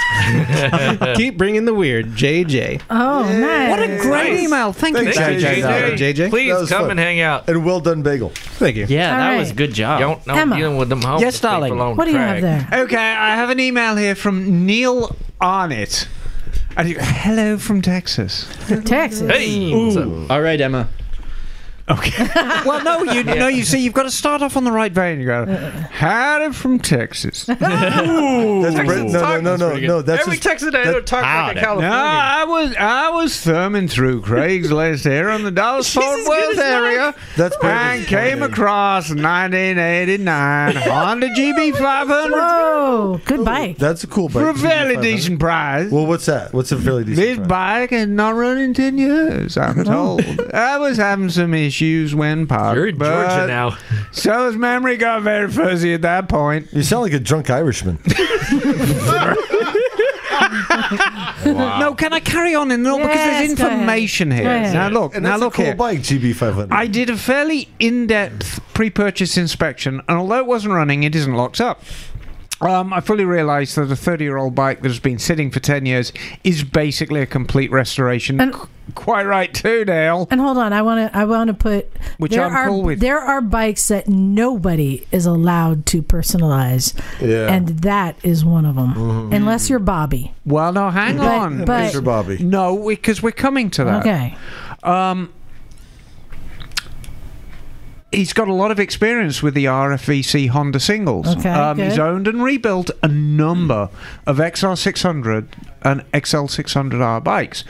Keep bringing the weird, JJ.
Oh, nice.
What a great
Nice.
email. Thank you,
Thanks,
JJ.
JJ.
JJ. JJ.
That
Please
was
come
fun.
and hang out.
And well done, bagel.
Thank you.
Yeah,
All
that
right.
was a good job.
Don't know
Emma.
dealing with them homeless
Yes, darling.
people on
What do you
crack.
have there?
Okay, I have an email here from Neil Arnott. And he- hello from Texas.
Texas.
Hey. what's up?
All right, Emma.
well, no, you no, you see, you've got to start off on the right vein. You go, howdy from Texas. no,
That's Brit- no, no, no, no, no. That's
Every
just,
Texan I know talks like a Californian.
I was I was thumbing through Craigslist here in the Dallas Fort Worth area.
That's
and
Britain's
came
funny.
across 1989 Honda GB500
Whoa, good bike.
That's a cool bike.
for a fairly
2500.
decent price.
Well, what's that? What's a fairly decent?
This
price?
bike had not run in 10 years, I'm told. I was having some issues when parked.
You're in Georgia
but-
now.
So his memory got very fuzzy at that point.
You sound like a drunk Irishman.
No, can I carry on in no, because there's
Yes, go ahead.
information
Go
here.
ahead.
Now look,
And
now
that's a
look
cool
here.
bike, GB500.
I did a fairly in-depth pre-purchase inspection, and although it wasn't running, it isn't locked up. Um, I fully realised that a 30-year-old bike that has been sitting for 10 years is basically a complete restoration.
And-
Qu- Quite right too, Dale.
And hold on, I want to. I want to put.
Which
there
I'm
are
cool with.
there are bikes that nobody is allowed to personalize,
yeah.
and that is one of them.
Mm-hmm.
Unless you're Bobby.
Well, no, hang
But-
on.
but-
Mr. Bobby.
no, because we're coming to that.
Okay.
Um, he's got a lot of experience with the RFVC Honda singles.
Okay,
um,
good.
He's owned and rebuilt a number of XR600 and XL600R bikes.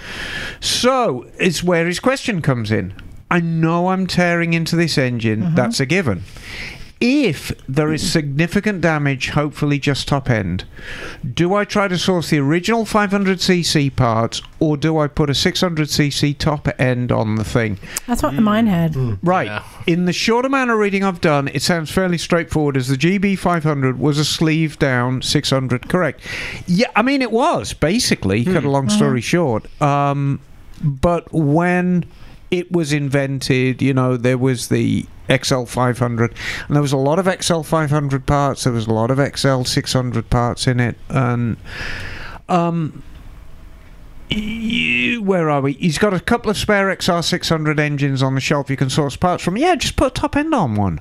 So it's where his question comes in. I know I'm tearing into this engine.
Mm-hmm.
That's a given. If there is significant damage, hopefully just top end, do I try to source the original 500cc parts or do I put a 600cc top end on the thing?
That's what
Mm.
mine had.
Right.
Yeah.
In the short amount of reading I've done, it sounds fairly straightforward as the GB500 was a sleeve down 600, correct? Yeah, I mean, it was, basically, cut a long story short. Um, but when it was invented, you know, there was the XL500, and there was a lot of XL500 parts, there was a lot of XL600 parts in it, and. Um, you- where are we? He's got a couple of spare XR600 engines on the shelf you can source parts from. Yeah, just put a top end on one.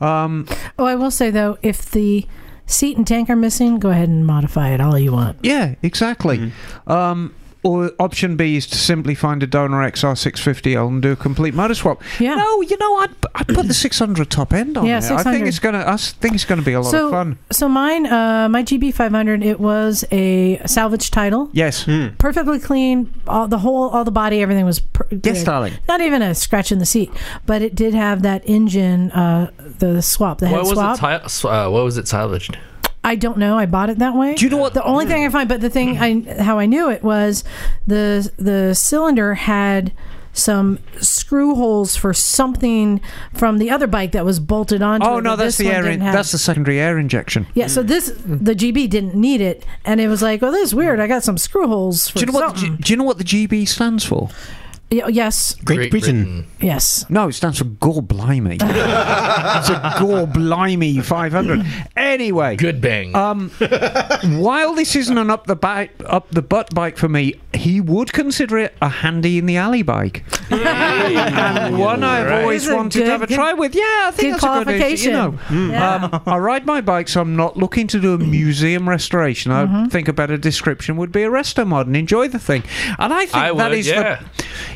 Um,
Oh, I will say though, if the seat and tank are missing, go ahead and modify it all you want.
yeah, exactly. Um, or option B is to simply find a donor XR650L and do a complete motor swap.
Yeah.
No, you know, I'd, I'd put the 600 top end on
Yeah,
there. I
600.
think it's gonna. I s- think it's gonna be a lot
So-
of fun.
So mine, uh, my GB500, it was a salvage title,
Yes.
perfectly clean. All the whole, all the body, everything was per-
Yes,
good.
darling.
not even a scratch in the seat, but it did have that engine, uh, the swap, the head
What was,
swap.
it sal- s- uh, what was it salvaged?
I don't know. I bought it that way.
Do you know what?
the only thing I find, but the thing I how I knew it was the the cylinder had some screw holes for something from the other bike that was bolted onto.
oh
it,
no,
that
that's
this
the
one
air. In,
didn't have.
that's the secondary air injection.
yeah, so this the GB didn't need it, and it was like, oh, this is weird. I got some screw holes for
Do you know what? The, G-
something.
do you know what the GB stands for?
Y- yes,
Great, Britain.
yes.
No, it stands for Gore Blimey. it's a Gore Blimey 500. Anyway,
Good bang.
um, while this isn't an up the bi- up the butt bike for me, he would consider it a handy in the alley bike, and one I've
Right.
always
Is it
wanted
good?
to have a try with. Yeah, I think
Good
that's a good issue,
qualification.
you know.
Yeah.
Um, I ride my bike, so I'm not looking to do a museum restoration. I
Mm-hmm.
think a better description would be a resto mod and enjoy the thing. And I think
I
that
would,
is
yeah.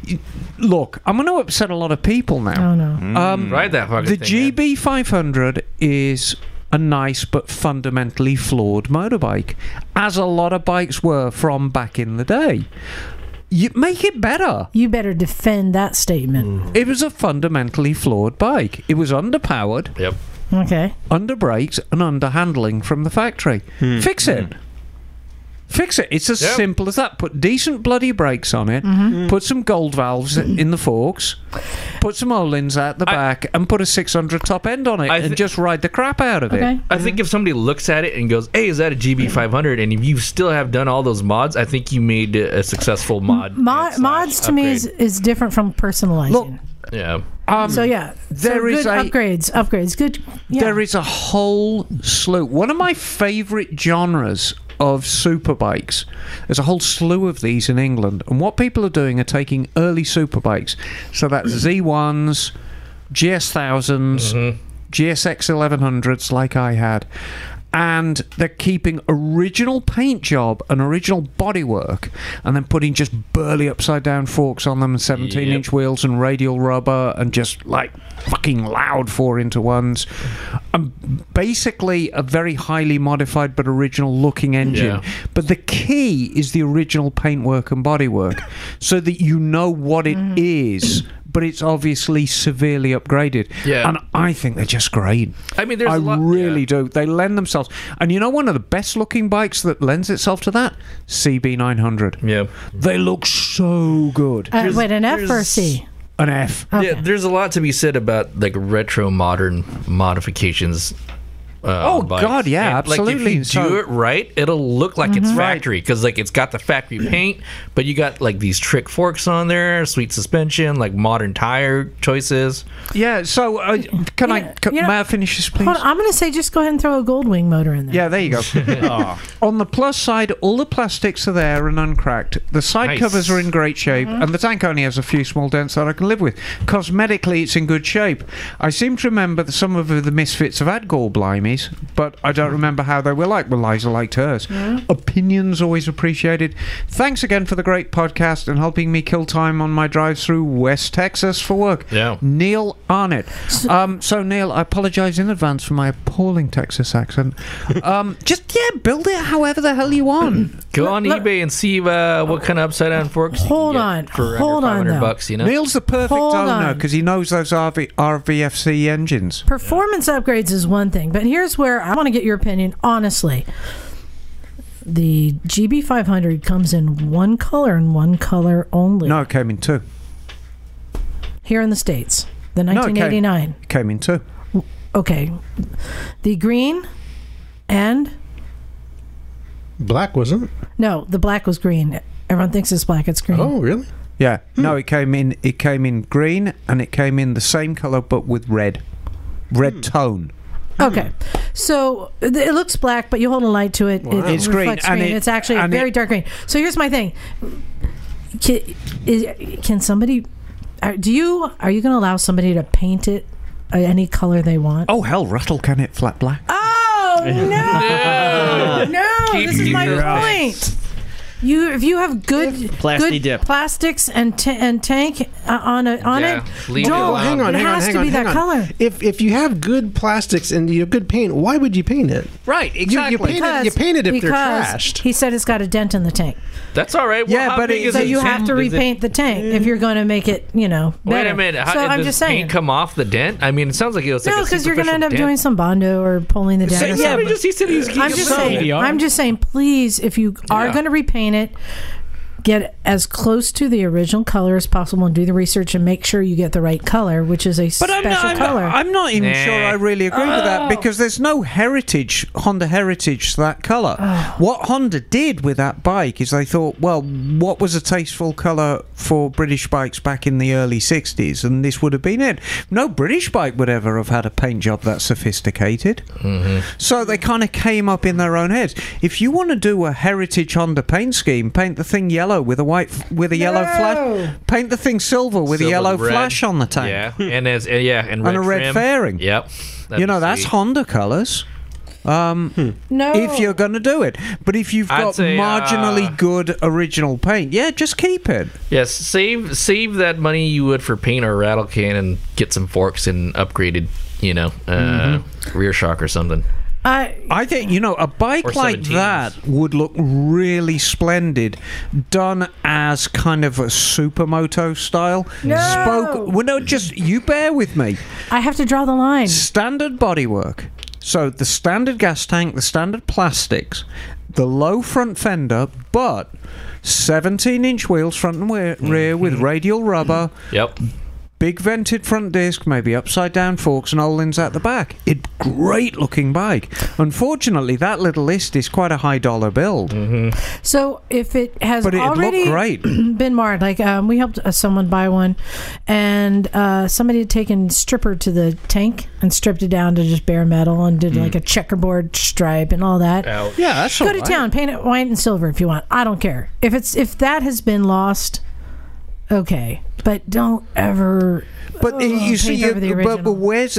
the look. I'm going to upset a lot of people now.
Oh no.
Um,
Hmm. Ride that fucking
the
thing, man.
GB 500 is a nice but fundamentally flawed motorbike, as a lot of bikes were from back in the day. You make it better.
You better defend that statement.
It was a fundamentally flawed bike. It was underpowered,
Yep.
Mm.
Okay.
Hmm.
under brakes, and under handling from the factory. Fix it. Fix it. It's as
Yeah.
simple as that. Put decent bloody brakes on it.
Mm-hmm.
Hmm.
Put some gold valves in the forks. Put some O-lings out the
I-
back, and put a 600 top end on it,
I
and
thi-
just ride the crap out of
Okay.
it.
I think if somebody looks at it and goes, "Hey, is that a GB500?" and you still have done all those mods, I think you made a successful mod.
Mod,
slash
mods to me
upgrade.
is, is different from personalizing.
Look,
yeah.
Um,
so yeah, so
there
good
is a-
upgrades, upgrades, good. Yeah.
There is a whole slew. One of my favourite genres of superbikes. There's a whole slew of these in England, and what people are doing are taking early superbikes. So that's Z1s, GS 1000s, GSX 1100s, like I had. And they're keeping original paint job and original bodywork, and then putting just burly upside down forks on them, and 17 inch wheels and radial rubber, and just like fucking loud four into ones. And basically a very highly modified but original looking engine.
Yeah.
But the key is the original paintwork and bodywork, so that you know what it is. But it's obviously severely upgraded.
Yeah.
And I think they're just great.
I mean, there's
I
a lot-
really
yeah.
do. They lend themselves. And you know, one of the best looking bikes that lends itself to that? CB900.
Yeah.
They look so good.
uh, wait, an F or a
there's-
C?
An F.
Okay.
Yeah, there's a lot to be said about like retro modern modifications. Uh,
Oh,
on bikes.
God, yeah,
And, like,
absolutely.
if you
So-
do it right, it'll look like
Mm-hmm.
it's factory because like it's got the factory
Mm-hmm.
paint, but you got like these trick forks on there, sweet suspension, like modern tire choices.
Yeah, so uh, can I.
Yeah,
Can,
you know-
may I finish this, please?
Hold on, I'm going to say just go ahead and throw a Goldwing motor in there.
Yeah, there you go. On the plus side, all the plastics are there and uncracked. The side
Nice.
covers are in great shape, and the tank only has a few small dents that I can live with. Cosmetically, it's in good shape. I seem to remember that some of the misfits have had gall blimies, but I don't remember how they were like. Well, Liza liked hers. Opinions always appreciated. Thanks again for the great podcast and helping me kill time on my drive through West Texas for work.
Yeah.
Neil Arnett. Um, so Neil, I apologise in advance for my appalling Texas accent. Um, just yeah, build it however the hell you want.
Go on eBay and see uh, what kind of upside down forks. you can
Hold
get
on,
for
hold
under
on
500
now.
bucks. You know,
Neil's the perfect
Hold
owner
on.
because he knows those RV, RVFC engines.
Performance upgrades is one thing, but here's where I want to get your opinion honestly. The GB500 comes in one color and one color only
No, it came in two.
here in the States. The
No, it came-
1989.
It came in two.
okay. The green and
Black wasn't. it?
no, the black was green. Everyone thinks it's black, it's green.
Oh, really?
Yeah.
Hmm.
No, it came in. It came in green and it came in the same color but with red, red tone.
Okay. So th- it looks black, but you hold a light to it. It
It's
it's
green,
reflects
and
green.
it-
it's actually a
and
very
it-
dark green. So here's my thing. Can, is, can somebody are, do you are you going to allow somebody to paint it uh, any color they want?
Oh hell, rattle can it flat black?
Oh, no. no,
Keep
this is my
your eyes.
point. You if you have good
Plasti
good
dip.
plastics and ta- and tank uh, on a, on
Yeah,
it,
leave it
don't.
alone.
hang on,
it
hang
Oh, has
on, hang
to
on,
be
hang
that
on.
color.
If if you have good plastics and you have good paint, why would you paint it?
Right,
exactly. paint it- you paint it if they're
because
trashed.
He said it's got a dent in the tank.
that's all right. Well,
Yeah,
how
but
big
it-
is
So
it?
you have to
Is it-
repaint the tank if you're going to make it, you know,
Wait
better.
a minute. How,
so I'm
does
just saying.
paint come off the dent? I mean, it sounds like it was like
no,
a
because you're going to end up
superficial
doing
dent.
some bondo or pulling the dent. or
Yeah,
something.
but just he said he was
I'm just
so-
saying.
EDR.
I'm just saying. Please, if you are
Yeah.
going to repaint it, get as close to the original color as possible, and do the research and make sure you get the right color, which is a
But I'm
special
not, I'm,
color.
I'm not even
Nah.
sure I really agree with that because there's no heritage, Honda heritage to that colour. What Honda did with that bike is they thought, well, what was a tasteful colour for British bikes back in the early 60s? And this would have been it. No British bike would ever have had a paint job that sophisticated.
Mm-hmm.
So they kind of came up in their own heads. If you want to do a heritage Honda paint scheme, paint the thing yellow with a white, f- with a yellow flash. Paint the thing silver with
Silver
a yellow
red.
flash on the tank.
Yeah, and as uh, yeah, and,
And a red
trim.
fairing.
Yep. That'd
you know
be
that's
sweet.
Honda colours. Um,
no,
If you're going to do it, but if you've
I'd
got
say,
marginally
uh,
good original paint, yeah, just keep it.
Yes, save save that money you would for paint or rattle can, and get some forks and upgraded, you know, uh,
Mm-hmm.
rear shock or something.
I,
I think you know a
Or
bike like
17s.
that would look really splendid, done as kind of a supermoto style.
No!
Spoke. Well, no, just you bear with me.
I have to draw the line.
Standard bodywork. So the standard gas tank, the standard plastics, the low front fender, but 17 inch wheels front and rear, rear
Mm-hmm.
with radial rubber,
Yep.
big vented front disc, maybe upside down forks and all-ins at the back. It great looking bike. Unfortunately, that little list is quite a high dollar build,
Mm-hmm. So if it has
but it
already
looked great.
been marred, like um, we helped uh, someone buy one, and uh, somebody had taken stripper to the tank and stripped it down to just bare metal and
Mm.
did like a checkerboard stripe and all that.
Ouch.
Yeah, that's
Go to town, paint it white and silver if you want. I don't care if it's if that has been lost. Okay, but don't ever.
But
oh,
uh, you
paint
see,
over the
you, but, but
original.
where's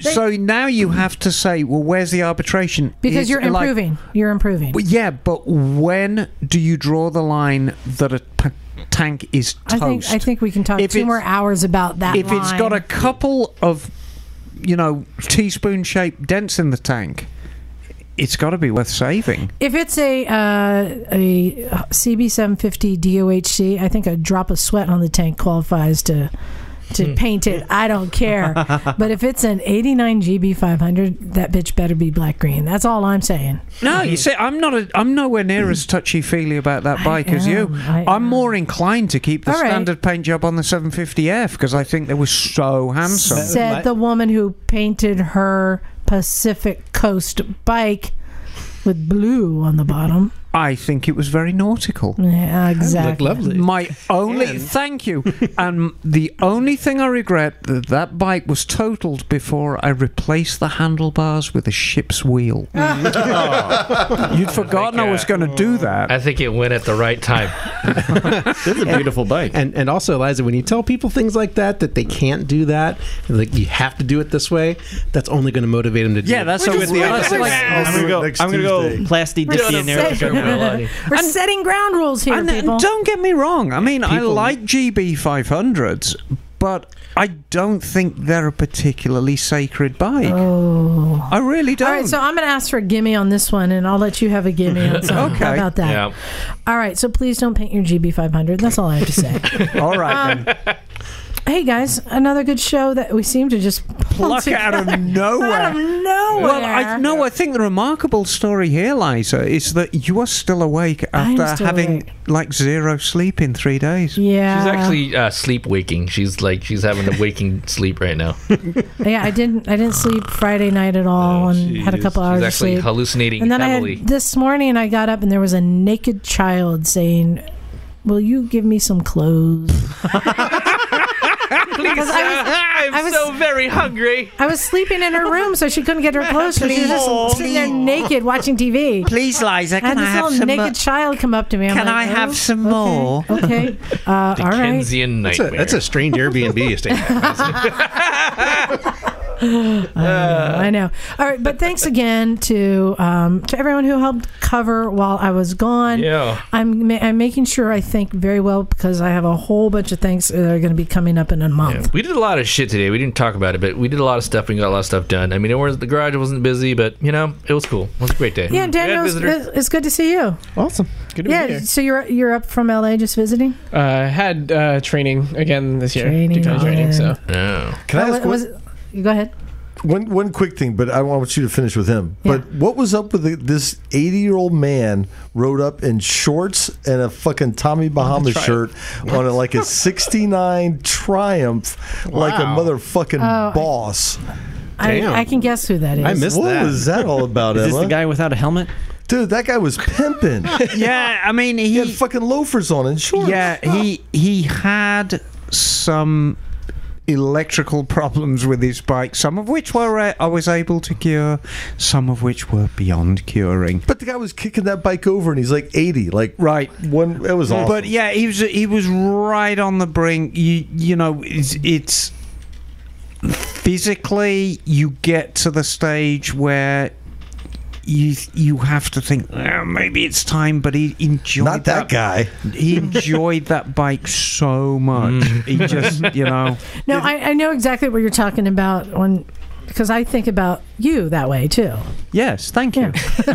so now you have to say, well, where's the arbitration?
because
It's
you're
like-
improving. you're improving.
Well, yeah, but when do you draw the line that a p- tank is
I
toast?
think I think we can talk
If
two
it's-
more hours about that.
if it's got a
line.
couple of, you know, teaspoon-shaped dents in the tank, it's got to be worth saving.
If it's a uh, a CB750 DOHC, I think a drop of sweat on the tank qualifies to to paint it. I don't care. but if it's an 89 GB500, that bitch better be black green. That's all I'm saying.
No, you see, I'm not. A, I'm nowhere near as touchy feely about that
I
bike as Uh, you.
am, I
I'm
am.
more inclined to keep the
All right.
standard paint job on the 750F because I think they were so handsome.
Said
my-
the woman who painted her Pacific Coast bike with blue on the bottom.
I think it was very nautical.
Yeah, exactly.
lovely.
My only thank you, and the only thing I regret that that bike was totaled before I replaced the handlebars with a ship's wheel.
Oh.
You'd forgotten I,
think,
was
uh,
going to do that.
I think it went at the right time.
It's a beautiful bike.
And and also, Eliza, when you tell people things like that that they can't do that, like you have to do it this way, that's only going to motivate them to do.
Yeah,
it.
that's how
just
with the
like-
other
we're
thing.
just-
I'll do
I'm gonna
it
go.
next
I'm gonna
Tuesday.
go plasty
We're,
Disney and
setting,
Arrow.
we're setting ground rules here,
And, uh, and
people.
don't get me wrong. I mean, I like GB 500s, but I don't think they're a particularly sacred bike.
Oh.
I really don't.
All right, so I'm going to ask for a gimme on this one, and I'll let you have a gimme on something. How
Okay.
about that?
Yeah.
All right, so please don't paint your GB500. That's all I have to say.
All right,
um,
then.
hey, guys, another good show that we seem to just pull
pluck it out
together
of nowhere.
out of nowhere.
Well, I, no, I think the remarkable story here, Liza, is that you are still awake
I am
after
still
having
awake.
like zero sleep in three days.
Yeah.
She's actually uh, sleep waking. She's like she's having a waking sleep right now.
Yeah, I didn't. I didn't sleep Friday night at all,
Oh,
and had a
jeez.
couple
She's
hours of
actually
sleep.
hallucinating
And then I
heavily.
had this morning. I got up, and there was a naked child saying, "Will you give me some clothes?"
Please, I'm
I was-
so very hungry.
I was sleeping in her room, so she couldn't get her clothes. So she was just sitting there naked watching TV.
Please, Liza,
I had this little
uh,
naked child come up to me. I'm
Can
like,
I have
"Oh,
some more?"
Okay. Uh, all right.
Dickensian
That's a,
nightmare.
that's a strange Airbnb estate.
I know. All right. But thanks again to um, to everyone who helped cover while I was gone.
Yeah.
I'm ma- I'm making sure I think very well because I have a whole bunch of things that are going to be coming up in a month.
We did a lot of shit today. We didn't talk about it, but we did a lot of stuff. We got a lot of stuff done. I mean, it was, the garage wasn't busy, but you know, it was cool. It was a great day.
Yeah,
We had
Daniel, it's-
visitors.
it's good to see you.
awesome.
Good to
Yeah,
be here.
so you're you're up from LA just visiting.
Uh, had uh, training again this year.
Training
Deep dive training. So
Oh.
Can I
Oh,
ask
wa- was
one,
it- you go ahead.
one, one quick thing? But I want you to finish with him.
Yeah.
But what was up with the, this eighty-year-old man rode up in shorts and a fucking Tommy Bahama shirt on a, like a '69 Triumph, like a
Wow.
motherfucking
I-
boss?
I,
Damn.
I can guess who that is.
I missed
what
that.
was that all about,
Is this
Emma?
the guy without a helmet?
Dude, that guy was pimping.
yeah, I mean,
he had
he,
fucking loafers on and shorts.
yeah, he he had some electrical problems with his bike, some of which were uh, I was able to cure, some of which were beyond curing.
But the guy was kicking that bike over, and he's like eighty. Like
Right.
one, it was awesome.
But yeah, he was he was right on the brink. You you know it's, it's physically you get to the stage where you you have to think "Ah, maybe it's time. But he enjoyed
not that guy.
He enjoyed that bike so much.
Mm.
He just you know
No, I, I know exactly what you're talking about when because I think about you that way too.
Yes, thank you.
When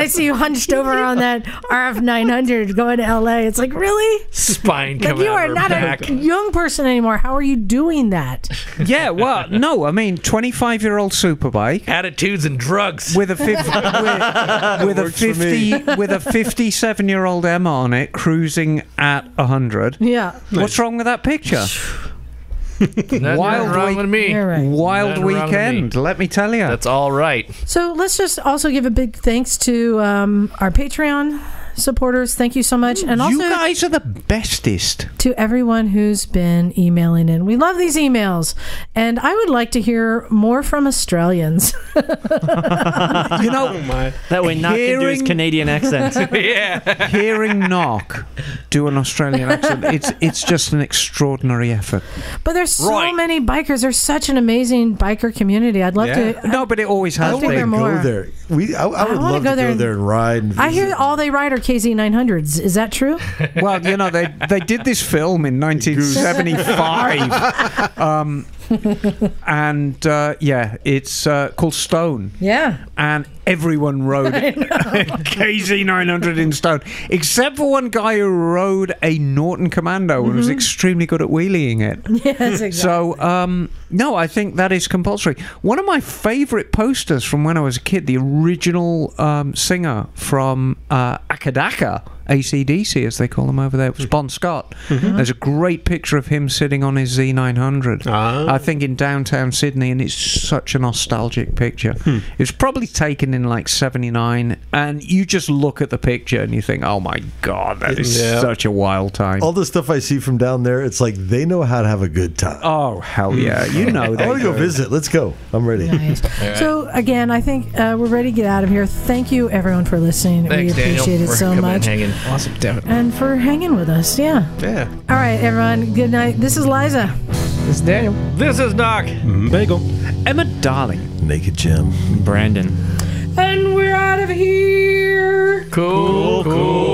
I see you hunched over on that RF 900 going to LA, it's like, really?
Spine
Like,
coming
you
out of
are
her
not
back.
a young person anymore. How are you doing that?
yeah, well, no, I mean, 25 year old superbike.
Attitudes and drugs.
With a 50, with, with a 50 with a 57 year old M on it cruising at 100.
Yeah.
What's wrong with that picture?
Nothing
wild
wrong
way-
with me.
You're right.
Wild
Nothing wrong with
weekend, let me tell you.
That's all right.
So let's just also give a big thanks to um, our Patreon supporters. Thank you so much. And also
you guys are the bestest.
to everyone who's been emailing in. We love these emails. And I would like to hear more from Australians.
You know,
That way, not can do his
Hearing-
Canadian accent.
yeah.
hearing knock do an Australian accent, it's it's just an extraordinary effort.
But there's so
Right.
many bikers. There's such an amazing biker community. I'd love
Yeah.
to.
No, but it always
I
has
think
want
there are
to
been.
more.
go there. We, I, I would
wanna
love
go
to
there
go
and-
there and ride. And
I hear
visit.
all they ride are KZ 900s. Is that true?
Well, you know, they they did this film in 1975, um, and uh, yeah, it's uh, called Stone,
Yeah.
and everyone rode it. KZ 900 in Stone, except for one guy who rode a Norton Commando and was extremely good at wheeling it.
Yes, exactly.
So, um, no, I think that is compulsory. One of my favorite posters from when I was a kid, the original um, singer from uh, Akadaka, ACDC as they call them over there, was Bon Scott. There's a great picture of him sitting on his Z900,
Ah.
I think in downtown Sydney, and it's such a nostalgic picture. It was probably taken in like 79, and you just look at the picture and you think, oh my God, that is
Yeah.
such a wild time.
all the stuff I see from down there. It's like they know how to have a good time.
Oh, hell yeah. You know
I
that.
want to go visit. Let's go. I'm ready.
Nice. So again, I think uh, we're ready to get out of here. Thank you, everyone, for listening.
Thanks,
we
Daniel.
appreciate it
for
so
coming
much,
And
and,
hanging.
Awesome, definitely.
for hanging with us. Yeah.
Yeah.
All right, everyone. Good night. This is Liza.
It's Daniel.
This is Knock.
Bagel.
Emma Darling.
Naked Jim.
Brandon.
And we're out of here.
cool. cool.